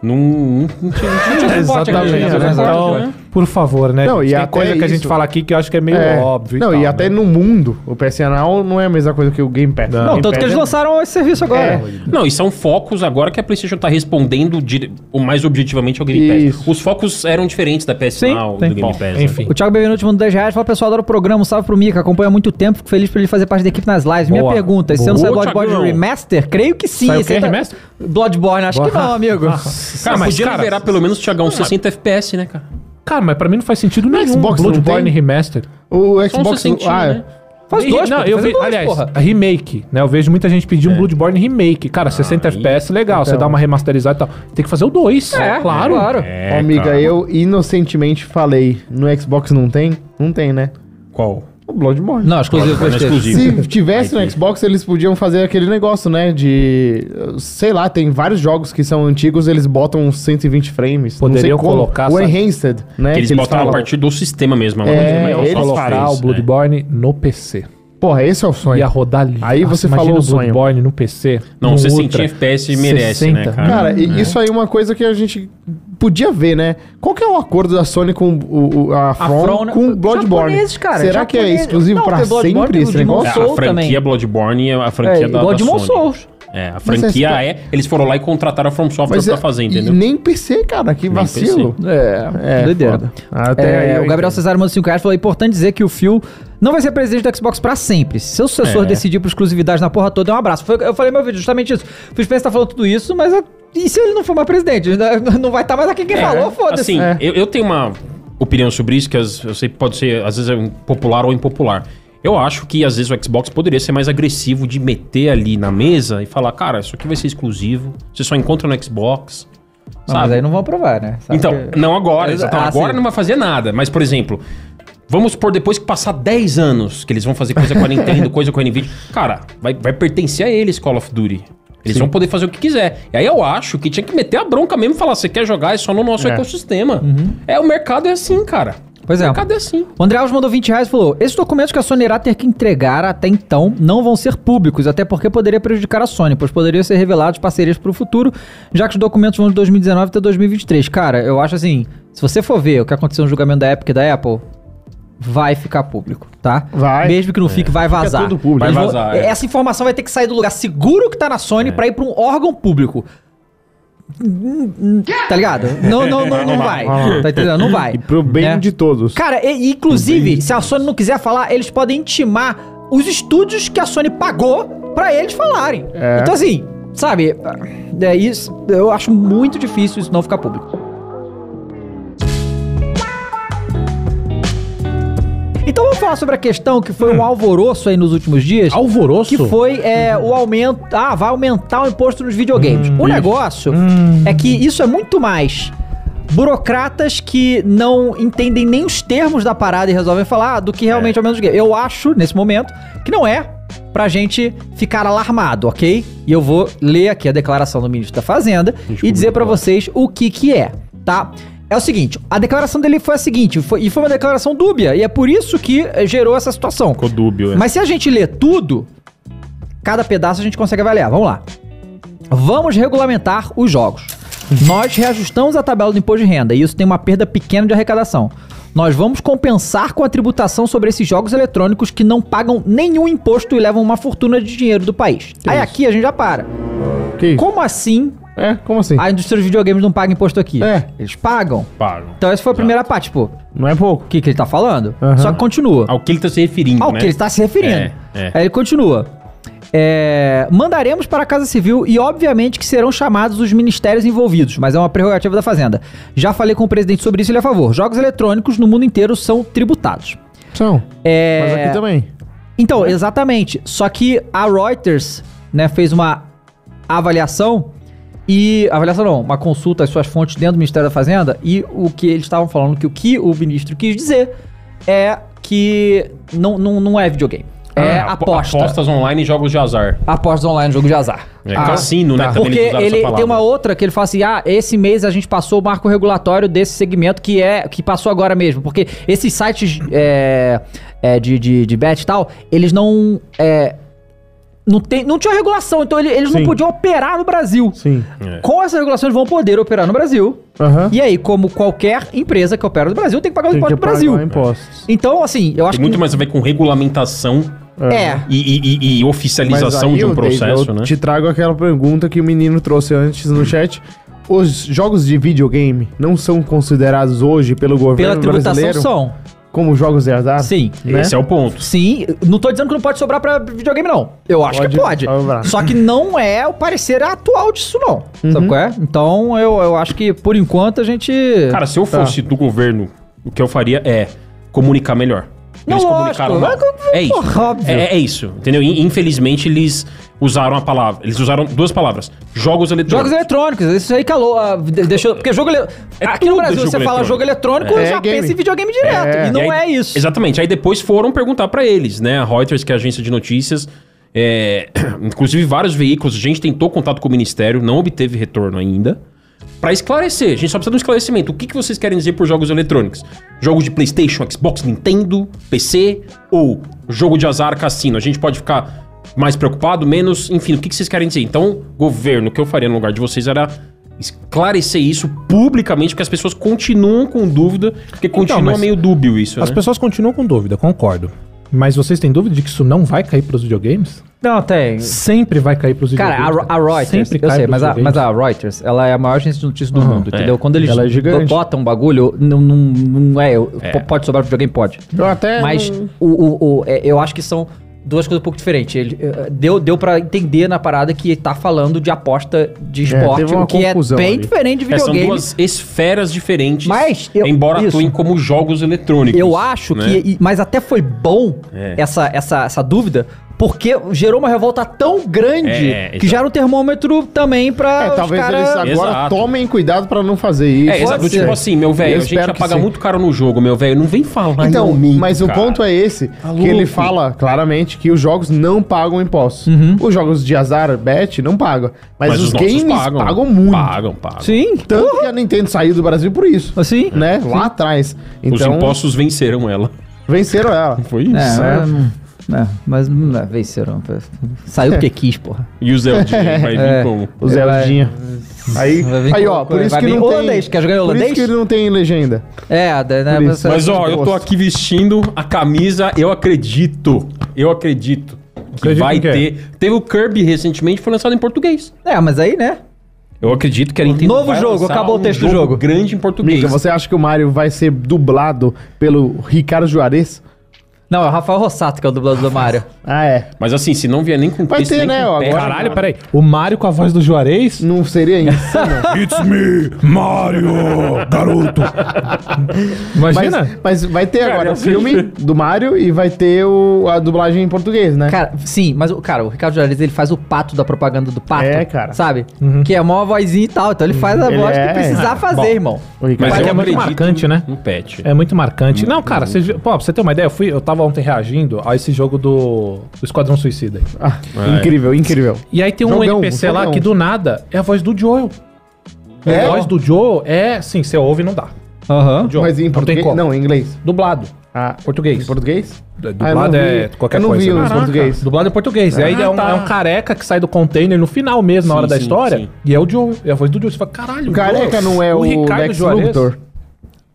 [SPEAKER 3] Não, não, não tinha- não tinha suporte aqui,
[SPEAKER 1] Exatamente,
[SPEAKER 3] né?
[SPEAKER 1] né?
[SPEAKER 3] Suporte,
[SPEAKER 2] Então,
[SPEAKER 3] né?
[SPEAKER 2] por favor, né?
[SPEAKER 4] Não,
[SPEAKER 2] gente?
[SPEAKER 4] e
[SPEAKER 2] Tem
[SPEAKER 4] até
[SPEAKER 2] coisa que a gente
[SPEAKER 4] isso-
[SPEAKER 2] fala aqui que eu acho que é meio
[SPEAKER 4] É.
[SPEAKER 2] óbvio.
[SPEAKER 4] Não, e,
[SPEAKER 2] tal,
[SPEAKER 4] até
[SPEAKER 2] né?
[SPEAKER 4] no mundo, o PSN não é a mesma coisa que o Game Pass.
[SPEAKER 2] Não,
[SPEAKER 4] O
[SPEAKER 1] Não,
[SPEAKER 4] Game
[SPEAKER 1] tanto que
[SPEAKER 4] Pass
[SPEAKER 1] eles
[SPEAKER 4] é-
[SPEAKER 1] lançaram esse serviço agora.
[SPEAKER 4] É.
[SPEAKER 3] Não, e são focos agora que a PlayStation tá respondendo dire- o mais objetivamente ao Game Pass.
[SPEAKER 4] Isso.
[SPEAKER 3] Os focos eram diferentes da PS
[SPEAKER 1] Sim,
[SPEAKER 3] Now, do
[SPEAKER 1] tem.
[SPEAKER 3] Game
[SPEAKER 2] Bom,
[SPEAKER 3] Pass. né?
[SPEAKER 2] enfim.
[SPEAKER 1] O Thiago Bevenuti mandou 10 reais. Fala, pessoal, adoro o programa. Um salve pro Mika. Acompanha há muito tempo. Fico feliz por ele fazer parte da equipe nas lives. Minha
[SPEAKER 2] Boa.
[SPEAKER 1] pergunta: esse ano
[SPEAKER 3] Boa,
[SPEAKER 1] sai Bloodborne
[SPEAKER 3] Thiagão.
[SPEAKER 1] Remaster? Creio que sim.
[SPEAKER 2] Saiu
[SPEAKER 1] Esse
[SPEAKER 2] o quê,
[SPEAKER 1] aí tá-
[SPEAKER 2] remaster?
[SPEAKER 1] Bloodborne, acho que não,
[SPEAKER 2] *laughs*
[SPEAKER 1] amigo.
[SPEAKER 3] Cara,
[SPEAKER 2] mas,
[SPEAKER 3] podia
[SPEAKER 2] cara,
[SPEAKER 3] liberar pelo menos, Thiagão, 60 FPS, né, cara?
[SPEAKER 2] Cara, mas pra mim não faz sentido nenhum.
[SPEAKER 4] Xbox não
[SPEAKER 2] Bloodborne
[SPEAKER 4] tem?
[SPEAKER 2] Remastered.
[SPEAKER 4] O
[SPEAKER 3] Só um
[SPEAKER 4] Xbox...
[SPEAKER 3] sessentinho,
[SPEAKER 4] ah,
[SPEAKER 3] né?
[SPEAKER 1] Faz
[SPEAKER 2] E-
[SPEAKER 1] dois,
[SPEAKER 2] não,
[SPEAKER 1] pô,
[SPEAKER 2] eu
[SPEAKER 1] faz
[SPEAKER 2] vi,
[SPEAKER 1] dois,
[SPEAKER 2] aliás,
[SPEAKER 1] porra. É.
[SPEAKER 2] remake, né? Eu vejo muita gente pedir um Bloodborne remake. Cara, 60
[SPEAKER 3] aí-
[SPEAKER 2] FPS, legal. Você
[SPEAKER 4] então.
[SPEAKER 2] dá uma remasterizada e tal. Tem que fazer o 2,
[SPEAKER 1] É,
[SPEAKER 2] claro.
[SPEAKER 1] claro.
[SPEAKER 3] É,
[SPEAKER 4] Ó, amiga,
[SPEAKER 3] cara.
[SPEAKER 4] eu inocentemente falei, no Xbox não tem? Não tem, né?
[SPEAKER 3] Qual?
[SPEAKER 4] O Bloodborne.
[SPEAKER 1] Não, exclusivo
[SPEAKER 3] Bloodborne é
[SPEAKER 1] PlayStation.
[SPEAKER 3] exclusivo. *laughs*
[SPEAKER 4] Se tivesse
[SPEAKER 3] Aí
[SPEAKER 4] no
[SPEAKER 3] que-
[SPEAKER 4] Xbox, eles podiam fazer aquele negócio, né? De. Sei lá, tem vários jogos que são antigos, eles botam uns 120 frames. não sei
[SPEAKER 2] Poderiam
[SPEAKER 4] como.
[SPEAKER 2] colocar,
[SPEAKER 4] O
[SPEAKER 2] sabe?
[SPEAKER 4] Enhanced, né?
[SPEAKER 3] Que eles
[SPEAKER 4] que
[SPEAKER 3] botaram a
[SPEAKER 4] falam.
[SPEAKER 3] partir do sistema mesmo. a
[SPEAKER 4] É,
[SPEAKER 3] Microsoft
[SPEAKER 4] eles
[SPEAKER 3] fez,
[SPEAKER 2] Colocar o
[SPEAKER 3] né?
[SPEAKER 1] é.
[SPEAKER 2] Bloodborne no PC.
[SPEAKER 4] Porra, esse é o sonho.
[SPEAKER 2] Ia rodar ali.
[SPEAKER 4] Aí você
[SPEAKER 2] imagina
[SPEAKER 4] falou o
[SPEAKER 2] o
[SPEAKER 4] sonho.
[SPEAKER 2] Bloodborne no PC.
[SPEAKER 3] Não,
[SPEAKER 2] no
[SPEAKER 3] 60
[SPEAKER 2] Ultra.
[SPEAKER 3] FPS merece, né,
[SPEAKER 2] 60.
[SPEAKER 3] cara?
[SPEAKER 4] Cara, e isso aí é uma coisa que a gente podia ver, né? Qual que é o acordo da Sony com o, o- a, From,
[SPEAKER 1] From, né?
[SPEAKER 4] com o Bloodborne?
[SPEAKER 1] Japoneses, cara,
[SPEAKER 4] Será que é
[SPEAKER 1] japoneses.
[SPEAKER 4] exclusivo
[SPEAKER 1] Não,
[SPEAKER 4] pra
[SPEAKER 1] tem Bloodborne,
[SPEAKER 4] sempre
[SPEAKER 1] tem
[SPEAKER 4] esse
[SPEAKER 1] o Demon
[SPEAKER 3] É, a
[SPEAKER 4] negócio?
[SPEAKER 1] Soul
[SPEAKER 3] franquia
[SPEAKER 1] também.
[SPEAKER 3] Bloodborne é a franquia
[SPEAKER 4] É,
[SPEAKER 3] da,
[SPEAKER 1] Igual
[SPEAKER 3] da
[SPEAKER 1] de
[SPEAKER 3] Sony.
[SPEAKER 1] Souls.
[SPEAKER 3] É, a
[SPEAKER 4] é
[SPEAKER 3] franquia
[SPEAKER 4] isso que-
[SPEAKER 3] é... Eles foram lá e contrataram a From Software
[SPEAKER 4] Mas
[SPEAKER 3] pra
[SPEAKER 4] é-
[SPEAKER 3] fazer,
[SPEAKER 4] e
[SPEAKER 3] entendeu?
[SPEAKER 4] nem PC, cara, que
[SPEAKER 3] Nem
[SPEAKER 4] vacilo. É, é.
[SPEAKER 1] Doideira.
[SPEAKER 4] foda. Até
[SPEAKER 1] É,
[SPEAKER 4] aí eu
[SPEAKER 1] o Gabriel
[SPEAKER 4] entendo.
[SPEAKER 1] Cesar mandou 5 reais falou: é importante dizer que o Phil não vai ser presidente do Xbox pra sempre. Se seu sucessor
[SPEAKER 3] É.
[SPEAKER 1] decidir por exclusividade na porra toda, é um abraço. Foi- eu falei no meu vídeo justamente isso. O Phil Spencer tá falando tudo isso, mas é- e se ele não for mais presidente? Não- Não vai estar mais aqui quem falou, foda-se.
[SPEAKER 3] Assim,
[SPEAKER 4] É.
[SPEAKER 3] eu, eu tenho uma opinião sobre isso que as- eu sei que pode ser, às vezes, é popular ou impopular. Eu acho que, às vezes, o Xbox poderia ser mais agressivo de meter ali na mesa e falar, cara, isso aqui vai ser exclusivo, você só encontra no Xbox,
[SPEAKER 1] Não, mas
[SPEAKER 3] sabe?
[SPEAKER 1] aí não vão aprovar, né? Sabe
[SPEAKER 3] Então,
[SPEAKER 1] que-
[SPEAKER 3] não agora.
[SPEAKER 1] Ah,
[SPEAKER 3] exato. agora
[SPEAKER 1] sim.
[SPEAKER 3] não vai fazer nada. Mas, por exemplo, vamos supor depois que passar 10 anos que eles vão fazer coisa com
[SPEAKER 1] *laughs*
[SPEAKER 3] a Nintendo, coisa com a Nvidia. Cara, vai, vai pertencer a eles Call of Duty. Eles vão poder fazer o que quiser. E aí eu acho que tinha que meter a bronca mesmo e falar: você quer jogar? É só no nosso
[SPEAKER 4] É.
[SPEAKER 3] ecossistema. É, o mercado é assim, cara.
[SPEAKER 1] Uhum. Pois é.
[SPEAKER 3] O mercado é assim.
[SPEAKER 1] O André Alves mandou 20 reais e falou: Esses documentos que a Sony irá ter que entregar até então não vão ser públicos, até porque poderia prejudicar a Sony, pois poderiam ser revelados parcerias para o futuro, já que os documentos vão de 2019 até 2023. Cara, eu acho assim: se você for ver o que aconteceu no julgamento da Epic e da Apple, vai ficar público, tá?
[SPEAKER 4] Vai.
[SPEAKER 1] Mesmo que não fique, vai vazar.
[SPEAKER 4] tudo público.
[SPEAKER 3] É. Vai
[SPEAKER 1] Eles vão-
[SPEAKER 3] vazar, é.
[SPEAKER 1] Essa informação vai ter que sair do lugar seguro que tá na Sony pra ir pra um órgão público. Hum, hum, Tá ligado? Não, não, não,
[SPEAKER 3] *laughs*
[SPEAKER 1] não vai. Tá entendendo? Não vai.
[SPEAKER 4] E pro bem
[SPEAKER 1] né?
[SPEAKER 4] de todos.
[SPEAKER 1] Cara, e- e, inclusive, se a Sony não quiser falar, eles podem intimar os estúdios que a Sony pagou pra eles falarem.
[SPEAKER 4] É.
[SPEAKER 1] Então, assim, sabe, é isso. Eu acho muito difícil isso não ficar público. Então vamos falar sobre a questão que foi
[SPEAKER 4] Hum.
[SPEAKER 1] um alvoroço aí nos últimos dias.
[SPEAKER 2] Alvoroço?
[SPEAKER 1] Que foi é, o aumento. Ah, vai aumentar o imposto nos videogames.
[SPEAKER 3] Hum,
[SPEAKER 1] o negócio é que isso é muito mais burocratas que não entendem nem os termos da parada e resolvem falar ah, do que
[SPEAKER 3] É.
[SPEAKER 1] realmente aumenta os games. Eu acho, nesse momento, que não é pra gente ficar alarmado, ok? E eu vou ler aqui a declaração do ministro da Fazenda e dizer pra vocês o que que é, tá? É o seguinte, a declaração dele foi a seguinte, foi- e foi uma declaração dúbia, e é por isso que eh, gerou essa situação.
[SPEAKER 3] Ficou dúbio, é.
[SPEAKER 1] Mas se a gente ler tudo, cada pedaço a gente consegue avaliar. Vamos lá. Vamos regulamentar os jogos. Nós reajustamos a tabela do imposto de renda e isso tem uma perda pequena de arrecadação. Nós vamos compensar com a tributação sobre esses jogos eletrônicos que não pagam nenhum imposto e levam uma fortuna de dinheiro do país. Aí aqui a gente já para.
[SPEAKER 4] Que isso?
[SPEAKER 1] Como assim
[SPEAKER 4] É, como assim?
[SPEAKER 1] a indústria dos videogames não paga imposto aqui?
[SPEAKER 4] É.
[SPEAKER 1] Eles pagam.
[SPEAKER 3] Pago.
[SPEAKER 1] Então essa foi a primeira parte, tipo,
[SPEAKER 4] Não é pouco.
[SPEAKER 1] o que, que ele tá falando?
[SPEAKER 4] Aham.
[SPEAKER 1] Só que continua.
[SPEAKER 3] Ao que ele tá se referindo,
[SPEAKER 1] Ao
[SPEAKER 3] né?
[SPEAKER 1] que ele está se referindo.
[SPEAKER 3] É, é.
[SPEAKER 1] Aí ele continua. É, mandaremos para a Casa Civil e, obviamente, que serão chamados os ministérios envolvidos, mas é uma prerrogativa da Fazenda. Já falei com o presidente sobre isso, ele é a favor. Jogos eletrônicos no mundo inteiro são tributados.
[SPEAKER 4] São.
[SPEAKER 1] É,
[SPEAKER 4] Mas aqui também.
[SPEAKER 3] Né?
[SPEAKER 1] então, exatamente. Só que a Reuters, né, fez uma avaliação e avaliação não, uma consulta às suas fontes dentro do Ministério da Fazenda e o que eles estavam falando que o que o ministro quis dizer é que não, não, não é videogame. É
[SPEAKER 3] Ah, apo-
[SPEAKER 1] aposta.
[SPEAKER 3] Apostas online e jogos de azar.
[SPEAKER 1] Apostas online, jogo de azar.
[SPEAKER 3] É,
[SPEAKER 1] Ah,
[SPEAKER 3] cassino, né? Também
[SPEAKER 1] Porque
[SPEAKER 3] eles usaram essa
[SPEAKER 1] ele tem
[SPEAKER 3] palavra.
[SPEAKER 1] uma outra que ele fala assim: ah, esse mês a gente passou o marco regulatório desse segmento que é que passou agora mesmo. Porque esses sites é, é, de, de, de bet e tal, eles não. é, não, tem, não tinha regulação, então ele- eles não
[SPEAKER 4] Sim.
[SPEAKER 1] podiam operar no Brasil.
[SPEAKER 4] Sim.
[SPEAKER 1] Com essas regulações vão poder operar no Brasil.
[SPEAKER 4] Aham.
[SPEAKER 1] E aí, como qualquer empresa que opera no Brasil, tem que pagar o
[SPEAKER 4] Tem que
[SPEAKER 1] imposto do
[SPEAKER 4] pagar
[SPEAKER 1] Brasil.
[SPEAKER 4] impostos.
[SPEAKER 1] Então, assim, eu acho
[SPEAKER 3] Tem muito
[SPEAKER 1] que.
[SPEAKER 3] mais a ver com regulamentação
[SPEAKER 4] né?
[SPEAKER 1] É.
[SPEAKER 3] e, e- e- e oficialização
[SPEAKER 4] Mas aí,
[SPEAKER 3] de um
[SPEAKER 4] ô, David,
[SPEAKER 3] processo,
[SPEAKER 4] eu
[SPEAKER 3] né?
[SPEAKER 4] te trago aquela pergunta que o menino trouxe antes no chat. Os jogos de videogame não são considerados hoje pelo
[SPEAKER 1] Pela
[SPEAKER 4] governo
[SPEAKER 1] tributação
[SPEAKER 4] brasileiro
[SPEAKER 1] são.
[SPEAKER 4] como jogos de azar?
[SPEAKER 1] Sim.
[SPEAKER 4] né?
[SPEAKER 3] Esse é o ponto.
[SPEAKER 1] Sim, não tô dizendo que não pode sobrar pra videogame, não. Eu acho que pode.
[SPEAKER 4] Pode sobrar.
[SPEAKER 1] Só que não é o parecer atual disso, não.
[SPEAKER 4] Uhum.
[SPEAKER 1] Sabe qual é? Então, eu, eu acho que, por enquanto, a gente...
[SPEAKER 3] Cara, se eu fosse do governo, o que eu faria é comunicar melhor. Eles
[SPEAKER 1] lógico,
[SPEAKER 3] comunicaram mal.
[SPEAKER 1] mas como-
[SPEAKER 3] É isso.
[SPEAKER 1] porra, óbvio.
[SPEAKER 3] É, é isso, entendeu? E, Infelizmente, eles usaram a palavra. Eles usaram duas palavras: jogos eletrônicos.
[SPEAKER 1] Jogos eletrônicos, isso aí calou. ah, de- deixou, porque jogo ele-
[SPEAKER 3] É
[SPEAKER 1] Aqui
[SPEAKER 3] tudo
[SPEAKER 1] no Brasil
[SPEAKER 3] jogo
[SPEAKER 1] você fala
[SPEAKER 3] eletrônico.
[SPEAKER 1] jogo eletrônico,
[SPEAKER 4] É
[SPEAKER 1] já
[SPEAKER 4] game.
[SPEAKER 1] pensa em videogame direto.
[SPEAKER 4] É.
[SPEAKER 1] E não
[SPEAKER 3] E aí-
[SPEAKER 1] é isso.
[SPEAKER 3] Exatamente. Aí depois foram perguntar pra eles, né? A Reuters, que é a agência de notícias, é, *clears throat* inclusive vários veículos, a gente tentou contato com o ministério, não obteve retorno ainda. Pra esclarecer, a gente só precisa de um esclarecimento. O que, que vocês querem dizer por jogos eletrônicos? Jogos de PlayStation, Xbox, Nintendo, PC ou jogo de azar, cassino? A gente pode ficar mais preocupado, menos, enfim, o que, que vocês querem dizer? Então, governo, o que eu faria no lugar de vocês era esclarecer isso publicamente, porque as pessoas continuam com dúvida, porque
[SPEAKER 1] Então,
[SPEAKER 3] continua
[SPEAKER 2] mas-
[SPEAKER 3] meio dúbio isso.
[SPEAKER 1] É.
[SPEAKER 2] As
[SPEAKER 3] né?
[SPEAKER 2] pessoas continuam com dúvida, concordo. Mas vocês têm dúvida de que isso não vai cair pros videogames?
[SPEAKER 1] Não, tem.
[SPEAKER 2] Sempre vai cair pros
[SPEAKER 1] Cara,
[SPEAKER 2] videogames.
[SPEAKER 1] a, a Reuters,
[SPEAKER 2] Sempre
[SPEAKER 1] eu
[SPEAKER 2] cai
[SPEAKER 1] sei,
[SPEAKER 2] pros
[SPEAKER 1] mas a, mas
[SPEAKER 2] videogames.
[SPEAKER 1] a Reuters, ela é a maior agência de notícias do mundo, entendeu? Quando eles
[SPEAKER 4] Ela é gigante.
[SPEAKER 1] botam um bagulho, não, não, não é, p- Pode sobrar pro videogame, pode.
[SPEAKER 4] Eu até
[SPEAKER 1] Mas
[SPEAKER 4] não-
[SPEAKER 1] o, o, o- é, eu acho que são duas coisas um pouco diferentes. Ele, eh, deu, deu pra entender na parada que tá falando de aposta de esporte,
[SPEAKER 4] teve uma
[SPEAKER 1] o que é
[SPEAKER 4] confusão
[SPEAKER 1] bem
[SPEAKER 4] ali.
[SPEAKER 1] diferente de
[SPEAKER 3] É, são
[SPEAKER 1] videogame.
[SPEAKER 3] duas esferas diferentes,
[SPEAKER 1] Mas eu-
[SPEAKER 3] embora
[SPEAKER 1] isso.
[SPEAKER 3] atuem como jogos eletrônicos.
[SPEAKER 1] Eu acho
[SPEAKER 3] né?
[SPEAKER 1] que. e- Mas até foi bom
[SPEAKER 3] É.
[SPEAKER 1] essa, essa, essa dúvida, porque gerou uma revolta tão grande
[SPEAKER 3] É,
[SPEAKER 1] que
[SPEAKER 3] exato.
[SPEAKER 1] já era um termômetro também pra.
[SPEAKER 4] É,
[SPEAKER 1] os
[SPEAKER 4] talvez
[SPEAKER 1] cara-
[SPEAKER 4] eles agora
[SPEAKER 3] Exato.
[SPEAKER 4] tomem cuidado pra não fazer isso.
[SPEAKER 3] É, exato.
[SPEAKER 1] Pode
[SPEAKER 3] Tipo
[SPEAKER 1] ser.
[SPEAKER 3] assim, meu
[SPEAKER 4] Eu
[SPEAKER 3] velho, a gente
[SPEAKER 4] espero
[SPEAKER 3] já
[SPEAKER 4] que
[SPEAKER 3] paga
[SPEAKER 4] sim.
[SPEAKER 3] muito caro no jogo, meu velho. Não vem falar.
[SPEAKER 4] Então,
[SPEAKER 3] em aumento,
[SPEAKER 4] mas
[SPEAKER 3] cara.
[SPEAKER 4] o ponto é esse,
[SPEAKER 1] Tá
[SPEAKER 4] que ele fala claramente que os jogos não pagam impostos.
[SPEAKER 1] Uhum.
[SPEAKER 4] Os jogos de azar, bet, não pagam. Mas,
[SPEAKER 3] nossos
[SPEAKER 4] os, games pagam, muito.
[SPEAKER 3] Pagam, pagam.
[SPEAKER 1] Sim,
[SPEAKER 4] Tanto que a Nintendo saiu do Brasil por isso,
[SPEAKER 1] assim.
[SPEAKER 4] né? Lá atrás.
[SPEAKER 3] Os
[SPEAKER 4] Então,
[SPEAKER 3] impostos venceram ela.
[SPEAKER 4] venceram ela.
[SPEAKER 3] Foi isso.
[SPEAKER 1] É,
[SPEAKER 4] né?
[SPEAKER 1] é, é, mas hum, é, venceram. Saiu porque quis, porra.
[SPEAKER 3] E o Zelda vai vir como?
[SPEAKER 4] O Zé
[SPEAKER 1] Vai-
[SPEAKER 4] Lodinha. Aí,
[SPEAKER 1] Vai vir
[SPEAKER 4] aí
[SPEAKER 1] com-
[SPEAKER 4] ó, por
[SPEAKER 1] vai
[SPEAKER 4] isso que
[SPEAKER 1] vir
[SPEAKER 4] não
[SPEAKER 1] holandês.
[SPEAKER 4] tem...
[SPEAKER 1] Quer jogar em
[SPEAKER 4] Por isso
[SPEAKER 1] holandês?
[SPEAKER 4] que não tem legenda.
[SPEAKER 1] É, da- né,
[SPEAKER 4] Por isso.
[SPEAKER 1] essa-
[SPEAKER 3] Mas ó, eu tô
[SPEAKER 4] gosto.
[SPEAKER 3] aqui vestindo a camisa, eu acredito. Eu acredito. Que
[SPEAKER 2] Acredito
[SPEAKER 3] vai
[SPEAKER 2] em quê?
[SPEAKER 3] ter. Teve o Kirby recentemente, foi lançado em português.
[SPEAKER 1] É, mas aí, né?
[SPEAKER 3] Eu acredito que a Nintendo
[SPEAKER 1] Novo
[SPEAKER 3] vai
[SPEAKER 1] jogo,
[SPEAKER 3] lançar um
[SPEAKER 1] acabou o texto do jogo.
[SPEAKER 3] grande em português.
[SPEAKER 4] Mica, você acha que o Mario vai ser dublado pelo Ricardo Juarez?
[SPEAKER 1] Não, é o Rafael Rossato que é o dublador do Mario.
[SPEAKER 4] Ah, é.
[SPEAKER 3] Mas assim, se não vier nem com
[SPEAKER 4] Vai ter,
[SPEAKER 3] nem
[SPEAKER 4] né,
[SPEAKER 3] com
[SPEAKER 4] ó,
[SPEAKER 3] pé,
[SPEAKER 4] agora-
[SPEAKER 2] Caralho, peraí. O Mario com a voz do Juarez?
[SPEAKER 4] Não seria isso.
[SPEAKER 2] *laughs* It's me, Mario, garoto.
[SPEAKER 4] Mas,
[SPEAKER 2] Imagina.
[SPEAKER 4] mas vai ter
[SPEAKER 3] Cara,
[SPEAKER 4] agora
[SPEAKER 3] eu
[SPEAKER 4] o filme do Mario e vai ter o- a dublagem em português, né?
[SPEAKER 1] Cara, sim, mas o cara, o Ricardo Juarez, ele faz o pato da propaganda do pato.
[SPEAKER 4] É, cara.
[SPEAKER 1] Sabe? Que é a maior vozinha e tal. Então ele faz a
[SPEAKER 4] Ele
[SPEAKER 1] voz
[SPEAKER 4] é.
[SPEAKER 1] que precisar
[SPEAKER 4] Ah,
[SPEAKER 1] fazer,
[SPEAKER 2] bom.
[SPEAKER 1] irmão.
[SPEAKER 4] O Ricardo-
[SPEAKER 3] Mas
[SPEAKER 2] Mas
[SPEAKER 3] eu
[SPEAKER 2] é muito
[SPEAKER 3] acredito
[SPEAKER 2] marcante, né?
[SPEAKER 3] No patch.
[SPEAKER 2] É muito marcante. Não, cara, você, viu- pô, pra você ter uma ideia, eu, fui, eu tava ontem reagindo a esse jogo do, do Esquadrão Suicida.
[SPEAKER 4] Ah, Incrível, incrível.
[SPEAKER 2] E aí tem um
[SPEAKER 4] Jogão,
[SPEAKER 2] NPC lá
[SPEAKER 4] jogão.
[SPEAKER 2] que do nada é a voz do Joel.
[SPEAKER 4] É?
[SPEAKER 2] A voz do Joel é, sim, você ouve e não dá.
[SPEAKER 1] Aham.
[SPEAKER 2] Joel,
[SPEAKER 4] Mas em
[SPEAKER 2] não tem
[SPEAKER 4] português?
[SPEAKER 2] como.
[SPEAKER 4] Não, em inglês.
[SPEAKER 2] Dublado.
[SPEAKER 4] Ah,
[SPEAKER 2] Português.
[SPEAKER 4] em português?
[SPEAKER 2] Dublado
[SPEAKER 4] Ah, eu não
[SPEAKER 2] é
[SPEAKER 4] vi.
[SPEAKER 2] qualquer
[SPEAKER 4] Eu não
[SPEAKER 2] coisa.
[SPEAKER 4] vi
[SPEAKER 2] né?
[SPEAKER 4] os português.
[SPEAKER 2] Dublado é português. e aí é, um, é um careca que sai do container no final mesmo, na
[SPEAKER 3] Sim,
[SPEAKER 2] hora da
[SPEAKER 3] sim,
[SPEAKER 2] história.
[SPEAKER 3] sim.
[SPEAKER 2] E é o Joel. É a voz do Joel. Você fala, caralho,
[SPEAKER 4] O careca
[SPEAKER 2] Joel.
[SPEAKER 4] não é o, Lex
[SPEAKER 2] Juarez?
[SPEAKER 4] Luthor?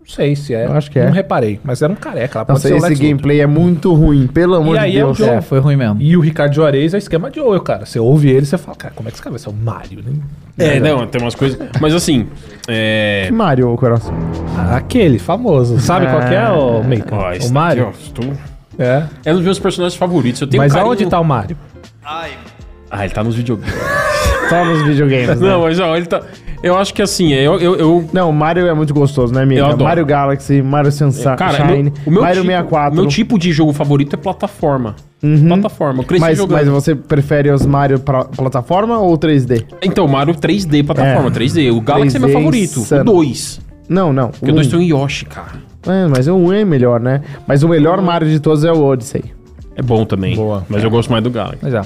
[SPEAKER 2] Não sei se é.
[SPEAKER 4] Eu acho que é.
[SPEAKER 2] Não reparei. Mas era um careca. Lá pode
[SPEAKER 4] Nossa,
[SPEAKER 2] ser o
[SPEAKER 4] esse
[SPEAKER 2] Lex Luthor.
[SPEAKER 4] gameplay é muito ruim, pelo amor
[SPEAKER 2] aí
[SPEAKER 4] de
[SPEAKER 3] um
[SPEAKER 2] é o
[SPEAKER 4] Deus.
[SPEAKER 2] jogo.
[SPEAKER 1] É, foi ruim mesmo.
[SPEAKER 2] E o Ricardo Juarez é esquema de Joel, cara. Você ouve ele, você fala, cara, como é que esse cara vai ser o Mario, né?
[SPEAKER 3] É, não, tem umas coisas. *laughs* Mas assim, é.
[SPEAKER 4] Que Mario, ô, coração.
[SPEAKER 2] Aquele famoso. Sabe qual que é o Maker?
[SPEAKER 3] Ó, esse
[SPEAKER 2] o
[SPEAKER 3] daqui,
[SPEAKER 2] Mario?
[SPEAKER 3] ó, estou-
[SPEAKER 2] É.
[SPEAKER 3] É um dos meus personagens favoritos. Eu tenho
[SPEAKER 2] Mas
[SPEAKER 3] um carinho-
[SPEAKER 2] aonde tá o Mario?
[SPEAKER 3] Ah, ele tá nos videogames.
[SPEAKER 4] Só nos videogames, né?
[SPEAKER 3] não, mas ó, ele tá. Eu acho que assim, eu. eu, eu-
[SPEAKER 4] Não, o Mario é muito gostoso, né,
[SPEAKER 3] Eu
[SPEAKER 4] amiga?
[SPEAKER 3] adoro.
[SPEAKER 4] Mario Galaxy, Mario Sunshine,
[SPEAKER 3] Cara, meu- o meu,
[SPEAKER 4] Mario
[SPEAKER 3] tipo,
[SPEAKER 4] 64.
[SPEAKER 3] meu tipo de jogo favorito é plataforma. Plataforma. Eu cresci
[SPEAKER 4] mas,
[SPEAKER 3] jogando.
[SPEAKER 4] mas você prefere os Mario pra plataforma ou 3D?
[SPEAKER 3] Então, Mario 3D, plataforma
[SPEAKER 4] É.
[SPEAKER 3] 3D. O Galaxy é meu
[SPEAKER 4] 3D
[SPEAKER 3] favorito.
[SPEAKER 4] insano.
[SPEAKER 3] O 2.
[SPEAKER 4] Não, não.
[SPEAKER 3] Porque
[SPEAKER 4] um.
[SPEAKER 3] o 2 tem o Yoshi, cara.
[SPEAKER 4] É, mas o 1 é melhor, né? Mas o
[SPEAKER 3] Uhum.
[SPEAKER 4] melhor Mario de todos é o Odyssey.
[SPEAKER 3] É bom também.
[SPEAKER 2] Boa.
[SPEAKER 3] Mas eu gosto mais do Galaxy.
[SPEAKER 1] Mas é.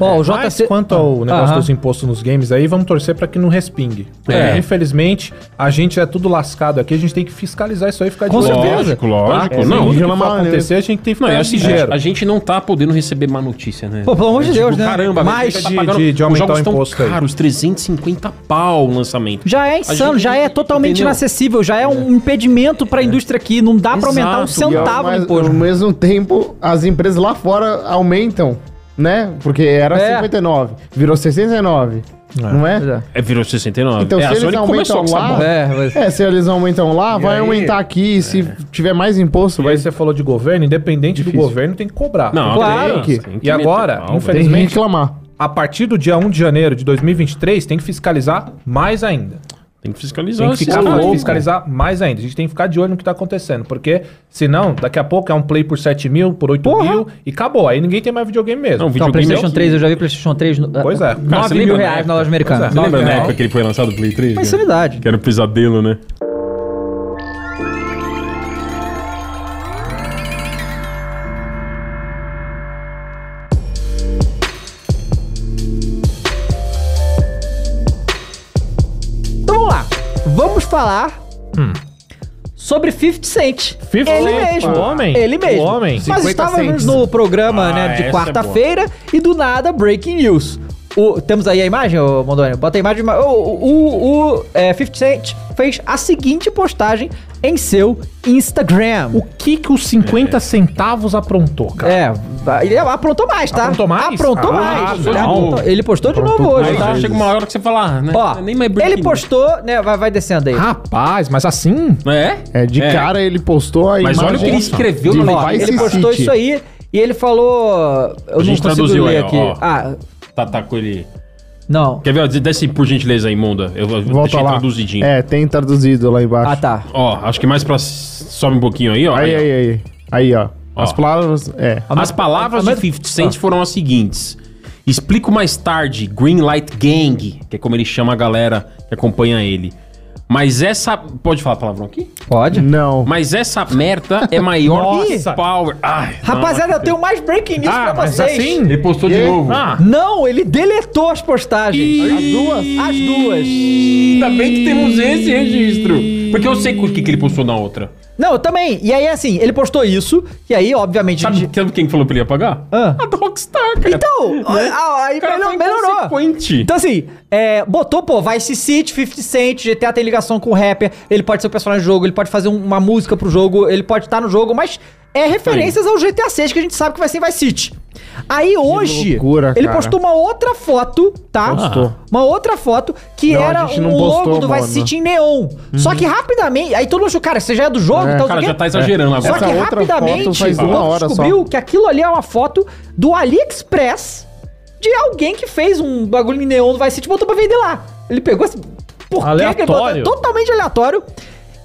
[SPEAKER 1] Ó, o
[SPEAKER 2] Mas
[SPEAKER 1] JC.
[SPEAKER 2] quanto
[SPEAKER 3] Ah.
[SPEAKER 2] ao negócio
[SPEAKER 1] Aham.
[SPEAKER 2] dos impostos nos games aí, vamos torcer pra que não respingue. Porque,
[SPEAKER 3] É.
[SPEAKER 2] infelizmente, a gente é tudo lascado aqui, a gente tem que fiscalizar isso aí e ficar
[SPEAKER 1] Com
[SPEAKER 2] de olho.
[SPEAKER 1] certeza.
[SPEAKER 3] Lógico, lógico.
[SPEAKER 2] Tá? Se
[SPEAKER 3] não,
[SPEAKER 2] o
[SPEAKER 4] de
[SPEAKER 2] que
[SPEAKER 4] uma
[SPEAKER 2] for
[SPEAKER 4] maneira.
[SPEAKER 2] acontecer, a gente tem que
[SPEAKER 3] É Não,
[SPEAKER 2] ficar
[SPEAKER 3] é o seguinte,
[SPEAKER 2] ligeiro.
[SPEAKER 3] a gente não tá podendo receber má notícia, né?
[SPEAKER 1] Pô, pelo amor de
[SPEAKER 3] É,
[SPEAKER 1] Deus,
[SPEAKER 3] tipo,
[SPEAKER 1] né?
[SPEAKER 3] Caramba,
[SPEAKER 1] Mais
[SPEAKER 3] velho,
[SPEAKER 2] de-
[SPEAKER 3] pagando-
[SPEAKER 2] de- de aumentar
[SPEAKER 3] os jogos
[SPEAKER 2] o
[SPEAKER 3] tão
[SPEAKER 2] imposto aí.
[SPEAKER 3] caros, 350 pau o lançamento.
[SPEAKER 1] Já é insano, já é totalmente inacessível, já é um impedimento pra indústria aqui. Não dá pra aumentar um
[SPEAKER 3] É. Exato, e é
[SPEAKER 1] centavo no
[SPEAKER 4] mas,
[SPEAKER 1] imposto.
[SPEAKER 4] ao mesmo tempo, as empresas lá fora aumentam, né? Porque era
[SPEAKER 1] É.
[SPEAKER 4] 59, virou 69, não é?
[SPEAKER 3] É, virou 69.
[SPEAKER 4] Então,
[SPEAKER 3] é,
[SPEAKER 4] se eles aumentam
[SPEAKER 3] essa
[SPEAKER 4] lá-
[SPEAKER 3] bola.
[SPEAKER 1] É, mas.
[SPEAKER 4] É, se eles aumentam lá, vai
[SPEAKER 2] aí-
[SPEAKER 4] aumentar aqui, e se tiver mais imposto,
[SPEAKER 2] Aí
[SPEAKER 4] vai
[SPEAKER 2] você falou de governo, independente do governo, tem que cobrar.
[SPEAKER 3] Não,
[SPEAKER 1] Claro
[SPEAKER 4] que-
[SPEAKER 3] tem
[SPEAKER 2] E agora,
[SPEAKER 3] meter pau,
[SPEAKER 2] infeliz-
[SPEAKER 4] tem que
[SPEAKER 2] infelizmente-
[SPEAKER 4] reclamar.
[SPEAKER 2] um A partir do dia 1 de janeiro de 2023, tem que fiscalizar mais ainda.
[SPEAKER 3] Tem que fiscalizar
[SPEAKER 2] Tem que
[SPEAKER 3] esse
[SPEAKER 2] ficar
[SPEAKER 3] é louco.
[SPEAKER 2] fiscalizar mais ainda. A gente tem que ficar de olho no que tá acontecendo. Porque, senão, daqui a pouco é um play por 7 mil, por 8
[SPEAKER 1] Porra.
[SPEAKER 2] mil e acabou. Aí ninguém tem mais videogame mesmo.
[SPEAKER 3] Não,
[SPEAKER 2] Não,
[SPEAKER 1] Então,
[SPEAKER 3] videogame é
[SPEAKER 1] PlayStation
[SPEAKER 3] o-
[SPEAKER 1] 3, eu já vi PlayStation 3. no-
[SPEAKER 2] Pois é. Cara,
[SPEAKER 1] 9
[SPEAKER 3] você
[SPEAKER 1] mil
[SPEAKER 3] lembra, né?
[SPEAKER 1] reais na loja americana.
[SPEAKER 2] Pois
[SPEAKER 3] Você
[SPEAKER 2] é.
[SPEAKER 1] Nove
[SPEAKER 3] lembra né?
[SPEAKER 1] mil
[SPEAKER 3] na
[SPEAKER 1] reais.
[SPEAKER 3] época que ele foi lançado o Play 3?
[SPEAKER 1] Mas
[SPEAKER 3] cara?
[SPEAKER 1] insanidade.
[SPEAKER 3] Que era um pesadelo, né?
[SPEAKER 1] Então vamos lá. Vamos falar sobre 50 Cent. ele
[SPEAKER 2] 50 Hum. Cent,
[SPEAKER 1] mesmo.
[SPEAKER 2] o homem.
[SPEAKER 1] Ele mesmo.
[SPEAKER 2] O homem.
[SPEAKER 1] Nós
[SPEAKER 2] 50
[SPEAKER 1] estávamos
[SPEAKER 2] cents.
[SPEAKER 1] no programa
[SPEAKER 3] Ah,
[SPEAKER 1] né,
[SPEAKER 3] essa
[SPEAKER 1] de
[SPEAKER 3] é
[SPEAKER 1] quarta-feira e do nada, breaking news. O- temos aí a imagem, ô, Mondoni? Bota a imagem. mas O, o, o, é, 50 Cent fez a seguinte postagem em seu Instagram.
[SPEAKER 2] O que que os
[SPEAKER 4] É.
[SPEAKER 2] 50 centavos aprontou, cara?
[SPEAKER 1] É, ele aprontou mais, tá?
[SPEAKER 2] Aprontou mais?
[SPEAKER 1] Aprontou
[SPEAKER 2] Ah,
[SPEAKER 1] mais.
[SPEAKER 3] de
[SPEAKER 1] Ele
[SPEAKER 3] novo.
[SPEAKER 1] aprontou- ele postou de novo
[SPEAKER 2] Aprontou
[SPEAKER 1] hoje,
[SPEAKER 3] Aí
[SPEAKER 1] tá?
[SPEAKER 3] já chega uma hora que você fala, ah, né?
[SPEAKER 1] Ó,
[SPEAKER 3] nem mais breaking
[SPEAKER 1] ele postou, né? Vai, vai descendo
[SPEAKER 3] É.
[SPEAKER 1] aí.
[SPEAKER 2] Rapaz, mas assim...
[SPEAKER 3] news. É?
[SPEAKER 4] É, de cara ele postou a
[SPEAKER 3] Mas olha o que ele escreveu
[SPEAKER 4] de
[SPEAKER 3] no
[SPEAKER 1] Ó,
[SPEAKER 4] Vice
[SPEAKER 1] ele postou
[SPEAKER 4] City.
[SPEAKER 1] isso aí e ele falou. Eu não
[SPEAKER 3] gente
[SPEAKER 1] consigo
[SPEAKER 3] traduziu
[SPEAKER 1] ler
[SPEAKER 3] aí, ó,
[SPEAKER 1] aqui.
[SPEAKER 3] ó.
[SPEAKER 1] Ah,
[SPEAKER 3] Tá, tá com ele.
[SPEAKER 1] não.
[SPEAKER 3] Quer ver? ó, Desce por gentileza aí, Monda. Eu eu
[SPEAKER 4] Volta
[SPEAKER 3] deixei
[SPEAKER 4] lá.
[SPEAKER 3] traduzidinho.
[SPEAKER 4] É, tem traduzido lá embaixo.
[SPEAKER 1] Ah, tá.
[SPEAKER 3] Ó, acho que mais pra. c- Sobe um pouquinho aí, ó.
[SPEAKER 4] Aí,
[SPEAKER 3] ó.
[SPEAKER 4] aí, aí. Aí, ó.
[SPEAKER 3] Ó.
[SPEAKER 4] As palavras. É.
[SPEAKER 3] As palavras de 50 Cent foram as seguintes. Explico mais tarde, Green Light Gang, que é como ele chama a galera que acompanha ele. Mas essa. Pode falar palavrão aqui?
[SPEAKER 1] Pode.
[SPEAKER 4] Não.
[SPEAKER 3] Mas essa merda é maior que
[SPEAKER 2] Nossa.
[SPEAKER 3] Power. Ai,
[SPEAKER 1] Rapaziada, eu tenho mais breaking news
[SPEAKER 2] Ah,
[SPEAKER 1] pra
[SPEAKER 2] mas
[SPEAKER 1] vocês.
[SPEAKER 2] assim...
[SPEAKER 3] Ele postou de
[SPEAKER 4] E aí?
[SPEAKER 3] novo.
[SPEAKER 2] Ah,
[SPEAKER 1] Não, ele deletou as postagens.
[SPEAKER 4] As duas?
[SPEAKER 1] As duas.
[SPEAKER 3] Ainda bem que temos esse registro. Porque eu sei o que, que ele postou na outra.
[SPEAKER 1] Não, eu também. E aí, assim, ele postou isso. E aí, obviamente. a
[SPEAKER 3] Sabe,
[SPEAKER 1] gente-
[SPEAKER 3] sabe quem falou pra ele apagar?
[SPEAKER 1] Ah.
[SPEAKER 3] A do Rockstar, cara.
[SPEAKER 1] Então,
[SPEAKER 3] Né?
[SPEAKER 1] ah, aí
[SPEAKER 3] O cara
[SPEAKER 1] melhor-
[SPEAKER 3] foi
[SPEAKER 1] melhorou.
[SPEAKER 3] inconsequente.
[SPEAKER 1] Então, assim, é, botou, pô, Vice City, 50 Cent, GTA tem ligação com o rapper, ele pode ser o personagem do jogo, ele pode fazer um- uma música pro jogo, ele pode estar no jogo, mas é referências ao GTA 6 que a gente sabe que vai ser em Vice City. Aí hoje,
[SPEAKER 4] loucura,
[SPEAKER 1] ele
[SPEAKER 4] cara.
[SPEAKER 1] postou uma outra foto, tá?
[SPEAKER 4] Postou.
[SPEAKER 1] Uma outra foto que
[SPEAKER 4] Não, a
[SPEAKER 1] era
[SPEAKER 4] gente
[SPEAKER 1] um
[SPEAKER 4] não
[SPEAKER 1] logo
[SPEAKER 4] postou,
[SPEAKER 1] do
[SPEAKER 4] mano. Uhum.
[SPEAKER 1] Vice City em neon. Só que rapidamente, aí todo mundo achou, cara, você já é do jogo,
[SPEAKER 4] É,
[SPEAKER 1] então...
[SPEAKER 3] Cara,
[SPEAKER 1] sei o
[SPEAKER 3] já
[SPEAKER 1] quê.
[SPEAKER 3] tá exagerando
[SPEAKER 1] Só
[SPEAKER 3] agora.
[SPEAKER 1] que
[SPEAKER 4] Essa outra
[SPEAKER 1] rapidamente
[SPEAKER 4] foto faz
[SPEAKER 1] o
[SPEAKER 4] uma
[SPEAKER 1] povo
[SPEAKER 4] hora só.
[SPEAKER 1] descobriu que aquilo ali é uma foto do AliExpress de alguém que fez um bagulho em neon do Vice City e botou pra vender lá. Ele pegou esse. Por que que ele botou?
[SPEAKER 2] Aleatório.
[SPEAKER 1] Totalmente aleatório.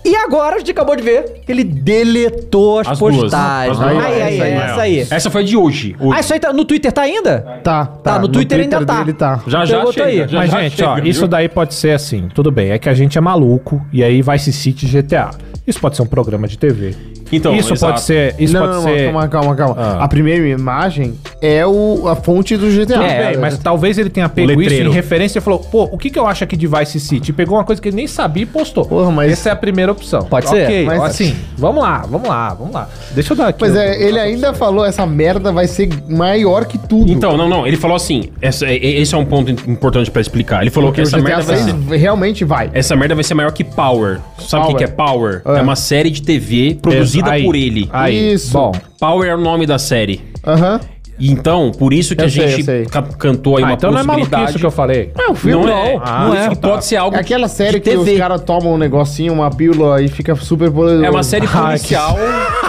[SPEAKER 1] E agora, a gente acabou de ver, que ele deletou as,
[SPEAKER 3] As duas.
[SPEAKER 1] postagens.
[SPEAKER 3] As duas.
[SPEAKER 1] Aí, aí, aí, essa aí.
[SPEAKER 3] Essa É foi de hoje. hoje.
[SPEAKER 1] Ah, isso aí tá, no Twitter tá ainda?
[SPEAKER 4] Tá,
[SPEAKER 1] Tá, no Twitter ainda tá.
[SPEAKER 4] Ele tá.
[SPEAKER 3] Já, já
[SPEAKER 1] Pergunta aí.
[SPEAKER 3] chega. Já,
[SPEAKER 2] Mas,
[SPEAKER 3] já
[SPEAKER 2] gente,
[SPEAKER 3] chega,
[SPEAKER 2] ó,
[SPEAKER 3] viu?
[SPEAKER 2] isso daí pode ser assim, tudo bem, é que a gente é maluco e aí vai se City GTA. Isso pode ser um programa de TV.
[SPEAKER 3] Então,
[SPEAKER 2] isso
[SPEAKER 3] exato.
[SPEAKER 2] pode ser. Isso
[SPEAKER 4] não,
[SPEAKER 2] pode
[SPEAKER 4] não, é
[SPEAKER 2] ser.
[SPEAKER 4] calma, calma, calma.
[SPEAKER 2] Ah.
[SPEAKER 4] A primeira imagem é o, a fonte do GTA.
[SPEAKER 2] Tudo bem, é, mas talvez ele tenha pego isso em
[SPEAKER 3] letreiro.
[SPEAKER 2] referência e falou, pô, o que, que eu acho aqui de Vice City? E Pegou uma coisa que ele nem sabia e postou.
[SPEAKER 4] Porra, mas-
[SPEAKER 2] Essa é a primeira opção.
[SPEAKER 1] Pode
[SPEAKER 2] Ok,
[SPEAKER 1] ser,
[SPEAKER 4] mas-
[SPEAKER 2] assim, vamos lá, vamos lá, vamos lá. Deixa eu dar aqui. um
[SPEAKER 4] Pois
[SPEAKER 2] o-
[SPEAKER 4] é, ele ainda falou, essa merda vai ser maior que
[SPEAKER 2] é
[SPEAKER 4] tudo.
[SPEAKER 3] Então, não, não. Ele falou assim. essa- e- e- esse é um ponto im- importante pra explicar. Ele falou
[SPEAKER 4] Porque
[SPEAKER 3] que essa
[SPEAKER 4] o GTA
[SPEAKER 3] merda vai ser.
[SPEAKER 4] 6 realmente vai.
[SPEAKER 3] Essa merda vai ser maior que Power. Sabe o que,
[SPEAKER 4] Power.
[SPEAKER 3] que é Power?
[SPEAKER 4] É.
[SPEAKER 3] É. uma série de TV produzida
[SPEAKER 2] Ah. É, Aí,
[SPEAKER 3] por ele.
[SPEAKER 2] Aí,
[SPEAKER 4] Isso.
[SPEAKER 2] Bom,
[SPEAKER 3] Power é o nome da série.
[SPEAKER 4] Aham.
[SPEAKER 3] E Então, por isso que
[SPEAKER 4] Eu
[SPEAKER 3] a
[SPEAKER 4] sei, eu
[SPEAKER 3] gente
[SPEAKER 4] sei.
[SPEAKER 3] ca- cantou aí
[SPEAKER 2] Ah,
[SPEAKER 3] uma
[SPEAKER 2] então não é maluquice o que eu falei.
[SPEAKER 4] É um filme,
[SPEAKER 3] não é.
[SPEAKER 2] Ah,
[SPEAKER 3] Por
[SPEAKER 2] não
[SPEAKER 3] isso
[SPEAKER 2] é,
[SPEAKER 3] que
[SPEAKER 2] tá.
[SPEAKER 3] pode ser algo
[SPEAKER 4] É aquela série
[SPEAKER 3] de
[SPEAKER 4] que os
[SPEAKER 3] TV.
[SPEAKER 4] caras tomam um negocinho, uma pílula e fica super poderoso.
[SPEAKER 3] É uma série
[SPEAKER 2] Ah, *laughs*
[SPEAKER 3] policial.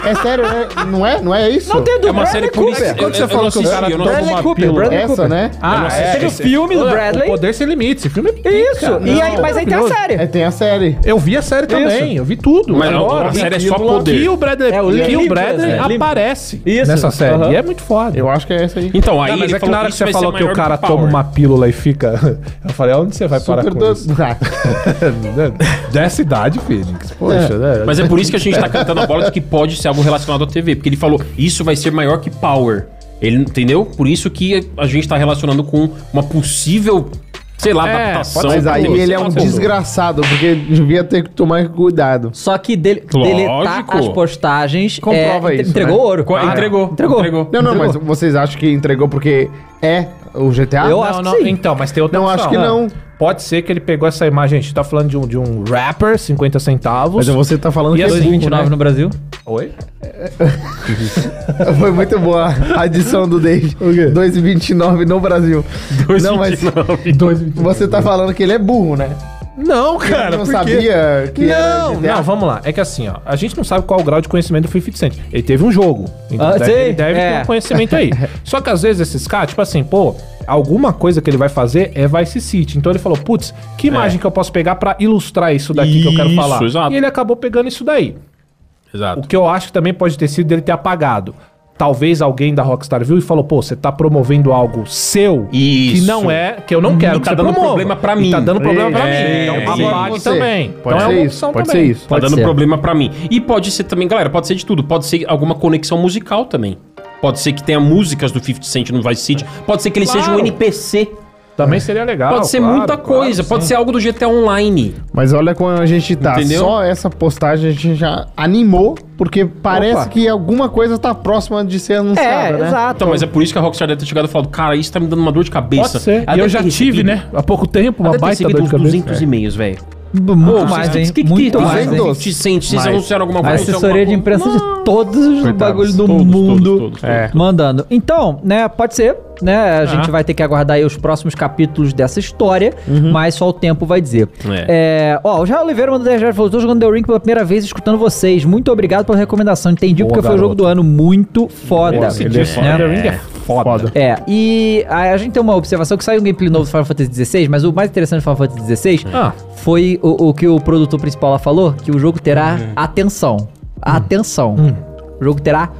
[SPEAKER 4] É sério, né? não é? Não é isso?
[SPEAKER 1] Não tem do
[SPEAKER 3] É uma série policial.
[SPEAKER 1] Cooper.
[SPEAKER 2] Quando você
[SPEAKER 3] eu
[SPEAKER 2] falou
[SPEAKER 3] não
[SPEAKER 2] que o
[SPEAKER 3] assisti,
[SPEAKER 2] cara
[SPEAKER 3] eu não
[SPEAKER 2] toma
[SPEAKER 3] assisti.
[SPEAKER 2] uma
[SPEAKER 1] Bradley Cooper,
[SPEAKER 2] pílula-
[SPEAKER 1] Bradley
[SPEAKER 4] Essa,
[SPEAKER 1] Cooper.
[SPEAKER 4] né?
[SPEAKER 2] Ah,
[SPEAKER 1] Nossa, teve o filme do
[SPEAKER 2] Olha,
[SPEAKER 1] Bradley.
[SPEAKER 2] O Poder Sem Limites. Esse filme é pica.
[SPEAKER 1] Isso. e aí, mas aí tem a
[SPEAKER 2] maravilhoso.
[SPEAKER 1] série.
[SPEAKER 4] É, tem a série.
[SPEAKER 2] Eu vi a série também, eu vi tudo.
[SPEAKER 3] Mas
[SPEAKER 2] Agora,
[SPEAKER 3] a série é
[SPEAKER 2] e
[SPEAKER 3] só
[SPEAKER 2] que
[SPEAKER 3] poder.
[SPEAKER 2] o Bradley,
[SPEAKER 1] É, o
[SPEAKER 2] que
[SPEAKER 1] Limitless,
[SPEAKER 2] o Bradley
[SPEAKER 1] né?
[SPEAKER 2] aparece
[SPEAKER 1] Isso.
[SPEAKER 2] nessa série.
[SPEAKER 1] Aham.
[SPEAKER 2] E é muito foda.
[SPEAKER 4] Eu acho que é essa aí.
[SPEAKER 3] Então, aí
[SPEAKER 2] Ah, mas
[SPEAKER 3] ele
[SPEAKER 2] é que
[SPEAKER 3] falou
[SPEAKER 2] na hora que
[SPEAKER 3] isso
[SPEAKER 2] você
[SPEAKER 3] vai ser
[SPEAKER 2] falou que o
[SPEAKER 3] maior
[SPEAKER 2] cara
[SPEAKER 3] Power.
[SPEAKER 2] toma uma pílula e fica. *laughs* Eu falei, onde você vai parar com
[SPEAKER 4] *laughs*
[SPEAKER 2] *laughs* isso? Dessa idade, Phoenix. Poxa, né?
[SPEAKER 3] Mas é por isso que a gente tá cantando a bola de que pode ser algo relacionado à TV. Porque ele falou, isso vai ser maior que Power. Ele, entendeu? Por isso que a gente tá relacionando com uma possível, sei lá,
[SPEAKER 2] É,
[SPEAKER 3] adaptação.
[SPEAKER 2] pode
[SPEAKER 4] Mas aí
[SPEAKER 3] Pô,
[SPEAKER 4] ele
[SPEAKER 3] sei
[SPEAKER 4] é
[SPEAKER 3] lá,
[SPEAKER 4] um
[SPEAKER 3] pô.
[SPEAKER 4] desgraçado, porque devia ter que tomar cuidado.
[SPEAKER 1] Só que dele,
[SPEAKER 3] Lógico.
[SPEAKER 1] deletar as postagens é,
[SPEAKER 4] Comprova
[SPEAKER 1] entre-
[SPEAKER 4] isso,
[SPEAKER 1] entregou
[SPEAKER 4] né?
[SPEAKER 1] ouro.
[SPEAKER 3] Co- entregou,
[SPEAKER 1] Entregou.
[SPEAKER 3] entregou.
[SPEAKER 4] Não, não, mas vocês acham que entregou porque é o GTA?
[SPEAKER 1] Eu
[SPEAKER 2] Não,
[SPEAKER 1] acho que
[SPEAKER 2] não,
[SPEAKER 1] sim.
[SPEAKER 2] Então, mas tem outra Ah.
[SPEAKER 4] Não, acho que não.
[SPEAKER 2] Pode ser que ele pegou essa imagem. A gente tá falando de um, de um rapper, 50 centavos.
[SPEAKER 4] Mas você tá falando
[SPEAKER 2] E
[SPEAKER 4] que
[SPEAKER 2] assim-
[SPEAKER 1] 29 no Brasil.
[SPEAKER 2] Oi?
[SPEAKER 4] foi muito boa a adição do David. 2,29 no Brasil. Não, mas
[SPEAKER 3] 2,29.
[SPEAKER 4] você tá falando que ele é burro, né?
[SPEAKER 2] Não, cara.
[SPEAKER 4] ele não
[SPEAKER 2] por quê?
[SPEAKER 4] sabia né, que
[SPEAKER 2] Não,
[SPEAKER 4] GTA.
[SPEAKER 2] não, vamos lá. É que assim, ó, a gente não sabe qual o grau de conhecimento do 50 Cent. Ele teve um jogo. Então
[SPEAKER 1] Ah,
[SPEAKER 2] deve,
[SPEAKER 1] sim,
[SPEAKER 2] ele deve
[SPEAKER 1] é.
[SPEAKER 2] ter um conhecimento aí. Só que às vezes esses caras, tipo assim, pô, alguma coisa que ele vai fazer é Vice City. Então ele falou, putz, que imagem que eu posso pegar pra ilustrar isso daqui que eu quero
[SPEAKER 3] Isso,
[SPEAKER 2] falar?
[SPEAKER 3] exato.
[SPEAKER 2] E ele acabou pegando isso daí.
[SPEAKER 3] Exato.
[SPEAKER 2] O que eu acho que também pode ter sido dele ter apagado. Talvez alguém da Rockstar viu e falou, pô, você tá promovendo algo seu
[SPEAKER 3] Isso.
[SPEAKER 2] que não é, que eu não quero
[SPEAKER 3] E
[SPEAKER 2] que
[SPEAKER 3] tá
[SPEAKER 2] você
[SPEAKER 3] dando
[SPEAKER 2] promova.
[SPEAKER 3] problema pra
[SPEAKER 2] E
[SPEAKER 3] mim.
[SPEAKER 2] Tá dando problema pra
[SPEAKER 3] É,
[SPEAKER 2] mim. Então
[SPEAKER 3] sim.
[SPEAKER 2] apague
[SPEAKER 4] Pode
[SPEAKER 2] também.
[SPEAKER 4] ser. Pode
[SPEAKER 2] então
[SPEAKER 4] ser isso, pode ser isso.
[SPEAKER 3] Tá
[SPEAKER 1] Pode
[SPEAKER 3] dando
[SPEAKER 1] ser.
[SPEAKER 3] problema pra mim. E pode ser também, galera, pode ser de tudo. Pode ser alguma conexão musical também. Pode ser que tenha músicas do 50 Cent no Vice City. Pode ser que ele
[SPEAKER 2] Claro.
[SPEAKER 3] seja um NPC.
[SPEAKER 2] Também seria legal.
[SPEAKER 3] pode ser
[SPEAKER 2] claro,
[SPEAKER 3] muita
[SPEAKER 2] claro,
[SPEAKER 3] coisa.
[SPEAKER 2] sim.
[SPEAKER 3] pode ser algo do GTA Online.
[SPEAKER 4] Mas olha como a gente tá.
[SPEAKER 3] Entendeu?
[SPEAKER 4] Só essa postagem a gente já animou, porque parece
[SPEAKER 1] Opa.
[SPEAKER 4] que alguma coisa tá próxima de ser anunciada, né?
[SPEAKER 1] exato.
[SPEAKER 3] Então, mas é por isso que a Rockstar deve ter chegado e falado: Cara, isso tá me dando uma dor de cabeça.
[SPEAKER 2] Pode
[SPEAKER 3] Ela
[SPEAKER 2] ser. E eu
[SPEAKER 3] deve
[SPEAKER 2] já
[SPEAKER 3] ter
[SPEAKER 2] tive,
[SPEAKER 3] recebido-
[SPEAKER 2] né? Há pouco tempo,
[SPEAKER 3] Ela
[SPEAKER 2] uma
[SPEAKER 3] deve ter
[SPEAKER 2] baita
[SPEAKER 3] recebido
[SPEAKER 2] dor de
[SPEAKER 3] uns
[SPEAKER 2] cabeça.
[SPEAKER 3] 200 e-mails, velho.
[SPEAKER 1] Muito
[SPEAKER 3] Pô,
[SPEAKER 1] mais,
[SPEAKER 3] vocês-
[SPEAKER 1] hein?
[SPEAKER 3] que- tá que-
[SPEAKER 1] Muito
[SPEAKER 3] tem
[SPEAKER 1] mais, hein?
[SPEAKER 3] 50 Cent, vocês
[SPEAKER 4] Mas-
[SPEAKER 3] anunciaram alguma
[SPEAKER 1] A
[SPEAKER 3] coisa?
[SPEAKER 1] assessoria de
[SPEAKER 3] alguma coisa?
[SPEAKER 1] imprensa de todos os
[SPEAKER 2] Coitados,
[SPEAKER 1] bagulhos do
[SPEAKER 3] todos,
[SPEAKER 1] mundo
[SPEAKER 3] todos, todos, todos.
[SPEAKER 2] É.
[SPEAKER 1] mandando. Então, né, pode ser, né? A gente vai ter que aguardar aí os próximos capítulos dessa história,
[SPEAKER 3] Uhum.
[SPEAKER 1] mas só o tempo vai dizer. É. ó, o Jair Oliveira mandou 10 reais, falou, tô jogando The Ring pela primeira vez escutando vocês. Muito obrigado pela recomendação. Entendi porque foi o jogo do ano. Muito foda.
[SPEAKER 2] Ele é foda.
[SPEAKER 1] Né?
[SPEAKER 2] The Ring é foda.
[SPEAKER 1] É, e a, a gente tem uma observação que saiu um gameplay novo do Final Fantasy XVI, mas o mais interessante do Final Fantasy XVI
[SPEAKER 2] Ah.
[SPEAKER 1] foi o, o que o produtor principal lá falou, que o jogo terá
[SPEAKER 4] Hum.
[SPEAKER 1] atenção. Atenção. O jogo terá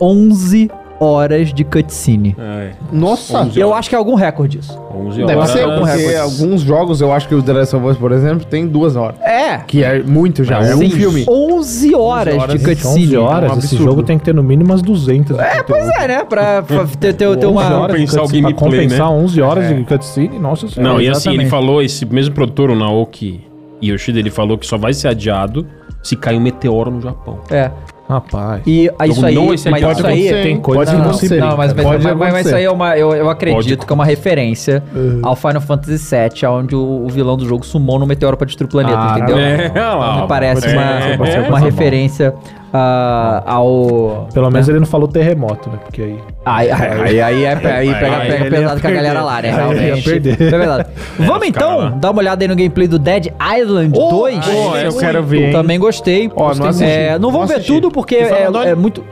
[SPEAKER 1] 11 horas de cutscene.
[SPEAKER 3] É.
[SPEAKER 4] Nossa,
[SPEAKER 3] Onze
[SPEAKER 1] Eu acho que é algum recorde isso.
[SPEAKER 3] 11
[SPEAKER 4] deve
[SPEAKER 3] horas.
[SPEAKER 4] ser,
[SPEAKER 1] algum
[SPEAKER 4] porque
[SPEAKER 1] recorde.
[SPEAKER 4] alguns jogos, eu acho que o The Last of Us, por exemplo, tem duas horas.
[SPEAKER 1] É.
[SPEAKER 4] Que é muito já, é um
[SPEAKER 1] Sim,
[SPEAKER 4] filme.
[SPEAKER 1] 11 horas,
[SPEAKER 4] 11
[SPEAKER 1] de
[SPEAKER 4] horas,
[SPEAKER 2] Gente,
[SPEAKER 1] cutscene.
[SPEAKER 2] 11 horas,
[SPEAKER 4] É um
[SPEAKER 2] esse
[SPEAKER 4] absurdo.
[SPEAKER 2] jogo tem que ter no mínimo umas 200.
[SPEAKER 1] É, pois é, né? Pra, pra ter, ter, ter uma...
[SPEAKER 2] horas de
[SPEAKER 3] Compensar o
[SPEAKER 2] cutscene, pra
[SPEAKER 3] gameplay,
[SPEAKER 2] compensar 11 horas de cutscene, nossa senhora.
[SPEAKER 3] Não, e assim, ele
[SPEAKER 2] É, exatamente.
[SPEAKER 3] falou, esse mesmo produtor, o Naoki Yoshida, ele falou que só vai ser adiado se cair um meteoro no Japão.
[SPEAKER 1] É.
[SPEAKER 2] Rapaz.
[SPEAKER 1] E ah, isso
[SPEAKER 3] Jogo
[SPEAKER 1] aí...
[SPEAKER 3] não
[SPEAKER 1] Mas
[SPEAKER 3] esse aí pode
[SPEAKER 1] isso aí... é
[SPEAKER 4] acontecer,
[SPEAKER 2] tem
[SPEAKER 4] hein?
[SPEAKER 2] coisa
[SPEAKER 4] Pode
[SPEAKER 2] que
[SPEAKER 1] Não,
[SPEAKER 2] não se
[SPEAKER 4] acontecer.
[SPEAKER 1] não,
[SPEAKER 2] brinca,
[SPEAKER 1] mas, mas,
[SPEAKER 4] Pode
[SPEAKER 1] mas- mas
[SPEAKER 4] acontecer.
[SPEAKER 1] isso aí é uma. Eu, eu acredito
[SPEAKER 3] Pode.
[SPEAKER 1] que é uma referência ao Final Fantasy VII, onde o, o vilão do jogo sumou no meteoro pra destruir o planeta,
[SPEAKER 2] Ah,
[SPEAKER 1] entendeu?
[SPEAKER 2] não.
[SPEAKER 3] É, olha lá,
[SPEAKER 1] Então,
[SPEAKER 3] ó.
[SPEAKER 1] me parece
[SPEAKER 3] É,
[SPEAKER 1] uma,
[SPEAKER 3] é,
[SPEAKER 1] uma
[SPEAKER 3] é,
[SPEAKER 1] uma referência ah, ao.
[SPEAKER 2] Pelo menos ele não falou terremoto, né? Porque aí.
[SPEAKER 1] Aí, aí, aí, aí, é- aí
[SPEAKER 3] Aí
[SPEAKER 1] pega,
[SPEAKER 3] ele
[SPEAKER 1] pega
[SPEAKER 2] ia
[SPEAKER 1] pesado com a galera lá, né?
[SPEAKER 2] perder. Aí ele ia
[SPEAKER 1] Realmente.
[SPEAKER 2] perder.
[SPEAKER 1] É verdade. Vamos
[SPEAKER 3] lá.
[SPEAKER 1] então dar uma olhada aí no gameplay do Dead Island 2.
[SPEAKER 3] oh,
[SPEAKER 4] eu
[SPEAKER 3] esse
[SPEAKER 4] quero ver, hein?
[SPEAKER 1] é Também gostei.
[SPEAKER 4] Ó, não assisti.
[SPEAKER 1] É, não vou
[SPEAKER 4] Não
[SPEAKER 1] ver
[SPEAKER 4] assisti.
[SPEAKER 1] tudo porque
[SPEAKER 2] Você
[SPEAKER 1] é,
[SPEAKER 2] falou, Doni?
[SPEAKER 1] é muito.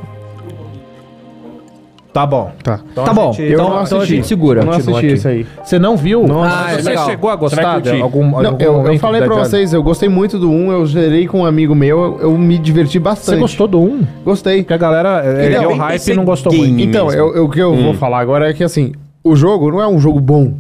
[SPEAKER 2] Tá bom.
[SPEAKER 4] Tá.
[SPEAKER 2] Então
[SPEAKER 1] Tá
[SPEAKER 2] a
[SPEAKER 1] bom,
[SPEAKER 2] gente-
[SPEAKER 1] então,
[SPEAKER 4] não
[SPEAKER 1] então a
[SPEAKER 4] assisti.
[SPEAKER 1] gente segura.
[SPEAKER 4] Eu não
[SPEAKER 2] Continua
[SPEAKER 4] assisti
[SPEAKER 2] aqui.
[SPEAKER 4] isso aí.
[SPEAKER 2] Você não viu?
[SPEAKER 4] Não,
[SPEAKER 1] Ah, é
[SPEAKER 2] você
[SPEAKER 1] legal.
[SPEAKER 2] chegou a
[SPEAKER 3] Você
[SPEAKER 2] gostar
[SPEAKER 3] vai
[SPEAKER 2] de
[SPEAKER 3] curtir.
[SPEAKER 2] algum,
[SPEAKER 4] Não,
[SPEAKER 2] algum
[SPEAKER 4] eu, eu
[SPEAKER 2] um momento
[SPEAKER 4] falei
[SPEAKER 2] da-
[SPEAKER 4] pra
[SPEAKER 2] da-
[SPEAKER 4] vocês, eu gostei muito do 1, eu gerei com um amigo meu, eu, eu me diverti bastante.
[SPEAKER 2] Você gostou do 1?
[SPEAKER 4] Gostei.
[SPEAKER 2] Porque a galera é,
[SPEAKER 4] Então,
[SPEAKER 2] deu
[SPEAKER 4] eu
[SPEAKER 2] hype
[SPEAKER 3] pensei
[SPEAKER 2] e não gostou
[SPEAKER 3] game.
[SPEAKER 2] muito.
[SPEAKER 4] Então,
[SPEAKER 3] mesmo.
[SPEAKER 4] eu, eu- o que eu
[SPEAKER 2] Hum.
[SPEAKER 4] vou falar agora é que assim, o jogo não é um jogo bom.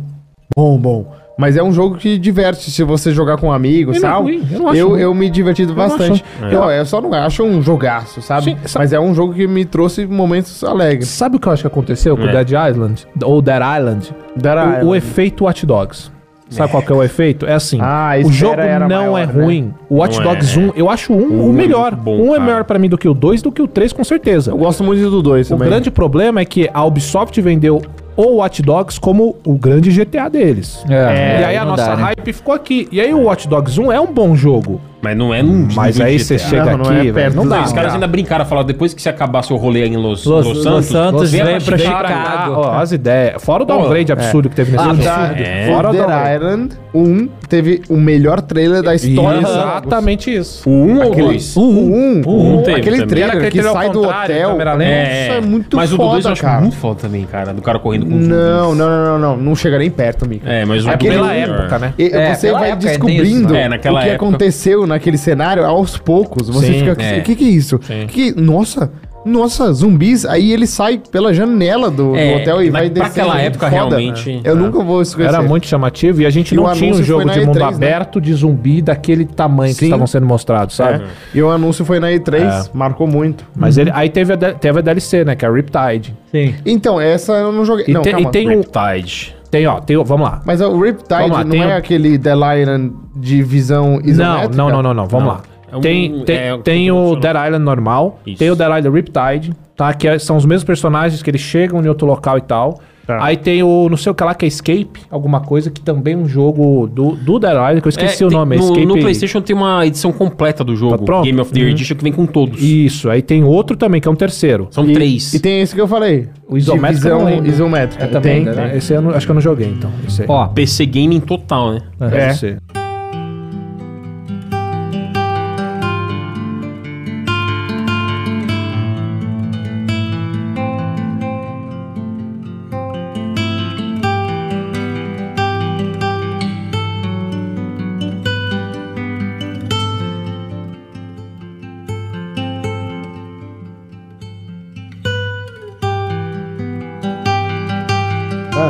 [SPEAKER 4] Bom, bom. Mas é um jogo que diverte se você jogar com um amigo,
[SPEAKER 2] E não é
[SPEAKER 4] sabe?
[SPEAKER 2] ruim, eu não acho
[SPEAKER 4] eu,
[SPEAKER 2] ruim.
[SPEAKER 4] eu me diverti bastante.
[SPEAKER 2] acho-
[SPEAKER 4] Não, eu só não acho um jogaço, sabe?
[SPEAKER 2] Sim, sabe-
[SPEAKER 4] Mas é um jogo que me trouxe momentos alegres.
[SPEAKER 2] Sabe o que eu acho que aconteceu com o
[SPEAKER 3] É.
[SPEAKER 2] Dead Island? Ou Dead Island?
[SPEAKER 4] Dead
[SPEAKER 2] o, o
[SPEAKER 4] Island.
[SPEAKER 2] efeito Watch Dogs. Sabe qual que é o efeito? É assim,
[SPEAKER 4] Ah, a
[SPEAKER 2] o
[SPEAKER 4] espera
[SPEAKER 2] jogo
[SPEAKER 4] era
[SPEAKER 2] não
[SPEAKER 4] maior,
[SPEAKER 2] é
[SPEAKER 4] né?
[SPEAKER 2] ruim. O Watch
[SPEAKER 3] Não
[SPEAKER 2] Dogs
[SPEAKER 3] é.
[SPEAKER 2] 1, eu acho um,
[SPEAKER 3] Um
[SPEAKER 2] o
[SPEAKER 3] é
[SPEAKER 2] melhor.
[SPEAKER 3] muito bom,
[SPEAKER 2] um é
[SPEAKER 3] cara.
[SPEAKER 2] melhor pra mim do que o 2, do que o 3, com certeza.
[SPEAKER 4] Eu gosto muito do 2
[SPEAKER 2] O
[SPEAKER 4] também.
[SPEAKER 2] grande problema é que a Ubisoft vendeu o Watch Dogs como o grande GTA deles.
[SPEAKER 1] É,
[SPEAKER 2] e aí a
[SPEAKER 1] não
[SPEAKER 2] nossa
[SPEAKER 1] dá, né?
[SPEAKER 2] hype ficou aqui. E aí o Watch Dogs 1 é um bom jogo.
[SPEAKER 3] Mas não é um
[SPEAKER 2] Mas
[SPEAKER 3] nível
[SPEAKER 2] aí
[SPEAKER 3] de
[SPEAKER 2] você
[SPEAKER 3] GTA.
[SPEAKER 2] chega
[SPEAKER 4] Não, não é
[SPEAKER 2] aqui, velho,
[SPEAKER 4] perto
[SPEAKER 2] não,
[SPEAKER 4] dos
[SPEAKER 2] dá.
[SPEAKER 4] dois.
[SPEAKER 3] Os caras ainda brincaram, falaram, depois que você acabar seu rolê em Los,
[SPEAKER 1] Los-
[SPEAKER 3] Los,
[SPEAKER 1] Los
[SPEAKER 3] Santos,
[SPEAKER 1] Santos, vem pra
[SPEAKER 3] Chicago.
[SPEAKER 1] Chicago.
[SPEAKER 2] Ó, as ideias. Fora o
[SPEAKER 4] é.
[SPEAKER 2] downgrade absurdo que teve nesse
[SPEAKER 1] Ah,
[SPEAKER 2] jogo.
[SPEAKER 1] tá.
[SPEAKER 2] Absurdo.
[SPEAKER 3] É.
[SPEAKER 2] Fora
[SPEAKER 4] O
[SPEAKER 2] o
[SPEAKER 4] Dead
[SPEAKER 2] downgrade.
[SPEAKER 4] Island 1 teve o melhor trailer da
[SPEAKER 1] é.
[SPEAKER 4] história.
[SPEAKER 2] Exatamente isso.
[SPEAKER 3] O 1 ou
[SPEAKER 4] Aquele-
[SPEAKER 3] 2?
[SPEAKER 4] O 1,
[SPEAKER 3] O um teve
[SPEAKER 4] aquele
[SPEAKER 3] também.
[SPEAKER 4] trailer
[SPEAKER 2] Era aquele
[SPEAKER 4] que
[SPEAKER 2] trailer ao
[SPEAKER 4] sai do
[SPEAKER 2] contrário,
[SPEAKER 4] hotel.
[SPEAKER 2] câmera lenta.
[SPEAKER 4] Nossa, é muito
[SPEAKER 3] Mas o do 2 eu
[SPEAKER 4] foda,
[SPEAKER 3] acho
[SPEAKER 4] cara.
[SPEAKER 3] muito foda também, cara. Do cara correndo com os
[SPEAKER 4] Não, não,
[SPEAKER 3] zumbis.
[SPEAKER 4] não, não, não. Não chega nem perto, amigo.
[SPEAKER 3] É, mas o
[SPEAKER 2] É
[SPEAKER 4] Aquele
[SPEAKER 3] do
[SPEAKER 2] pela
[SPEAKER 3] um-
[SPEAKER 2] época, né?
[SPEAKER 4] E
[SPEAKER 1] É,
[SPEAKER 4] você
[SPEAKER 1] naquela
[SPEAKER 4] vai
[SPEAKER 1] época, tem isso,
[SPEAKER 4] descobrindo
[SPEAKER 1] né?
[SPEAKER 3] É, naquela
[SPEAKER 4] o que
[SPEAKER 3] época.
[SPEAKER 4] aconteceu naquele cenário aos poucos. Você
[SPEAKER 2] Sim,
[SPEAKER 4] fica, o
[SPEAKER 3] é.
[SPEAKER 4] que, que é isso?
[SPEAKER 3] Sim.
[SPEAKER 4] Que, nossa, nossa, zumbis. Aí ele sai pela janela do, do
[SPEAKER 3] É,
[SPEAKER 4] hotel e
[SPEAKER 3] na-
[SPEAKER 4] vai
[SPEAKER 3] pra
[SPEAKER 4] descendo.
[SPEAKER 3] aquela época, realmente,
[SPEAKER 4] Eu
[SPEAKER 3] né?
[SPEAKER 4] nunca vou esquecer.
[SPEAKER 2] Era muito chamativo e a gente
[SPEAKER 4] E
[SPEAKER 2] não
[SPEAKER 4] o
[SPEAKER 2] tinha um
[SPEAKER 4] anúncio
[SPEAKER 2] jogo
[SPEAKER 4] foi na
[SPEAKER 2] de mundo
[SPEAKER 4] E3, né?
[SPEAKER 2] aberto de zumbi daquele tamanho que
[SPEAKER 4] Sim.
[SPEAKER 2] estavam sendo mostrados, sabe?
[SPEAKER 4] É. E o anúncio foi na E3,
[SPEAKER 2] É.
[SPEAKER 4] marcou muito.
[SPEAKER 2] Mas ele, aí teve a, D- teve a DLC, né? Que é a Riptide.
[SPEAKER 1] Uhum. Sim.
[SPEAKER 4] Então, essa eu não joguei.
[SPEAKER 2] E,
[SPEAKER 4] não,
[SPEAKER 2] te-
[SPEAKER 4] calma.
[SPEAKER 2] e tem um.
[SPEAKER 3] Riptide.
[SPEAKER 2] Tem, ó, tem, o- vamos lá.
[SPEAKER 4] Mas é o Riptide
[SPEAKER 2] Vamos lá,
[SPEAKER 4] não
[SPEAKER 2] tem
[SPEAKER 4] é
[SPEAKER 2] um-
[SPEAKER 4] aquele The Lion de visão
[SPEAKER 2] Não,
[SPEAKER 4] isométrica?
[SPEAKER 2] não, não, não, não. Vamos
[SPEAKER 3] Não.
[SPEAKER 2] lá.
[SPEAKER 3] É um-
[SPEAKER 2] tem tem,
[SPEAKER 3] é,
[SPEAKER 2] tem o
[SPEAKER 3] funciona.
[SPEAKER 2] Dead Island normal,
[SPEAKER 3] Isso.
[SPEAKER 2] tem o Dead Island Riptide, tá? Que é- são os mesmos personagens que eles chegam em outro local e tal.
[SPEAKER 1] Tá.
[SPEAKER 2] Aí tem o, não sei o que lá, que é Escape, alguma coisa, que também é um jogo do, do Dead Island, que eu esqueci
[SPEAKER 3] É,
[SPEAKER 2] o
[SPEAKER 3] tem-
[SPEAKER 2] nome. é
[SPEAKER 3] no,
[SPEAKER 2] Escape...
[SPEAKER 3] no PlayStation tem uma edição completa do jogo.
[SPEAKER 2] Tá pronto?
[SPEAKER 3] Game of the Year Edition que vem com todos.
[SPEAKER 2] Isso, aí tem outro também, que é um terceiro.
[SPEAKER 3] São
[SPEAKER 4] E,
[SPEAKER 3] três.
[SPEAKER 4] e tem esse que eu falei.
[SPEAKER 2] O isométrico
[SPEAKER 4] de
[SPEAKER 2] eu não
[SPEAKER 4] visão
[SPEAKER 2] lembro.
[SPEAKER 4] isométrica.
[SPEAKER 2] É, também,
[SPEAKER 4] tem.
[SPEAKER 2] né? Esse eu não- acho que eu não joguei, então. Esse aí.
[SPEAKER 1] Ó,
[SPEAKER 3] PC Gaming total, né?
[SPEAKER 2] é.
[SPEAKER 4] é.
[SPEAKER 2] Esse.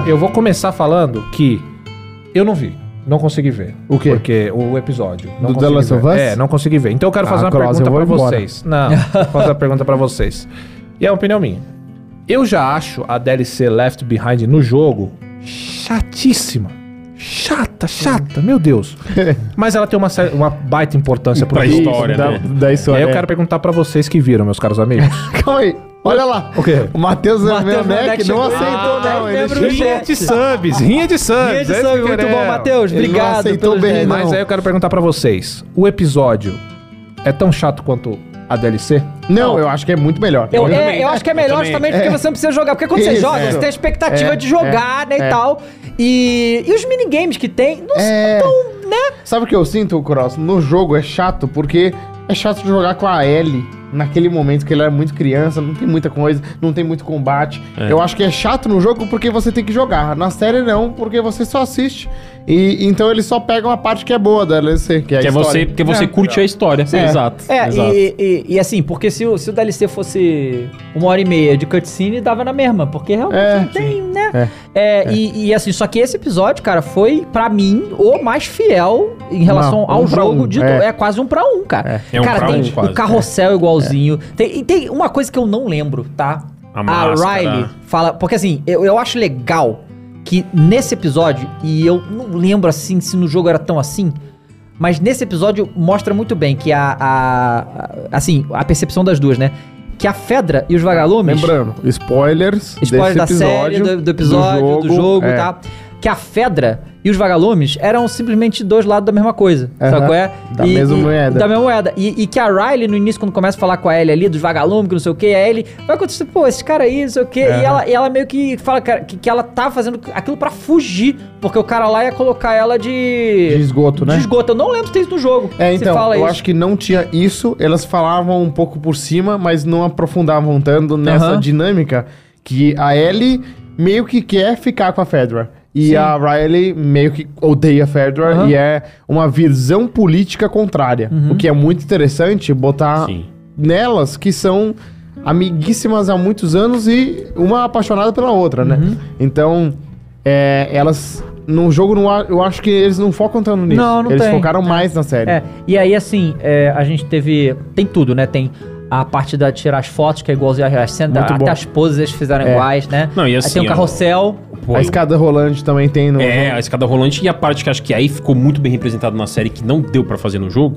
[SPEAKER 2] eu vou começar falando que eu não vi. Não consegui ver.
[SPEAKER 4] O quê?
[SPEAKER 2] Porque o episódio. Não
[SPEAKER 4] Do The
[SPEAKER 2] consegui
[SPEAKER 4] Last
[SPEAKER 2] ver.
[SPEAKER 4] of Us?
[SPEAKER 2] É, não consegui ver. Então eu quero
[SPEAKER 4] Ah,
[SPEAKER 2] fazer uma
[SPEAKER 4] Cross, eu
[SPEAKER 2] pergunta
[SPEAKER 4] vou
[SPEAKER 2] pra
[SPEAKER 4] embora. *laughs*
[SPEAKER 2] vocês. Não, vou fazer uma pergunta pra vocês. E é uma opinião minha. Eu já acho a DLC Left Behind no jogo chatíssima. Chata, chata, meu
[SPEAKER 4] *laughs*
[SPEAKER 2] Deus. Mas ela tem uma, cer- uma baita importância pro
[SPEAKER 3] Pra
[SPEAKER 2] jogo.
[SPEAKER 3] história.
[SPEAKER 4] da,
[SPEAKER 3] né?
[SPEAKER 4] da
[SPEAKER 2] E aí
[SPEAKER 4] história. É.
[SPEAKER 2] eu quero perguntar pra vocês que viram, meus caros amigos.
[SPEAKER 4] *laughs* Calma aí. Olha lá.
[SPEAKER 2] O quê?
[SPEAKER 4] O Matheus
[SPEAKER 1] Werneck
[SPEAKER 4] Werneck não
[SPEAKER 1] chegou.
[SPEAKER 4] aceitou,
[SPEAKER 1] Ah,
[SPEAKER 4] não. Ele
[SPEAKER 1] membro
[SPEAKER 4] chegou-
[SPEAKER 1] do
[SPEAKER 2] Rinha de subs, rinha de subs.
[SPEAKER 1] Rinha de
[SPEAKER 2] é isso
[SPEAKER 1] sub,
[SPEAKER 2] que eu
[SPEAKER 1] muito
[SPEAKER 2] quero.
[SPEAKER 1] bom, Matheus.
[SPEAKER 4] Ele não
[SPEAKER 1] Obrigado.
[SPEAKER 4] aceitou
[SPEAKER 1] pelos
[SPEAKER 4] bem,
[SPEAKER 1] dez.
[SPEAKER 4] não.
[SPEAKER 2] Mas aí eu quero perguntar pra vocês, o episódio é tão chato quanto a DLC?
[SPEAKER 4] Não, eu acho que é muito melhor.
[SPEAKER 1] Eu,
[SPEAKER 3] Eu
[SPEAKER 1] é,
[SPEAKER 3] também.
[SPEAKER 1] eu acho que é
[SPEAKER 3] Eu
[SPEAKER 1] melhor
[SPEAKER 3] também.
[SPEAKER 1] justamente porque você não precisa jogar. Porque quando você
[SPEAKER 4] Isso,
[SPEAKER 1] joga,
[SPEAKER 4] é.
[SPEAKER 1] você tem a expectativa
[SPEAKER 4] É,
[SPEAKER 1] de jogar,
[SPEAKER 4] é,
[SPEAKER 1] né, e
[SPEAKER 4] é.
[SPEAKER 1] tal. E, e os minigames que tem não
[SPEAKER 4] É.
[SPEAKER 1] são tão, né?
[SPEAKER 4] Sabe o que eu sinto, Cross? No jogo é chato, porque é chato de jogar com a Ellie naquele momento que ela era muito criança, não tem muita coisa, não tem muito combate. Eu acho que é chato no jogo porque você tem que jogar. Na série não, porque você só assiste. E então eles só pegam a parte que é boa da DLC, que é a
[SPEAKER 3] Que é você,
[SPEAKER 4] história.
[SPEAKER 3] que você curte a história. Exato.
[SPEAKER 1] É,
[SPEAKER 3] exato.
[SPEAKER 1] e, e- e assim, porque se o, se o DLC fosse uma hora e meia de cutscene, dava na mesma. Porque realmente
[SPEAKER 4] É,
[SPEAKER 1] não tem, né? É, E, e, assim, só que esse episódio, cara, foi, pra mim, o mais fiel em relação
[SPEAKER 4] Uma-
[SPEAKER 1] ao
[SPEAKER 4] um pra
[SPEAKER 1] jogo
[SPEAKER 4] um,
[SPEAKER 1] de.
[SPEAKER 4] é.
[SPEAKER 1] É. quase um pra um, cara.
[SPEAKER 3] É. É um
[SPEAKER 1] cara,
[SPEAKER 3] pra
[SPEAKER 1] tem
[SPEAKER 3] um, quase,
[SPEAKER 1] o carrossel igualzinho. Tem, e tem uma coisa que eu não lembro, tá?
[SPEAKER 3] A
[SPEAKER 1] a
[SPEAKER 3] máscara.
[SPEAKER 1] Riley fala. Porque assim, eu, eu acho legal que nesse episódio, e eu não lembro assim se no jogo era tão assim, mas nesse episódio mostra muito bem que a. a- a- assim, a percepção das duas, né? Que a Fedra e os vagalumes.
[SPEAKER 4] Lembrando, spoilers
[SPEAKER 1] Spoiler da
[SPEAKER 4] desse
[SPEAKER 1] série,
[SPEAKER 4] episódio,
[SPEAKER 1] do, do episódio, do jogo,
[SPEAKER 4] é.
[SPEAKER 1] tá? Que a Fedra e os vagalumes eram simplesmente dois lados da mesma coisa.
[SPEAKER 4] Aham.
[SPEAKER 1] Sabe qual é?
[SPEAKER 4] Da
[SPEAKER 1] E-
[SPEAKER 4] mesma
[SPEAKER 1] e-
[SPEAKER 4] moeda.
[SPEAKER 1] Da mesma moeda. E, e que a Riley, no início, quando começa a falar com a Ellie ali, dos vagalumes, que não sei o que, a Ellie vai acontecer, pô, esse cara aí, não sei o que. E, ela, e ela meio que fala cara, que, que ela tá fazendo aquilo pra fugir, porque o cara lá ia colocar ela de.
[SPEAKER 4] De esgoto, né?
[SPEAKER 1] De esgoto. Eu não lembro se tem isso no jogo.
[SPEAKER 4] É,
[SPEAKER 1] se
[SPEAKER 4] então,
[SPEAKER 1] fala
[SPEAKER 4] eu
[SPEAKER 1] isso.
[SPEAKER 4] acho que não tinha isso, elas falavam um pouco por cima, mas não aprofundavam tanto nessa
[SPEAKER 1] Aham.
[SPEAKER 4] dinâmica que a Ellie meio que quer ficar com a Fedra. E
[SPEAKER 1] Sim.
[SPEAKER 4] a Riley meio que odeia a Fedra
[SPEAKER 1] Aham. Uhum.
[SPEAKER 4] e é uma visão política contrária. O que é muito interessante botar
[SPEAKER 3] Sim.
[SPEAKER 4] nelas que são amiguíssimas há muitos anos e uma apaixonada pela outra,
[SPEAKER 1] Uhum.
[SPEAKER 4] né? Então, é, elas. No jogo, não, há- eu acho que eles não focam tanto nisso.
[SPEAKER 1] Não, não
[SPEAKER 4] eles
[SPEAKER 1] tem.
[SPEAKER 4] focaram mais na série.
[SPEAKER 1] É, e aí assim, é, a gente teve. Tem tudo, né? Tem a parte da tirar as fotos, que é igualzinho a reacenda,
[SPEAKER 4] Muito
[SPEAKER 1] até
[SPEAKER 4] bom.
[SPEAKER 1] as poses eles fizeram
[SPEAKER 4] É.
[SPEAKER 1] iguais, né?
[SPEAKER 3] Não, e
[SPEAKER 1] aí
[SPEAKER 3] assim,
[SPEAKER 1] tem o
[SPEAKER 3] eu-
[SPEAKER 1] carrossel.
[SPEAKER 3] Pô,
[SPEAKER 4] a escada rolante também tem no.
[SPEAKER 3] É, a escada rolante e a parte que acho que aí ficou muito bem representado na série que não deu pra fazer no jogo.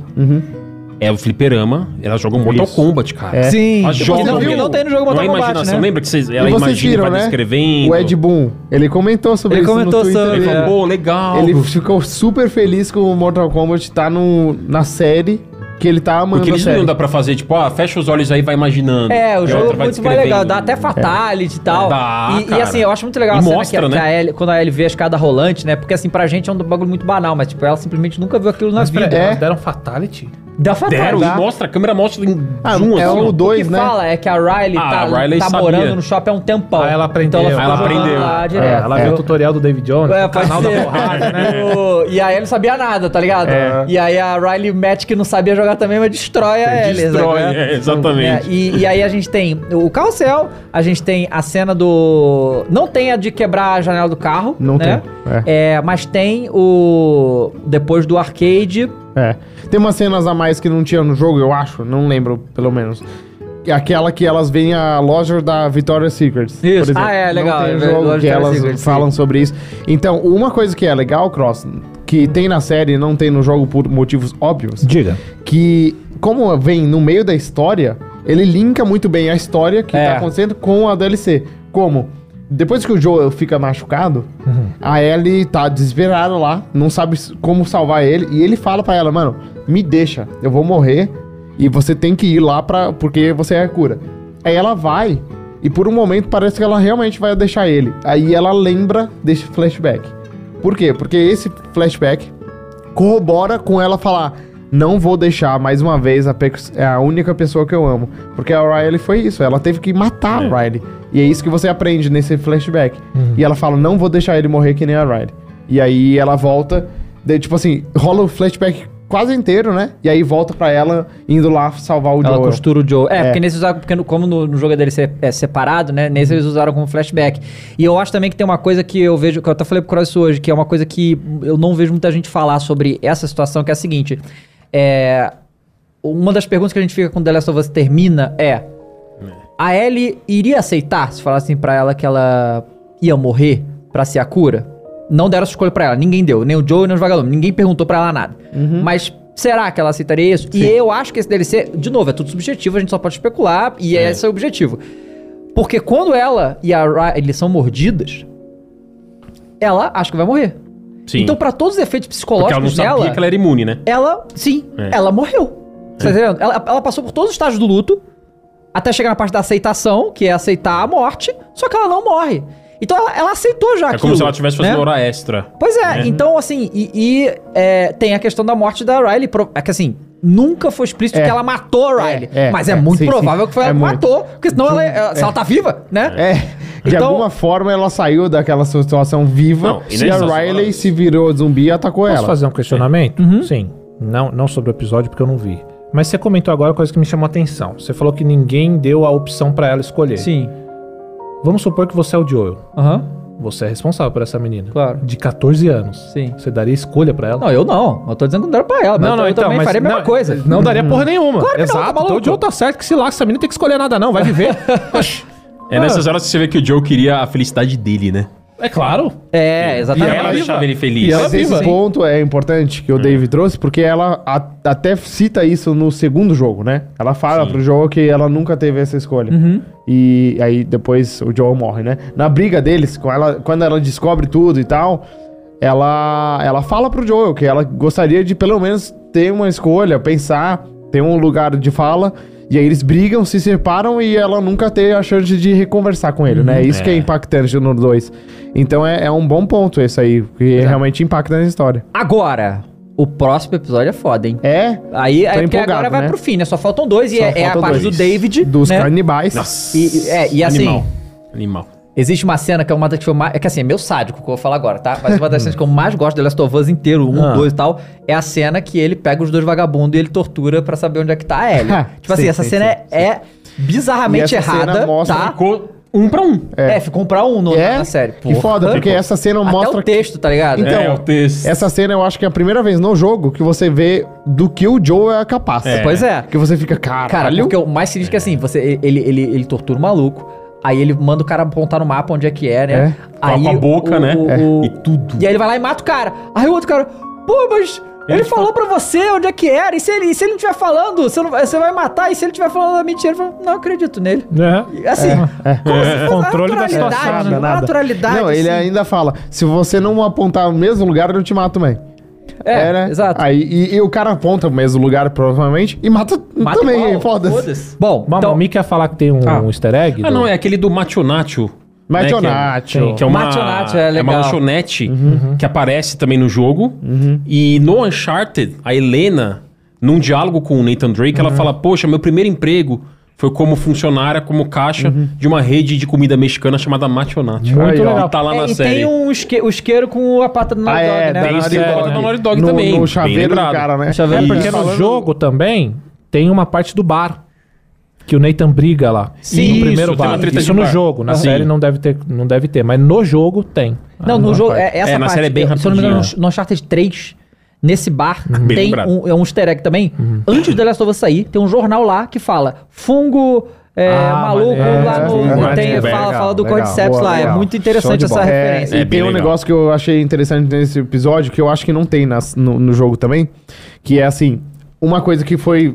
[SPEAKER 3] É o fliperama, elas jogam Mortal
[SPEAKER 4] Isso.
[SPEAKER 3] Kombat, cara.
[SPEAKER 4] É.
[SPEAKER 1] Sim,
[SPEAKER 3] Elas jogam,
[SPEAKER 1] não, porque
[SPEAKER 3] meu.
[SPEAKER 1] não tem no jogo
[SPEAKER 3] Não é
[SPEAKER 1] Mortal Kombat,
[SPEAKER 3] imaginação,
[SPEAKER 1] né?
[SPEAKER 3] lembra que vocês,
[SPEAKER 4] E
[SPEAKER 3] ela
[SPEAKER 4] vocês
[SPEAKER 3] imagina e
[SPEAKER 4] viram,
[SPEAKER 3] vai
[SPEAKER 4] né?
[SPEAKER 3] descrevendo.
[SPEAKER 4] O Ed Boon, ele comentou sobre
[SPEAKER 1] Ele
[SPEAKER 4] isso
[SPEAKER 1] comentou
[SPEAKER 4] no Twitter.
[SPEAKER 1] sobre,
[SPEAKER 3] Ele
[SPEAKER 4] Ele,
[SPEAKER 1] é.
[SPEAKER 3] falou, pô, legal.
[SPEAKER 4] ele ficou super feliz com o Mortal Kombat tá no, na série que ele tá amando
[SPEAKER 3] Porque
[SPEAKER 4] a
[SPEAKER 3] eles não
[SPEAKER 4] série.
[SPEAKER 3] iam dar pra fazer, tipo, ah, fecha os olhos aí vai imaginando.
[SPEAKER 1] É,
[SPEAKER 3] E
[SPEAKER 1] o
[SPEAKER 3] a
[SPEAKER 1] jogo
[SPEAKER 3] outra
[SPEAKER 1] é
[SPEAKER 3] vai
[SPEAKER 1] muito mais legal.
[SPEAKER 3] descrevendo.
[SPEAKER 1] Dá até fatality e tal.
[SPEAKER 3] Dá,
[SPEAKER 1] e, e,
[SPEAKER 3] cara.
[SPEAKER 1] assim, eu acho muito legal
[SPEAKER 3] E
[SPEAKER 1] a cena
[SPEAKER 3] mostra,
[SPEAKER 1] que, a-
[SPEAKER 3] né?
[SPEAKER 1] que a Ellie, quando a Ellie vê a escada rolante, né? Porque assim, pra gente é um bagulho muito banal, mas tipo, ela simplesmente nunca viu aquilo na vida.
[SPEAKER 2] peraí,
[SPEAKER 4] É.
[SPEAKER 2] elas deram fatality?
[SPEAKER 1] Dá fatality.
[SPEAKER 3] Deram,
[SPEAKER 4] dá.
[SPEAKER 3] e mostra, a câmera mostra em
[SPEAKER 4] Ah,
[SPEAKER 3] zoom,
[SPEAKER 4] é
[SPEAKER 3] assim, ó.
[SPEAKER 4] o
[SPEAKER 1] o
[SPEAKER 4] 2,
[SPEAKER 1] que
[SPEAKER 4] né?
[SPEAKER 1] fala é que a Riley
[SPEAKER 3] Ah,
[SPEAKER 1] tá,
[SPEAKER 3] a Riley
[SPEAKER 1] tá
[SPEAKER 3] sabia.
[SPEAKER 1] morando no shopping há um tempão.
[SPEAKER 2] Ah, ela aprendeu.
[SPEAKER 1] Então ela,
[SPEAKER 3] Ela
[SPEAKER 1] ficou jogando
[SPEAKER 3] aprendeu.
[SPEAKER 1] Lá
[SPEAKER 2] É,
[SPEAKER 1] direto.
[SPEAKER 2] ela viu o tutorial do David Jones,
[SPEAKER 1] É,
[SPEAKER 2] o
[SPEAKER 1] pode
[SPEAKER 2] canal da
[SPEAKER 1] ser. *laughs*
[SPEAKER 2] porrada, né?
[SPEAKER 1] O- E aí ele não sabia nada, tá ligado?
[SPEAKER 4] É.
[SPEAKER 1] E aí a Riley Matt, que não sabia jogar também, mas destrói a Ellie.
[SPEAKER 3] Destrói,
[SPEAKER 1] sabe?
[SPEAKER 3] é, exatamente.
[SPEAKER 1] É, e, e aí a gente tem o carrossel, a gente tem a cena do... Não tem a de quebrar a janela do carro,
[SPEAKER 4] Não
[SPEAKER 1] né?
[SPEAKER 4] tem,
[SPEAKER 1] É, mas tem o... Depois do arcade...
[SPEAKER 4] É. Tem umas cenas a mais que não tinha no jogo, eu acho. Não lembro, pelo menos. É Aquela que elas veem a loja da Victoria's Secrets.
[SPEAKER 1] Isso. Ah, é, legal.
[SPEAKER 4] Não tem
[SPEAKER 1] É,
[SPEAKER 4] jogo
[SPEAKER 1] loja
[SPEAKER 4] que
[SPEAKER 1] da
[SPEAKER 4] elas
[SPEAKER 1] Secrets, sim.
[SPEAKER 4] falam sobre isso. Então, uma coisa que é legal, Cross, que tem na série e não tem no jogo por motivos óbvios,
[SPEAKER 2] Diga.
[SPEAKER 4] que, como vem no meio da história, ele linka muito bem a história que
[SPEAKER 1] É.
[SPEAKER 4] tá acontecendo com a DLC. Como? Depois que o Joel fica machucado, a Ellie tá desesperada lá, não sabe s- como salvar ele, e ele fala pra ela, mano, me deixa, eu vou morrer, e você tem que ir lá pra, porque você é a cura. Aí ela vai, e por um momento parece que ela realmente vai deixar ele. Aí ela lembra desse flashback. Por quê? Porque esse flashback corrobora com ela falar: Não vou deixar mais uma vez a, pe- a única pessoa que eu amo. Porque a Riley foi isso, ela teve que matar a Riley. E é isso que você aprende nesse flashback. E ela fala: Não vou deixar ele morrer que nem a Riley. E aí ela volta, daí, tipo assim, rola o flashback quase inteiro, né? E aí volta pra ela indo lá salvar o
[SPEAKER 1] Ela
[SPEAKER 4] Joel.
[SPEAKER 1] costura o Joe. É,
[SPEAKER 4] É.
[SPEAKER 1] porque nesse usaram, porque no- como no, no jogo dele ser- é separado, né? Nesse eles usaram como flashback. E eu acho também que tem uma coisa que eu vejo, que eu até falei pro Cross hoje, que é uma coisa que eu não vejo muita gente falar sobre essa situação, que é a seguinte. É, uma das perguntas que a gente fica quando The Last of Us termina é. A Ellie iria aceitar se falassem pra ela que ela ia morrer pra ser a cura? Não deram essa escolha pra ela, ninguém deu, nem o Joe, nem os vagalumes, ninguém perguntou pra ela nada.
[SPEAKER 3] Uhum.
[SPEAKER 1] Mas será que ela aceitaria isso? E eu acho que esse DLC, de novo, é tudo subjetivo, a gente só pode especular e esse é o objetivo. Porque quando ela e a Riley são mordidas, ela acha que vai morrer.
[SPEAKER 3] Sim.
[SPEAKER 1] Então, pra todos os efeitos
[SPEAKER 3] Porque ela não
[SPEAKER 1] psicológicos
[SPEAKER 3] sabia
[SPEAKER 1] dela,
[SPEAKER 3] que ela era imune, né?
[SPEAKER 1] ela, sim,
[SPEAKER 3] É.
[SPEAKER 1] ela morreu. Você tá entendendo? Ela, ela passou por todos os estágios do luto, até chegar na parte da aceitação, que é aceitar a morte, só que ela não morre. Então ela, ela aceitou já
[SPEAKER 3] É como se ela estivesse fazendo
[SPEAKER 1] né?
[SPEAKER 3] hora extra.
[SPEAKER 1] Pois é,
[SPEAKER 3] né?
[SPEAKER 1] então assim, e, e, é, tem a questão da morte da Riley. pro- É que assim, nunca foi explícito
[SPEAKER 4] É.
[SPEAKER 1] que ela matou a Riley.
[SPEAKER 4] É, é,
[SPEAKER 1] mas é,
[SPEAKER 4] é,
[SPEAKER 1] muito
[SPEAKER 4] sim,
[SPEAKER 1] provável
[SPEAKER 4] sim.
[SPEAKER 1] que foi ela
[SPEAKER 4] É
[SPEAKER 1] que
[SPEAKER 4] muito.
[SPEAKER 1] matou, porque senão ela, ela- se ela tá viva, né?
[SPEAKER 4] É, de
[SPEAKER 1] Então-
[SPEAKER 4] alguma forma ela saiu daquela situação viva
[SPEAKER 3] Não, e
[SPEAKER 4] e
[SPEAKER 3] nem
[SPEAKER 4] a
[SPEAKER 3] só-
[SPEAKER 4] Riley se virou zumbi e atacou
[SPEAKER 2] Posso
[SPEAKER 4] ela.
[SPEAKER 2] fazer um questionamento?
[SPEAKER 1] Uhum.
[SPEAKER 2] Sim. Não, não sobre o episódio, porque eu não vi. Mas você comentou agora uma coisa que me chamou a atenção. Você falou que ninguém deu a opção pra ela
[SPEAKER 4] É.
[SPEAKER 2] escolher.
[SPEAKER 1] Sim.
[SPEAKER 2] Vamos supor que você é o Joel.
[SPEAKER 1] Aham.
[SPEAKER 2] Você é responsável por essa menina.
[SPEAKER 1] Claro.
[SPEAKER 2] De 14 anos.
[SPEAKER 1] Sim.
[SPEAKER 2] Você daria escolha pra ela?
[SPEAKER 1] Não, eu não. Eu tô dizendo que não deram pra ela. mas eu
[SPEAKER 3] então,
[SPEAKER 1] também faria a mesma
[SPEAKER 2] não,
[SPEAKER 1] coisa.
[SPEAKER 2] Não daria porra nenhuma.
[SPEAKER 1] Claro que não, tá
[SPEAKER 2] Exato.
[SPEAKER 1] maluco.
[SPEAKER 2] então o Joel tá certo que se lá, essa menina tem que escolher nada não,
[SPEAKER 1] *laughs*
[SPEAKER 2] vai viver.
[SPEAKER 1] Ah.
[SPEAKER 3] É nessas horas que você vê que o Joe queria a felicidade dele, né?
[SPEAKER 2] é claro.
[SPEAKER 1] É,
[SPEAKER 3] E
[SPEAKER 1] exatamente.
[SPEAKER 3] ela
[SPEAKER 2] viva.
[SPEAKER 3] deixava ele feliz.
[SPEAKER 2] E ela
[SPEAKER 4] Mas esse
[SPEAKER 2] viva.
[SPEAKER 4] ponto é importante que o Dave trouxe, porque ela a- até cita isso no segundo jogo, né? Ela fala pro Joel que ela nunca teve essa escolha. E aí depois o Joel morre, né? Na briga deles, com ela, quando ela descobre tudo e tal, ela, ela fala pro Joel que ela gostaria de pelo menos ter uma escolha, pensar, ter um lugar de fala. E aí eles brigam, se separam e ela nunca teve a chance de reconversar com ele, né? Isso que é
[SPEAKER 3] É.
[SPEAKER 4] impactante no 2. Então é, é um bom ponto esse aí, que realmente impacta na história.
[SPEAKER 1] Agora, o próximo episódio é foda, hein?
[SPEAKER 4] É
[SPEAKER 1] Aí é porque
[SPEAKER 4] empolgado,
[SPEAKER 1] agora vai
[SPEAKER 4] né?
[SPEAKER 1] pro fim, né? Só faltam dois e
[SPEAKER 4] Só
[SPEAKER 1] é, é a
[SPEAKER 4] faltam
[SPEAKER 1] parte
[SPEAKER 4] dois.
[SPEAKER 1] do David.
[SPEAKER 4] dos
[SPEAKER 1] né?
[SPEAKER 4] canibais.
[SPEAKER 3] Nossa.
[SPEAKER 1] E- é, e assim-
[SPEAKER 3] Animal. Animal.
[SPEAKER 1] Existe uma cena que é uma das que eu mais. É que assim, é meu sádico que eu vou falar agora, tá? Mas uma das
[SPEAKER 4] *laughs*
[SPEAKER 1] cenas que eu mais gosto do Last of Us inteiro, um,
[SPEAKER 4] Ah.
[SPEAKER 1] dois e tal, é a cena que ele pega os dois vagabundos e ele tortura pra saber onde é que tá a Ellie.
[SPEAKER 4] *laughs*
[SPEAKER 1] tipo assim,
[SPEAKER 4] Sim,
[SPEAKER 1] essa
[SPEAKER 4] sim,
[SPEAKER 1] cena
[SPEAKER 4] sim,
[SPEAKER 1] é- é bizarramente
[SPEAKER 4] E essa cena
[SPEAKER 1] errada,
[SPEAKER 4] mostra
[SPEAKER 1] tá?
[SPEAKER 3] Ficou um pra um.
[SPEAKER 1] É. ficou um pra um no,
[SPEAKER 4] É?
[SPEAKER 1] na série.
[SPEAKER 4] Que foda, porque essa cena
[SPEAKER 1] Até
[SPEAKER 4] mostra...
[SPEAKER 1] o texto, tá ligado?
[SPEAKER 4] Então,
[SPEAKER 3] é, o texto.
[SPEAKER 4] Essa cena eu acho que é a primeira vez no jogo que você vê do que o Joe é capaz.
[SPEAKER 3] É.
[SPEAKER 1] Pois é.
[SPEAKER 4] Que você fica,
[SPEAKER 1] Cara,
[SPEAKER 4] caralho.
[SPEAKER 1] porque o mais sinistro é que assim, você, ele, ele, ele tortura o maluco, aí ele manda o cara apontar no mapa onde é que é, né?
[SPEAKER 3] Com a-
[SPEAKER 1] Aí
[SPEAKER 3] com a boca,
[SPEAKER 1] o-
[SPEAKER 3] né?
[SPEAKER 1] o-
[SPEAKER 3] É.
[SPEAKER 1] o-
[SPEAKER 3] E tudo.
[SPEAKER 1] E aí ele vai lá e mata o cara. Aí o outro cara, pô, mas ele,
[SPEAKER 3] Ele
[SPEAKER 1] falou pra você onde é que era, e se ele, e se ele não estiver falando, você, não, vai- você vai matar, e se ele estiver falando a mentira, ele fala, não acredito nele.
[SPEAKER 2] É.
[SPEAKER 1] E, Assim, como se fosse
[SPEAKER 2] Controle da situação,
[SPEAKER 1] naturalidade,
[SPEAKER 3] né?
[SPEAKER 4] nada, nada.
[SPEAKER 1] naturalidade.
[SPEAKER 4] É. Não, ele
[SPEAKER 1] assim.
[SPEAKER 4] ainda fala, se você não apontar no mesmo lugar, eu te mato, man. né?
[SPEAKER 1] É, exato.
[SPEAKER 4] Aí, e, e o cara aponta o mesmo lugar, provavelmente, e mata,
[SPEAKER 1] Mata
[SPEAKER 4] também,
[SPEAKER 1] igual,
[SPEAKER 4] foda-se.
[SPEAKER 1] foda-se. Bom,
[SPEAKER 2] Mamma
[SPEAKER 1] então,
[SPEAKER 2] Mia quer falar que tem um,
[SPEAKER 1] Ah.
[SPEAKER 2] easter egg?
[SPEAKER 3] Ah,
[SPEAKER 2] do-
[SPEAKER 3] não, é aquele do Mationacho.
[SPEAKER 4] Mationacho.
[SPEAKER 3] Né, que é- que, é, uma,
[SPEAKER 1] Mationacho, é legal.
[SPEAKER 3] uma lanchonete que aparece também no jogo. E no Uncharted, a Helena, num diálogo com o Nathan Drake, ela fala: Poxa, meu primeiro emprego foi como funcionária, como caixa de uma rede de comida mexicana chamada Mationacho.
[SPEAKER 2] Muito
[SPEAKER 4] Aí, ó.
[SPEAKER 2] legal.
[SPEAKER 3] Tá lá
[SPEAKER 1] é,
[SPEAKER 3] na
[SPEAKER 1] e
[SPEAKER 3] série.
[SPEAKER 1] tem um isque- o isqueiro com a pata do Naughty
[SPEAKER 4] Ah, é,
[SPEAKER 1] Dog, né?
[SPEAKER 4] da
[SPEAKER 3] Tem
[SPEAKER 4] Naughty
[SPEAKER 3] isso, é,
[SPEAKER 4] Dog.
[SPEAKER 3] do Naughty Dog
[SPEAKER 4] no,
[SPEAKER 3] também,
[SPEAKER 4] No
[SPEAKER 3] bem
[SPEAKER 4] chaveiro do
[SPEAKER 3] lembrado.
[SPEAKER 4] cara, né?
[SPEAKER 1] Chaveiro.
[SPEAKER 2] É,
[SPEAKER 1] Isso.
[SPEAKER 2] porque no jogo também tem uma parte do bar. Que o Nathan briga lá.
[SPEAKER 1] Sim,
[SPEAKER 2] no primeiro
[SPEAKER 3] isso, tem uma
[SPEAKER 2] bar.
[SPEAKER 3] treta
[SPEAKER 2] Isso
[SPEAKER 3] de
[SPEAKER 2] no
[SPEAKER 3] bar.
[SPEAKER 2] jogo. Na
[SPEAKER 3] Sim.
[SPEAKER 2] série não deve, ter, não deve ter, mas no jogo tem.
[SPEAKER 1] Não, no
[SPEAKER 2] Ah,
[SPEAKER 1] jogo,
[SPEAKER 2] rapaz.
[SPEAKER 1] é, essa
[SPEAKER 3] É, na
[SPEAKER 1] parte,
[SPEAKER 3] série é bem
[SPEAKER 1] se eu não me engano,
[SPEAKER 3] rapidinho,
[SPEAKER 1] no- no Uncharted 3, nesse bar,
[SPEAKER 3] Bem
[SPEAKER 1] tem
[SPEAKER 3] lembrado.
[SPEAKER 1] um, é um easter egg também. Antes do The Last of Us sair, tem um jornal lá que fala fungo... é,
[SPEAKER 2] Ah,
[SPEAKER 1] maluco
[SPEAKER 2] maneiro.
[SPEAKER 4] é,
[SPEAKER 1] lá no.
[SPEAKER 3] Maneiro,
[SPEAKER 1] tem-
[SPEAKER 3] legal,
[SPEAKER 1] fala, fala do
[SPEAKER 4] legal.
[SPEAKER 1] Cordyceps
[SPEAKER 4] Boa,
[SPEAKER 1] lá. É
[SPEAKER 4] legal.
[SPEAKER 1] muito
[SPEAKER 4] Show de
[SPEAKER 1] interessante essa
[SPEAKER 4] bola. É,
[SPEAKER 1] referência.
[SPEAKER 4] e
[SPEAKER 3] É,
[SPEAKER 4] tem
[SPEAKER 3] bem
[SPEAKER 4] um
[SPEAKER 3] legal.
[SPEAKER 4] negócio que eu achei interessante nesse episódio, que eu acho que não tem nas- no, no jogo também, que é assim, uma coisa que foi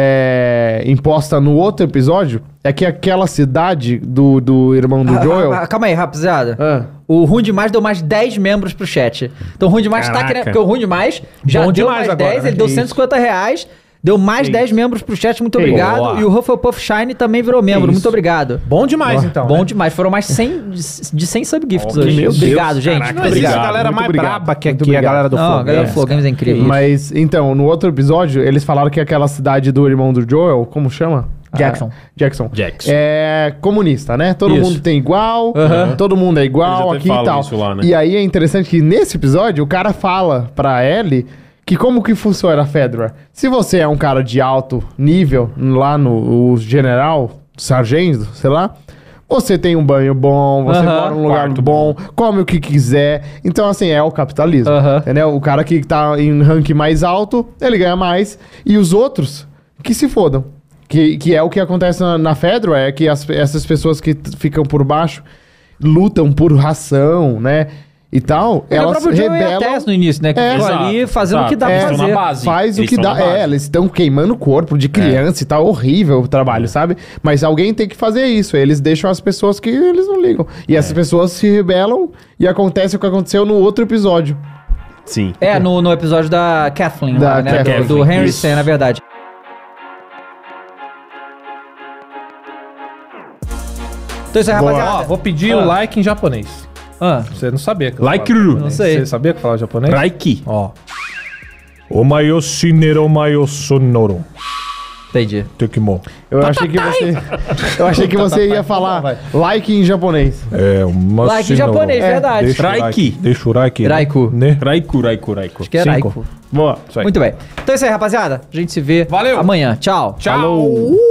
[SPEAKER 4] é, imposta no outro episódio, é que aquela cidade do, do
[SPEAKER 1] *laughs*
[SPEAKER 4] irmão do
[SPEAKER 1] Ah,
[SPEAKER 4] Joel...
[SPEAKER 1] ah, ah, calma aí, rapaziada.
[SPEAKER 4] Ah.
[SPEAKER 1] O Ruim Demais deu mais 10 membros pro chat. Então o Ruim Demais tá
[SPEAKER 3] Caraca.
[SPEAKER 1] querendo. Porque o Ruim Demais já
[SPEAKER 2] Bom
[SPEAKER 1] deu
[SPEAKER 2] demais
[SPEAKER 1] mais
[SPEAKER 2] agora,
[SPEAKER 1] 10,
[SPEAKER 2] né?
[SPEAKER 1] ele deu
[SPEAKER 2] Isso.
[SPEAKER 1] 150 reais. Deu mais 10 membros pro chat, muito obrigado.
[SPEAKER 2] boa.
[SPEAKER 1] E o Hufflepuff Shine também virou membro,
[SPEAKER 2] isso.
[SPEAKER 1] muito obrigado.
[SPEAKER 2] Bom demais, então.
[SPEAKER 1] Bom
[SPEAKER 2] né?
[SPEAKER 1] demais, foram mais 100, de de 100 subgifts
[SPEAKER 3] Oh,
[SPEAKER 1] hoje.
[SPEAKER 3] meu Deus,
[SPEAKER 1] obrigado, gente.
[SPEAKER 3] caraca,
[SPEAKER 1] muito
[SPEAKER 2] Não existe
[SPEAKER 1] obrigado.
[SPEAKER 2] a galera
[SPEAKER 4] muito
[SPEAKER 2] mais
[SPEAKER 4] obrigado.
[SPEAKER 2] braba que
[SPEAKER 4] Muito
[SPEAKER 2] aqui, a
[SPEAKER 4] obrigado.
[SPEAKER 2] galera do
[SPEAKER 1] Não, a
[SPEAKER 2] Flow
[SPEAKER 1] galera do
[SPEAKER 2] Games.
[SPEAKER 1] Flow Games é incrível.
[SPEAKER 4] Mas, então, no outro episódio, eles falaram que aquela cidade do irmão do Joel, como chama?
[SPEAKER 1] Jackson.
[SPEAKER 4] Ah, Jackson.
[SPEAKER 3] Jackson.
[SPEAKER 4] É comunista, né? Todo
[SPEAKER 3] Isso.
[SPEAKER 4] mundo tem igual,
[SPEAKER 1] Aham.
[SPEAKER 4] todo mundo é
[SPEAKER 3] Eles
[SPEAKER 4] igual
[SPEAKER 3] até
[SPEAKER 4] aqui e
[SPEAKER 3] falam
[SPEAKER 4] tal.
[SPEAKER 3] isso lá, né?
[SPEAKER 4] E aí é interessante que nesse episódio o cara fala pra Ellie Que como que funciona, Fedra? Se você é um cara de alto nível, lá no o general, sargento, sei lá, você tem um banho bom, você
[SPEAKER 1] Aham.
[SPEAKER 4] mora num um lugar
[SPEAKER 3] Quarto
[SPEAKER 4] bom, come o que quiser. Então, assim, é o capitalismo,
[SPEAKER 1] Aham.
[SPEAKER 4] entendeu? O cara que tá em ranking mais alto, ele ganha mais. E os outros, que se fodam. Que, que é o que acontece na, na Fedra, é que as- essas pessoas que t- ficam por baixo lutam por ração, né? E tal,
[SPEAKER 1] Porque o
[SPEAKER 4] elas
[SPEAKER 1] próprio é Joey
[SPEAKER 4] rebelam...
[SPEAKER 1] Tess no início, né? Que
[SPEAKER 4] É,
[SPEAKER 1] ficou ali
[SPEAKER 3] exato,
[SPEAKER 1] fazendo o que dá
[SPEAKER 4] exato.
[SPEAKER 1] pra
[SPEAKER 4] É,
[SPEAKER 1] fazer.
[SPEAKER 3] na base.
[SPEAKER 4] Faz o
[SPEAKER 3] Eles
[SPEAKER 4] que
[SPEAKER 3] estão
[SPEAKER 4] dá.
[SPEAKER 3] na base. É.
[SPEAKER 4] É, eles estão queimando o corpo de criança e tá horrível o trabalho, sabe? Mas alguém tem que fazer isso. Eles deixam as pessoas que eles não ligam. E
[SPEAKER 3] É.
[SPEAKER 4] essas pessoas se rebelam e acontece o que aconteceu no outro episódio.
[SPEAKER 3] Sim.
[SPEAKER 1] É, no, no episódio da Kathleen,
[SPEAKER 4] Da
[SPEAKER 1] lá, né?
[SPEAKER 4] Kathleen,
[SPEAKER 1] do, do Henry
[SPEAKER 3] isso.
[SPEAKER 1] Sen, na verdade. Então isso aí,
[SPEAKER 4] Boa.
[SPEAKER 2] Ó,
[SPEAKER 1] rapaziada.
[SPEAKER 2] vou pedir o
[SPEAKER 1] Ah.
[SPEAKER 2] like em japonês.
[SPEAKER 1] Ah,
[SPEAKER 2] Você não sabia que eu
[SPEAKER 3] Like
[SPEAKER 2] falava
[SPEAKER 3] you.
[SPEAKER 2] japonês.
[SPEAKER 1] Não sei.
[SPEAKER 2] Você sabia que eu falava japonês?
[SPEAKER 3] Raiki.
[SPEAKER 2] Ó. O Mayoshinero Mayosonoro.
[SPEAKER 1] entendi.
[SPEAKER 2] Tekimo.
[SPEAKER 4] Eu
[SPEAKER 1] Tá,
[SPEAKER 4] achei que você, *laughs* eu achei que
[SPEAKER 3] Tá,
[SPEAKER 4] você ia falar like em japonês.
[SPEAKER 2] É, uma
[SPEAKER 1] Like em japonês, verdade.
[SPEAKER 3] Raiki.
[SPEAKER 2] É, Deixa o like. né?
[SPEAKER 1] Raiku.
[SPEAKER 2] Né?
[SPEAKER 3] Raiku, Raiku, Raiku.
[SPEAKER 1] Que é
[SPEAKER 2] Cinco.
[SPEAKER 1] Raico.
[SPEAKER 2] Boa. Isso aí.
[SPEAKER 1] Muito bem. Então é isso aí, rapaziada. A gente se vê
[SPEAKER 2] Valeu.
[SPEAKER 1] amanhã. Tchau.
[SPEAKER 2] Tchau.